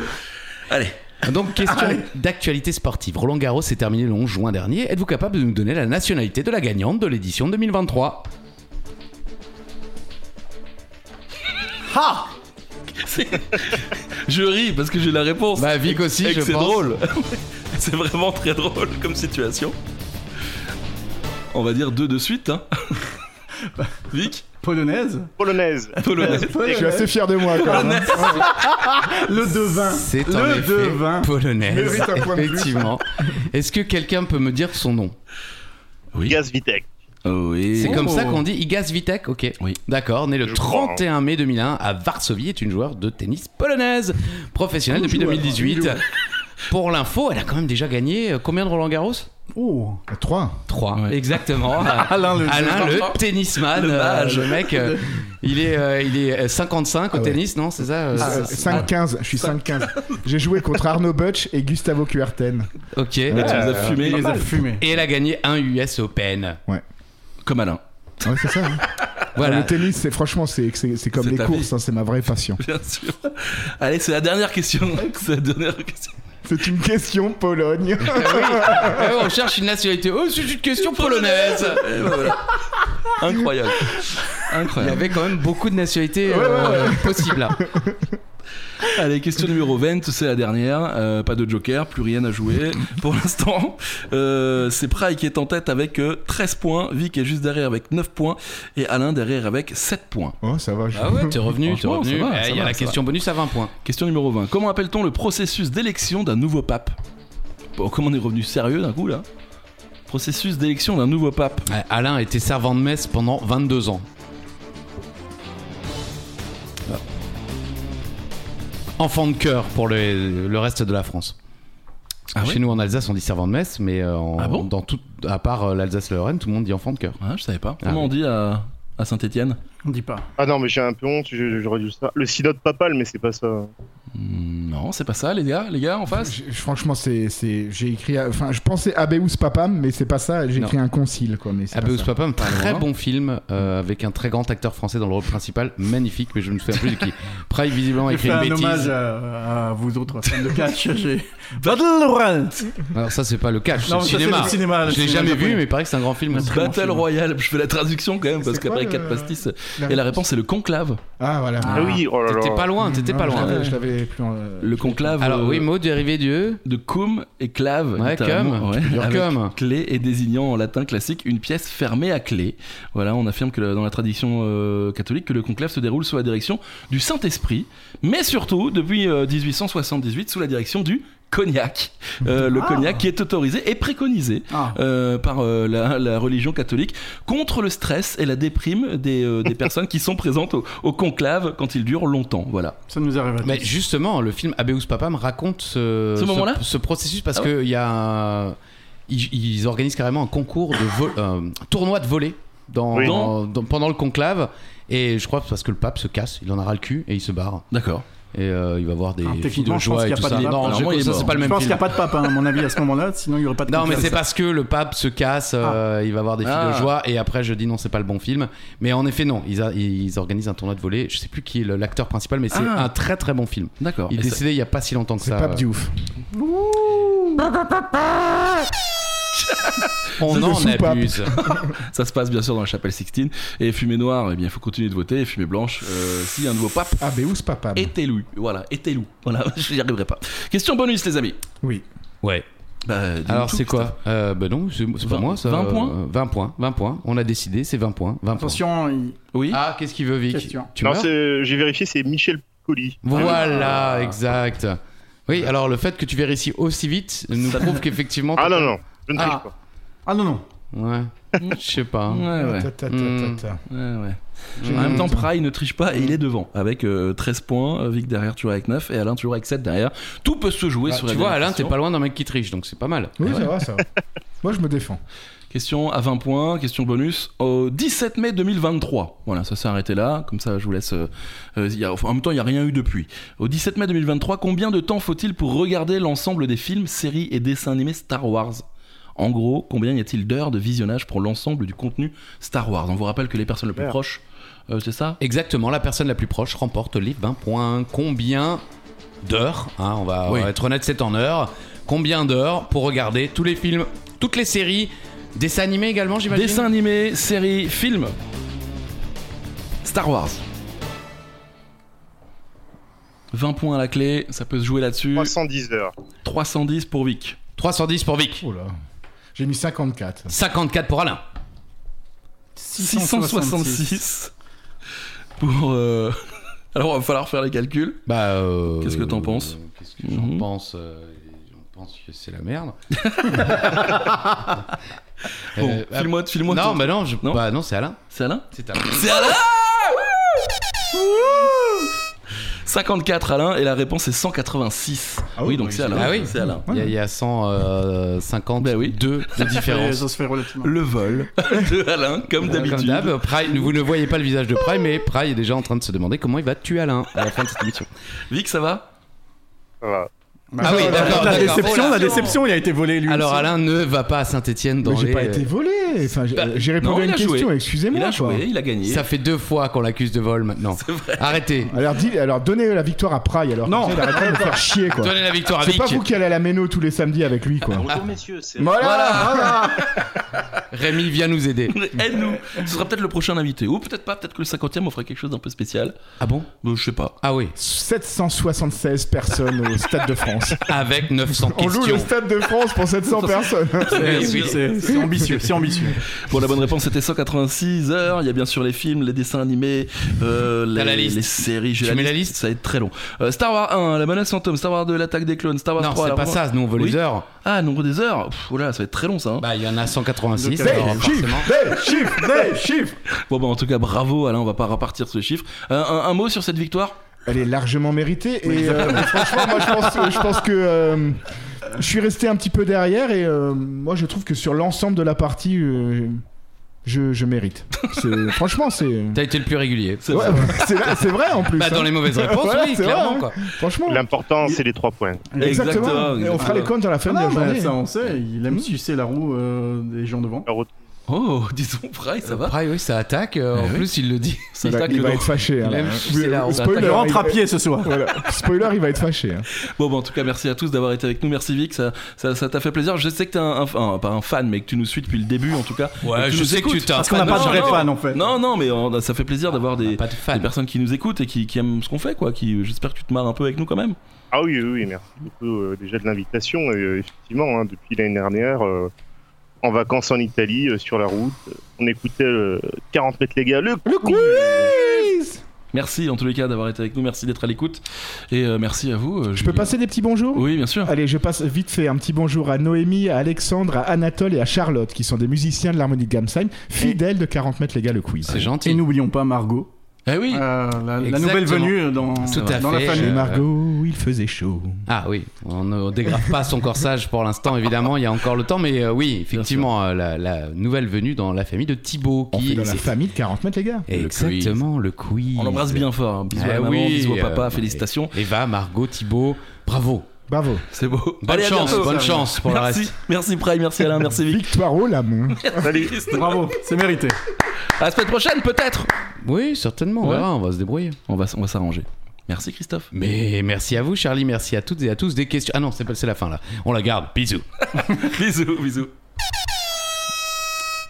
[SPEAKER 1] Allez.
[SPEAKER 3] Donc, question d'actualité sportive. Roland Garros s'est terminé le 11 juin dernier. Êtes-vous capable de nous donner la nationalité de la gagnante de l'édition 2023
[SPEAKER 1] [LAUGHS] Je ris parce que j'ai la réponse.
[SPEAKER 3] Bah, Vic
[SPEAKER 1] Et-
[SPEAKER 3] aussi,
[SPEAKER 1] et que
[SPEAKER 3] je
[SPEAKER 1] C'est
[SPEAKER 3] pense.
[SPEAKER 1] drôle. c'est vraiment [LAUGHS] très drôle comme situation. On va dire deux de suite. hein. Vic
[SPEAKER 5] Polonaise
[SPEAKER 6] Polonaise.
[SPEAKER 1] Polonaise.
[SPEAKER 4] Je suis assez fier de moi quand même. hein.
[SPEAKER 5] Le devin.
[SPEAKER 3] C'est
[SPEAKER 5] Le
[SPEAKER 3] en effet
[SPEAKER 5] devin.
[SPEAKER 3] polonaise.
[SPEAKER 4] Mérite un point de plus.
[SPEAKER 3] Effectivement. Est-ce que quelqu'un peut me dire son nom
[SPEAKER 1] Oui.
[SPEAKER 6] Gaz Vitek.
[SPEAKER 1] Oh Oui.
[SPEAKER 3] C'est comme ça qu'on dit Igaz Vitek, ok.
[SPEAKER 1] Oui.
[SPEAKER 3] D'accord, né le
[SPEAKER 6] Je crois, hein.
[SPEAKER 3] 31 mai 2001 à Varsovie, est une joueure de tennis polonaise, professionnelle depuis 2018. Pour l'info, elle a quand même déjà gagné euh, combien de Roland Garros
[SPEAKER 5] Oh.
[SPEAKER 4] 3.
[SPEAKER 3] 3.
[SPEAKER 1] Ouais.
[SPEAKER 3] [LAUGHS] Exactement. Alain le, tennisman,
[SPEAKER 1] Le
[SPEAKER 3] euh,
[SPEAKER 1] mage.
[SPEAKER 3] le mec, euh, il, est, euh, il est euh, 55 au
[SPEAKER 4] Ah ouais.
[SPEAKER 3] tennis, non C'est ça euh, c'est-
[SPEAKER 4] 5-15, je suis 5-15. J'ai joué contre Arnaud Butch et Gustavo Kuerten.
[SPEAKER 3] Ok.
[SPEAKER 1] Mais tu nous as
[SPEAKER 5] Il
[SPEAKER 1] fumé
[SPEAKER 5] les a fumés.
[SPEAKER 3] Et elle a gagné un US Open.
[SPEAKER 1] comme Alain.
[SPEAKER 4] Ouais, c'est ça. hein.
[SPEAKER 3] Voilà.
[SPEAKER 4] Le tennis, c'est franchement, c'est c'est- c'est comme
[SPEAKER 1] C'est
[SPEAKER 4] les
[SPEAKER 1] ta
[SPEAKER 4] courses, hein, c'est ma vraie
[SPEAKER 3] [LAUGHS]
[SPEAKER 4] passion.
[SPEAKER 1] Bien sûr. Allez, c'est la dernière question. C'est la dernière question.
[SPEAKER 4] C'est une question
[SPEAKER 3] [LAUGHS]
[SPEAKER 4] Pologne.
[SPEAKER 3] Eh, on cherche une nationalité. Oh, c'est une question polonaise.
[SPEAKER 1] Eh ben voilà. Incroyable.
[SPEAKER 3] Il y
[SPEAKER 1] Incroyable.
[SPEAKER 3] avait quand même beaucoup de nationalités euh, possibles là.
[SPEAKER 1] Allez, question numéro 20, c'est la dernière. Euh, pas de joker, plus rien à jouer pour l'instant. Euh, c'est Pry qui est en tête avec euh, 13 points, Vic est juste derrière avec 9 points et Alain derrière avec 7 points.
[SPEAKER 4] Oh, ça va. je-
[SPEAKER 3] Ah ouais, t'es revenu, t'es
[SPEAKER 1] Franchement,
[SPEAKER 3] revenu.
[SPEAKER 1] ça va,
[SPEAKER 3] Eh,
[SPEAKER 1] ça
[SPEAKER 3] Il y a
[SPEAKER 1] va,
[SPEAKER 3] la
[SPEAKER 1] ça
[SPEAKER 3] question bonus à 20 points.
[SPEAKER 1] Question numéro 20. Comment appelle-t-on le processus d'élection d'un nouveau pape Bon, Comment on est revenu sérieux d'un coup là Processus d'élection d'un nouveau pape.
[SPEAKER 3] Eh, Alain a été servant de messe pendant 22 ans. Enfant de cœur pour le, le reste de la France.
[SPEAKER 1] Ah
[SPEAKER 3] Chez
[SPEAKER 1] ouais
[SPEAKER 3] nous en Alsace, on dit servant de messe, mais euh, en-
[SPEAKER 1] Ah bon
[SPEAKER 3] dans tout, à part euh, l'Alsace-Lorraine, tout le monde dit enfant de cœur.
[SPEAKER 1] Ah, je savais pas.
[SPEAKER 3] Ah
[SPEAKER 1] Comment
[SPEAKER 3] oui.
[SPEAKER 1] on dit à, à Saint-Étienne
[SPEAKER 5] On dit pas.
[SPEAKER 6] Ah non, mais j'ai un peu honte, je- j'aurais dû ça. Le synode papal, mais c'est pas ça.
[SPEAKER 1] Hmm, Non, c'est pas ça, les gars, les gars en [LAUGHS] face.
[SPEAKER 4] Je- je- franchement, c'est, c'est, j'ai écrit, à- enfin, je pensais Abeus Papam, mais c'est pas ça. J'ai
[SPEAKER 3] Non.
[SPEAKER 4] écrit un concile, quoi. Mais c'est pas
[SPEAKER 3] Abeus
[SPEAKER 4] ça.
[SPEAKER 3] Papam, très
[SPEAKER 4] loin.
[SPEAKER 3] bon film euh, avec un très grand acteur français dans le rôle principal, magnifique, mais je ne sais plus de qui. Pride visiblement a
[SPEAKER 5] Je
[SPEAKER 3] écrit
[SPEAKER 5] fais
[SPEAKER 3] une
[SPEAKER 5] un hommage
[SPEAKER 3] bêtise.
[SPEAKER 5] à, à vous autres fans
[SPEAKER 3] [LAUGHS]
[SPEAKER 5] de catch. J'ai Battle Royale.
[SPEAKER 3] Alors ça c'est pas le catch, c'est
[SPEAKER 5] Non,
[SPEAKER 3] le
[SPEAKER 5] ça, c'est le
[SPEAKER 3] cinéma.
[SPEAKER 5] cinéma, le
[SPEAKER 3] Je l'ai
[SPEAKER 5] cinéma
[SPEAKER 3] jamais vu,
[SPEAKER 5] japonais.
[SPEAKER 3] mais il paraît que c'est un grand film.
[SPEAKER 5] Très bon
[SPEAKER 1] Battle
[SPEAKER 5] film.
[SPEAKER 1] Royale, je fais la traduction quand même parce
[SPEAKER 4] C'est
[SPEAKER 1] qu'après
[SPEAKER 4] quoi
[SPEAKER 1] 4
[SPEAKER 4] le-
[SPEAKER 1] pastis. Et la réponse c'est le conclave.
[SPEAKER 4] Ah voilà.
[SPEAKER 6] Ah, oui, oh là là.
[SPEAKER 3] T'étais pas loin, t'étais pas
[SPEAKER 4] Non,
[SPEAKER 3] loin.
[SPEAKER 4] Je l'avais, je l'avais plus. en- euh,
[SPEAKER 1] Le conclave
[SPEAKER 3] Alors
[SPEAKER 1] euh,
[SPEAKER 3] oui, mot dérivé de
[SPEAKER 1] de cum et clave.
[SPEAKER 3] Ouais,
[SPEAKER 1] littéralement,
[SPEAKER 3] cum,
[SPEAKER 1] ouais,
[SPEAKER 3] tu peux dire
[SPEAKER 1] avec
[SPEAKER 3] cum.
[SPEAKER 1] clé et désignant en latin classique une pièce fermée à clé. Voilà, on affirme que dans la tradition euh, catholique que le conclave se déroule sous la direction du Saint-Esprit, mais surtout depuis euh, 1878 sous la direction du cognac. Euh, le
[SPEAKER 5] Ah.
[SPEAKER 1] cognac qui est autorisé et préconisé
[SPEAKER 5] Ah.
[SPEAKER 1] euh, par euh, la, la religion catholique contre le stress et la déprime des, euh,
[SPEAKER 3] [LAUGHS]
[SPEAKER 1] des personnes qui sont présentes au, au conclave quand il dure longtemps. Voilà.
[SPEAKER 5] Ça nous arrive à
[SPEAKER 3] Mais
[SPEAKER 5] tous.
[SPEAKER 3] justement, le film Abeus Papam raconte ce,
[SPEAKER 1] Ce moment-là
[SPEAKER 3] ce processus parce
[SPEAKER 1] Ah
[SPEAKER 3] que il y a un- ils, ils organisent carrément un concours de vo- euh, un tournoi de volley dans,
[SPEAKER 6] Oui.
[SPEAKER 3] dans- dans- pendant le conclave et je crois que c'est parce que le pape se casse, il en a ras le cul et il se barre
[SPEAKER 1] D'accord.
[SPEAKER 3] et euh, il va voir des
[SPEAKER 5] Ah,
[SPEAKER 3] filles de
[SPEAKER 5] techniquement, je pense
[SPEAKER 3] joie
[SPEAKER 5] qu'il
[SPEAKER 3] et
[SPEAKER 5] y a
[SPEAKER 3] tout
[SPEAKER 5] pas de
[SPEAKER 3] ça.
[SPEAKER 5] pape.
[SPEAKER 3] Non,
[SPEAKER 1] Alors
[SPEAKER 3] je-
[SPEAKER 1] moi, il est
[SPEAKER 3] ça,
[SPEAKER 1] mort.
[SPEAKER 3] c'est pas le
[SPEAKER 5] Je
[SPEAKER 3] même
[SPEAKER 5] pense qu'il n'y
[SPEAKER 3] film.
[SPEAKER 5] a pas de pape hein, à mon avis à ce moment-là, sinon il n'y aurait pas de
[SPEAKER 3] Non, mais
[SPEAKER 5] conclave.
[SPEAKER 3] c'est parce que le pape se casse, euh, il va voir des filles
[SPEAKER 1] Ah.
[SPEAKER 3] de joie, et après je dis non, c'est pas le bon film. Mais en effet, non, ils, a- ils organisent un tournoi de volley. Je sais plus qui est le- l'acteur principal, mais c'est
[SPEAKER 1] Ah.
[SPEAKER 3] un très très bon film.
[SPEAKER 1] D'accord.
[SPEAKER 3] Il est
[SPEAKER 1] Et ça-
[SPEAKER 3] décédé il y a pas si longtemps que
[SPEAKER 4] C'est
[SPEAKER 3] ça. euh.
[SPEAKER 4] Pape Diouf.
[SPEAKER 3] On
[SPEAKER 4] C'est
[SPEAKER 3] en
[SPEAKER 4] le sous-pape.
[SPEAKER 3] abuse.
[SPEAKER 1] Ça se passe bien sûr dans la chapelle Sixtine. Et fumée noire, eh bien, il faut continuer de voter. Et fumée blanche, euh, si un nouveau pape
[SPEAKER 4] Abeus Papam.
[SPEAKER 1] est élu. Voilà, est élu. Voilà, [LAUGHS] je n'y arriverai pas. Question bonus, les amis.
[SPEAKER 4] Oui.
[SPEAKER 3] ouais.
[SPEAKER 1] Bah, dis-nous
[SPEAKER 3] Alors
[SPEAKER 1] tout,
[SPEAKER 3] c'est quoi euh, Ben non, c'est c'est pas
[SPEAKER 1] 20
[SPEAKER 3] moi ça.
[SPEAKER 1] 20 points
[SPEAKER 3] Euh, 20 points, 20 points. On a décidé, c'est 20 points. 20 points.
[SPEAKER 5] Attention, il-
[SPEAKER 1] Oui.
[SPEAKER 3] Ah, qu'est-ce qu'il veut, Vic
[SPEAKER 5] Question.
[SPEAKER 3] Tu
[SPEAKER 6] Non,
[SPEAKER 3] meurs
[SPEAKER 6] c'est- j'ai vérifié, c'est Michel Piccoli.
[SPEAKER 3] Voilà, exact. Oui, alors le fait que tu vérifies aussi vite nous prouve qu'effectivement.
[SPEAKER 6] Ah non, non, je ne triche
[SPEAKER 5] Ah.
[SPEAKER 6] pas.
[SPEAKER 5] Ah non, non.
[SPEAKER 3] [LAUGHS] Ouais. Je sais pas.
[SPEAKER 1] Ouais, Ah, ouais,
[SPEAKER 4] Ta, ta, ta,
[SPEAKER 3] Hmm.
[SPEAKER 4] ta, ta.
[SPEAKER 1] ouais, ouais. En même temps, Pry ne triche pas et il est devant avec euh, 13 points. euh, Vic derrière, toujours avec 9 et Alain toujours avec 7 derrière. Tout peut se jouer
[SPEAKER 3] Bah,
[SPEAKER 1] sur la
[SPEAKER 3] tu vois,
[SPEAKER 1] dernière
[SPEAKER 3] Alain, t'es
[SPEAKER 1] question.
[SPEAKER 3] pas loin d'un mec qui triche, donc c'est pas mal.
[SPEAKER 4] Oui, ça va, ça va. Moi, je me défends.
[SPEAKER 1] Question à 20 points, question bonus au 17 mai 2023. Voilà, ça s'est arrêté là, comme ça je vous laisse. euh, euh, il y a- enfin, en même temps, il n'y a rien eu depuis. Au 17 mai 2023, combien de temps faut-il pour regarder l'ensemble des films, séries et dessins animés Star Wars En gros, combien y a-t-il d'heures de visionnage pour l'ensemble du contenu Star Wars On vous rappelle que les personnes les plus
[SPEAKER 6] Merde.
[SPEAKER 1] proches, euh, c'est ça
[SPEAKER 3] Exactement, la personne la plus proche remporte les 20 points. Combien d'heures hein, On va
[SPEAKER 1] Oui.
[SPEAKER 3] on va être honnête, c'est en heures. Combien d'heures pour regarder tous les films, toutes les séries, dessins animés également, j'imagine
[SPEAKER 1] Dessins animés, séries, films Star Wars. 20 points à la clé, ça peut se jouer là-dessus.
[SPEAKER 6] 310 heures.
[SPEAKER 1] 310 pour Vic.
[SPEAKER 3] 310 pour Vic,
[SPEAKER 4] Oh là. J'ai mis 54.
[SPEAKER 3] 54 pour Alain,
[SPEAKER 1] 666 pour. euh, [LAUGHS] Alors, il va falloir faire les calculs.
[SPEAKER 3] Bah, euh,
[SPEAKER 1] Qu'est-ce que t'en penses
[SPEAKER 3] Qu'est-ce que j'en
[SPEAKER 1] Mhm.
[SPEAKER 3] pense euh, J'en pense que c'est la
[SPEAKER 1] [LAUGHS]
[SPEAKER 3] merde.
[SPEAKER 1] Bon,
[SPEAKER 3] Euh, ah,
[SPEAKER 1] file-moi, file-moi.
[SPEAKER 3] non,
[SPEAKER 1] ton-
[SPEAKER 3] bah non, je,
[SPEAKER 1] Non
[SPEAKER 3] bah non, c'est Alain.
[SPEAKER 1] C'est Alain
[SPEAKER 3] C'est Alain.
[SPEAKER 1] C'est Alain 54 Alain et la réponse est 186.
[SPEAKER 4] Ah
[SPEAKER 1] oui,
[SPEAKER 4] oui,
[SPEAKER 1] donc
[SPEAKER 4] oui,
[SPEAKER 1] c'est Alain.
[SPEAKER 3] Ah oui.
[SPEAKER 1] c'est Alain.
[SPEAKER 3] Il y a- il y a 152
[SPEAKER 1] Bah oui. [LAUGHS]
[SPEAKER 3] de différence.
[SPEAKER 5] Ça se fait relativement.
[SPEAKER 4] Le vol.
[SPEAKER 1] De Alain, comme
[SPEAKER 3] Comme
[SPEAKER 1] d'habitude.
[SPEAKER 3] d'hab, Pry- vous ne voyez pas le visage de Pry, mais Pry est déjà en train de se demander comment il va tuer Alain à la fin de cette émission.
[SPEAKER 1] Vic, ça va
[SPEAKER 6] Voilà.
[SPEAKER 3] Ah oui, d'accord,
[SPEAKER 5] La
[SPEAKER 3] d'accord.
[SPEAKER 5] déception,
[SPEAKER 3] Oh là.
[SPEAKER 5] la déception, il a été volé lui.
[SPEAKER 3] Alors
[SPEAKER 5] aussi.
[SPEAKER 3] Alain ne va pas à Saint-Etienne dans
[SPEAKER 4] Mais j'ai
[SPEAKER 3] les-
[SPEAKER 4] pas été volé. Enfin, j'ai-
[SPEAKER 1] Bah,
[SPEAKER 4] j'ai répondu
[SPEAKER 1] non,
[SPEAKER 4] à
[SPEAKER 1] il
[SPEAKER 4] une
[SPEAKER 1] a joué.
[SPEAKER 4] question,
[SPEAKER 1] Il a
[SPEAKER 4] excusez-moi. quoi.
[SPEAKER 1] joué, il a gagné.
[SPEAKER 3] [LAUGHS] Ça fait deux fois qu'on l'accuse de vol maintenant.
[SPEAKER 1] C'est vrai.
[SPEAKER 3] Arrêtez.
[SPEAKER 4] Alors, dis, alors donnez la victoire à Praille. Alors,
[SPEAKER 5] Non.
[SPEAKER 4] comme ça, il arrêtera de me faire chier. Quoi.
[SPEAKER 3] Donnez la victoire à
[SPEAKER 4] C'est
[SPEAKER 3] Vic.
[SPEAKER 4] pas vous qui allez à la méno tous les samedis avec lui.
[SPEAKER 3] Ah.
[SPEAKER 4] Quoi.
[SPEAKER 7] Bonjour messieurs, c'est
[SPEAKER 4] Voilà, voilà.
[SPEAKER 3] Rémi vient
[SPEAKER 1] [LAUGHS]
[SPEAKER 3] nous aider.
[SPEAKER 1] Aide-nous. Ce sera peut-être le prochain invité. Ou peut-être pas, peut-être que le 50e, on fera quelque chose d'un peu spécial.
[SPEAKER 3] Ah bon
[SPEAKER 1] Bon, je sais pas.
[SPEAKER 3] Ah oui.
[SPEAKER 4] 776 personnes au Stade de France.
[SPEAKER 3] Avec 900
[SPEAKER 4] On loue le
[SPEAKER 3] questions.
[SPEAKER 4] Stade de France pour 700 personnes.
[SPEAKER 5] C'est-
[SPEAKER 3] Oui, oui.
[SPEAKER 5] c'est c'est ambitieux, c'est ambitieux.
[SPEAKER 1] Bon, la bonne réponse était 186 heures. Il y a bien sûr les films, les dessins animés, euh, les,
[SPEAKER 3] T'as la liste.
[SPEAKER 1] les séries. J'ai
[SPEAKER 3] Tu mets la liste
[SPEAKER 1] Ça va être très long. Euh, Star Wars 1, La menace fantôme, Star Wars 2, L'attaque des clones, Star Wars
[SPEAKER 3] Non,
[SPEAKER 1] 3.
[SPEAKER 3] c'est
[SPEAKER 1] la
[SPEAKER 3] pas
[SPEAKER 1] revanche-
[SPEAKER 3] ça, nous on veut
[SPEAKER 1] Oui.
[SPEAKER 3] les heures.
[SPEAKER 1] Ah, nombre des heures. Pff, oula, ça va être très long ça. hein.
[SPEAKER 3] Bah, il y en a 186.
[SPEAKER 5] Des
[SPEAKER 3] alors forcément.
[SPEAKER 4] Des chiffres, des chiffres.
[SPEAKER 1] Bon, bah, en tout cas, bravo Alain, on va pas repartir sur les chiffres. Euh, un, un mot sur cette victoire
[SPEAKER 4] Elle est largement méritée. Et euh, franchement, moi, je pense, je pense que. euh, je suis resté un petit peu derrière et euh, moi je trouve que sur l'ensemble de la partie, euh, je, je mérite. C'est- Franchement, c'est ouais,
[SPEAKER 3] T'as été le plus régulier.
[SPEAKER 1] C'est vrai.
[SPEAKER 4] [LAUGHS] c'est c'est vrai en plus.
[SPEAKER 3] Bah, dans
[SPEAKER 4] hein.
[SPEAKER 3] les mauvaises réponses,
[SPEAKER 4] Voilà,
[SPEAKER 3] oui,
[SPEAKER 4] c'est
[SPEAKER 3] clairement
[SPEAKER 4] vrai,
[SPEAKER 3] quoi.
[SPEAKER 4] Franchement,
[SPEAKER 6] L'important, c'est les trois points.
[SPEAKER 4] exactement.
[SPEAKER 1] Exactement,
[SPEAKER 4] Et on fera les comptes à la fin
[SPEAKER 5] Ah
[SPEAKER 4] de la
[SPEAKER 5] non, mais
[SPEAKER 4] journée.
[SPEAKER 5] ça on sait, il aime sucer la roue euh, des gens devant.
[SPEAKER 6] Alors,
[SPEAKER 1] Oh, [LAUGHS] disons, Fry, ça va
[SPEAKER 3] Après, oui, ça attaque. euh, en plus, il le dit.
[SPEAKER 1] Ça
[SPEAKER 4] Il va-
[SPEAKER 1] tacle
[SPEAKER 4] il va
[SPEAKER 1] dans-
[SPEAKER 4] être fâché. hein.
[SPEAKER 3] Il aime
[SPEAKER 4] Oui,
[SPEAKER 3] sucer la honte.
[SPEAKER 4] spoiler,
[SPEAKER 5] Je rentre à
[SPEAKER 4] il-
[SPEAKER 5] pied ce soir.
[SPEAKER 4] voilà. Spoiler, il va être fâché. hein.
[SPEAKER 1] Bon, bah, en tout cas, merci à tous d'avoir été avec nous. Merci Vic, ça ça ça t'a fait plaisir. Je sais que t'es un, un- un- pas un fan, mais que tu nous suis depuis le début, en tout cas. Et
[SPEAKER 3] Ouais,
[SPEAKER 1] que tu
[SPEAKER 3] je
[SPEAKER 1] nous
[SPEAKER 3] sais que
[SPEAKER 1] écoutes.
[SPEAKER 3] tu hein. t'as.
[SPEAKER 5] Parce qu'on n'a pas de vrai
[SPEAKER 1] non.
[SPEAKER 5] fan en fait.
[SPEAKER 1] Non, non, mais on- ça fait plaisir d'avoir des,
[SPEAKER 3] Ah, Pas de
[SPEAKER 1] des
[SPEAKER 3] fan.
[SPEAKER 1] personnes qui nous écoutent et qui, qui aiment ce qu'on fait, quoi. Qui, j'espère que tu te marres un peu avec nous quand même.
[SPEAKER 6] Ah oui, oui, oui, merci beaucoup euh, déjà de l'invitation. Et, euh, effectivement, hein, depuis l'année dernière, euh, en vacances en Italie, euh, sur la route, euh, on écoutait euh, 40 mètres les gars, le, quiz
[SPEAKER 1] Merci en tous les cas d'avoir été avec nous. Merci d'être à l'écoute et euh, merci à vous. euh,
[SPEAKER 4] Je peux
[SPEAKER 1] Julien.
[SPEAKER 4] passer des petits bonjours
[SPEAKER 1] Oui, bien sûr.
[SPEAKER 4] Allez, je passe vite fait un petit bonjour à Noémie, à Alexandre, à Anatole et à Charlotte, qui sont des musiciens de l'harmonie de Gamsheim, fidèles de 40 mètres, les gars, le quiz.
[SPEAKER 3] C'est
[SPEAKER 5] Et
[SPEAKER 3] gentil.
[SPEAKER 5] n'oublions pas Margot,
[SPEAKER 3] Ah oui.
[SPEAKER 5] euh, la, la
[SPEAKER 3] Exactement.
[SPEAKER 5] nouvelle venue dans,
[SPEAKER 3] Tout à
[SPEAKER 5] dans
[SPEAKER 3] fait.
[SPEAKER 5] la
[SPEAKER 4] Chez
[SPEAKER 5] famille.
[SPEAKER 3] Euh,
[SPEAKER 4] Margot, il faisait chaud.
[SPEAKER 3] Ah oui, on ne dégrave pas son corsage pour l'instant, évidemment, il y a encore le temps, mais euh, oui, effectivement, euh, la, la nouvelle venue dans la famille de Thibaut
[SPEAKER 4] On
[SPEAKER 3] qui
[SPEAKER 4] fait dans la
[SPEAKER 3] c'est-
[SPEAKER 4] famille de 40 mètres, les gars.
[SPEAKER 1] Le
[SPEAKER 3] Exactement, le quiz.
[SPEAKER 1] On l'embrasse bien fort. hein. Bisous à
[SPEAKER 3] Ah
[SPEAKER 1] la maman,
[SPEAKER 3] oui,
[SPEAKER 1] bisous au papa,
[SPEAKER 3] euh,
[SPEAKER 1] félicitations.
[SPEAKER 3] Eva, Margot, Thibaut, bravo.
[SPEAKER 4] Bravo.
[SPEAKER 1] C'est beau.
[SPEAKER 3] Bonne
[SPEAKER 1] Allez, à
[SPEAKER 3] chance,
[SPEAKER 1] bientôt.
[SPEAKER 3] bonne chance pour le
[SPEAKER 1] Merci,
[SPEAKER 3] reste.
[SPEAKER 1] merci Prime, merci Alain, merci Vic.
[SPEAKER 4] Victoire au Lamont.
[SPEAKER 6] Salut
[SPEAKER 5] Bravo, c'est mérité.
[SPEAKER 1] [LAUGHS] À la semaine prochaine peut-être.
[SPEAKER 3] Oui, certainement, on
[SPEAKER 1] Ouais.
[SPEAKER 3] verra, on va se débrouiller.
[SPEAKER 1] On va, s- on va s'arranger. Merci Christophe.
[SPEAKER 3] Mais merci à vous, Charlie, merci à toutes et à tous. Des questions. Ah non, c'est pas- c'est la fin là. On la garde. Bisous.
[SPEAKER 1] bisous, bisous.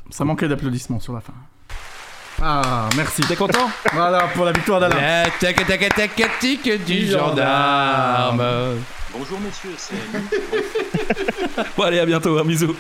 [SPEAKER 5] Ça manquait d'applaudissements sur la fin. Ah, merci. T'es content Voilà, pour la victoire d'Alain.
[SPEAKER 3] La tac tac tac tic du
[SPEAKER 5] Du
[SPEAKER 3] gendarme.
[SPEAKER 7] Bonjour messieurs, c'est
[SPEAKER 1] Bon allez, à bientôt, hein, un bisou.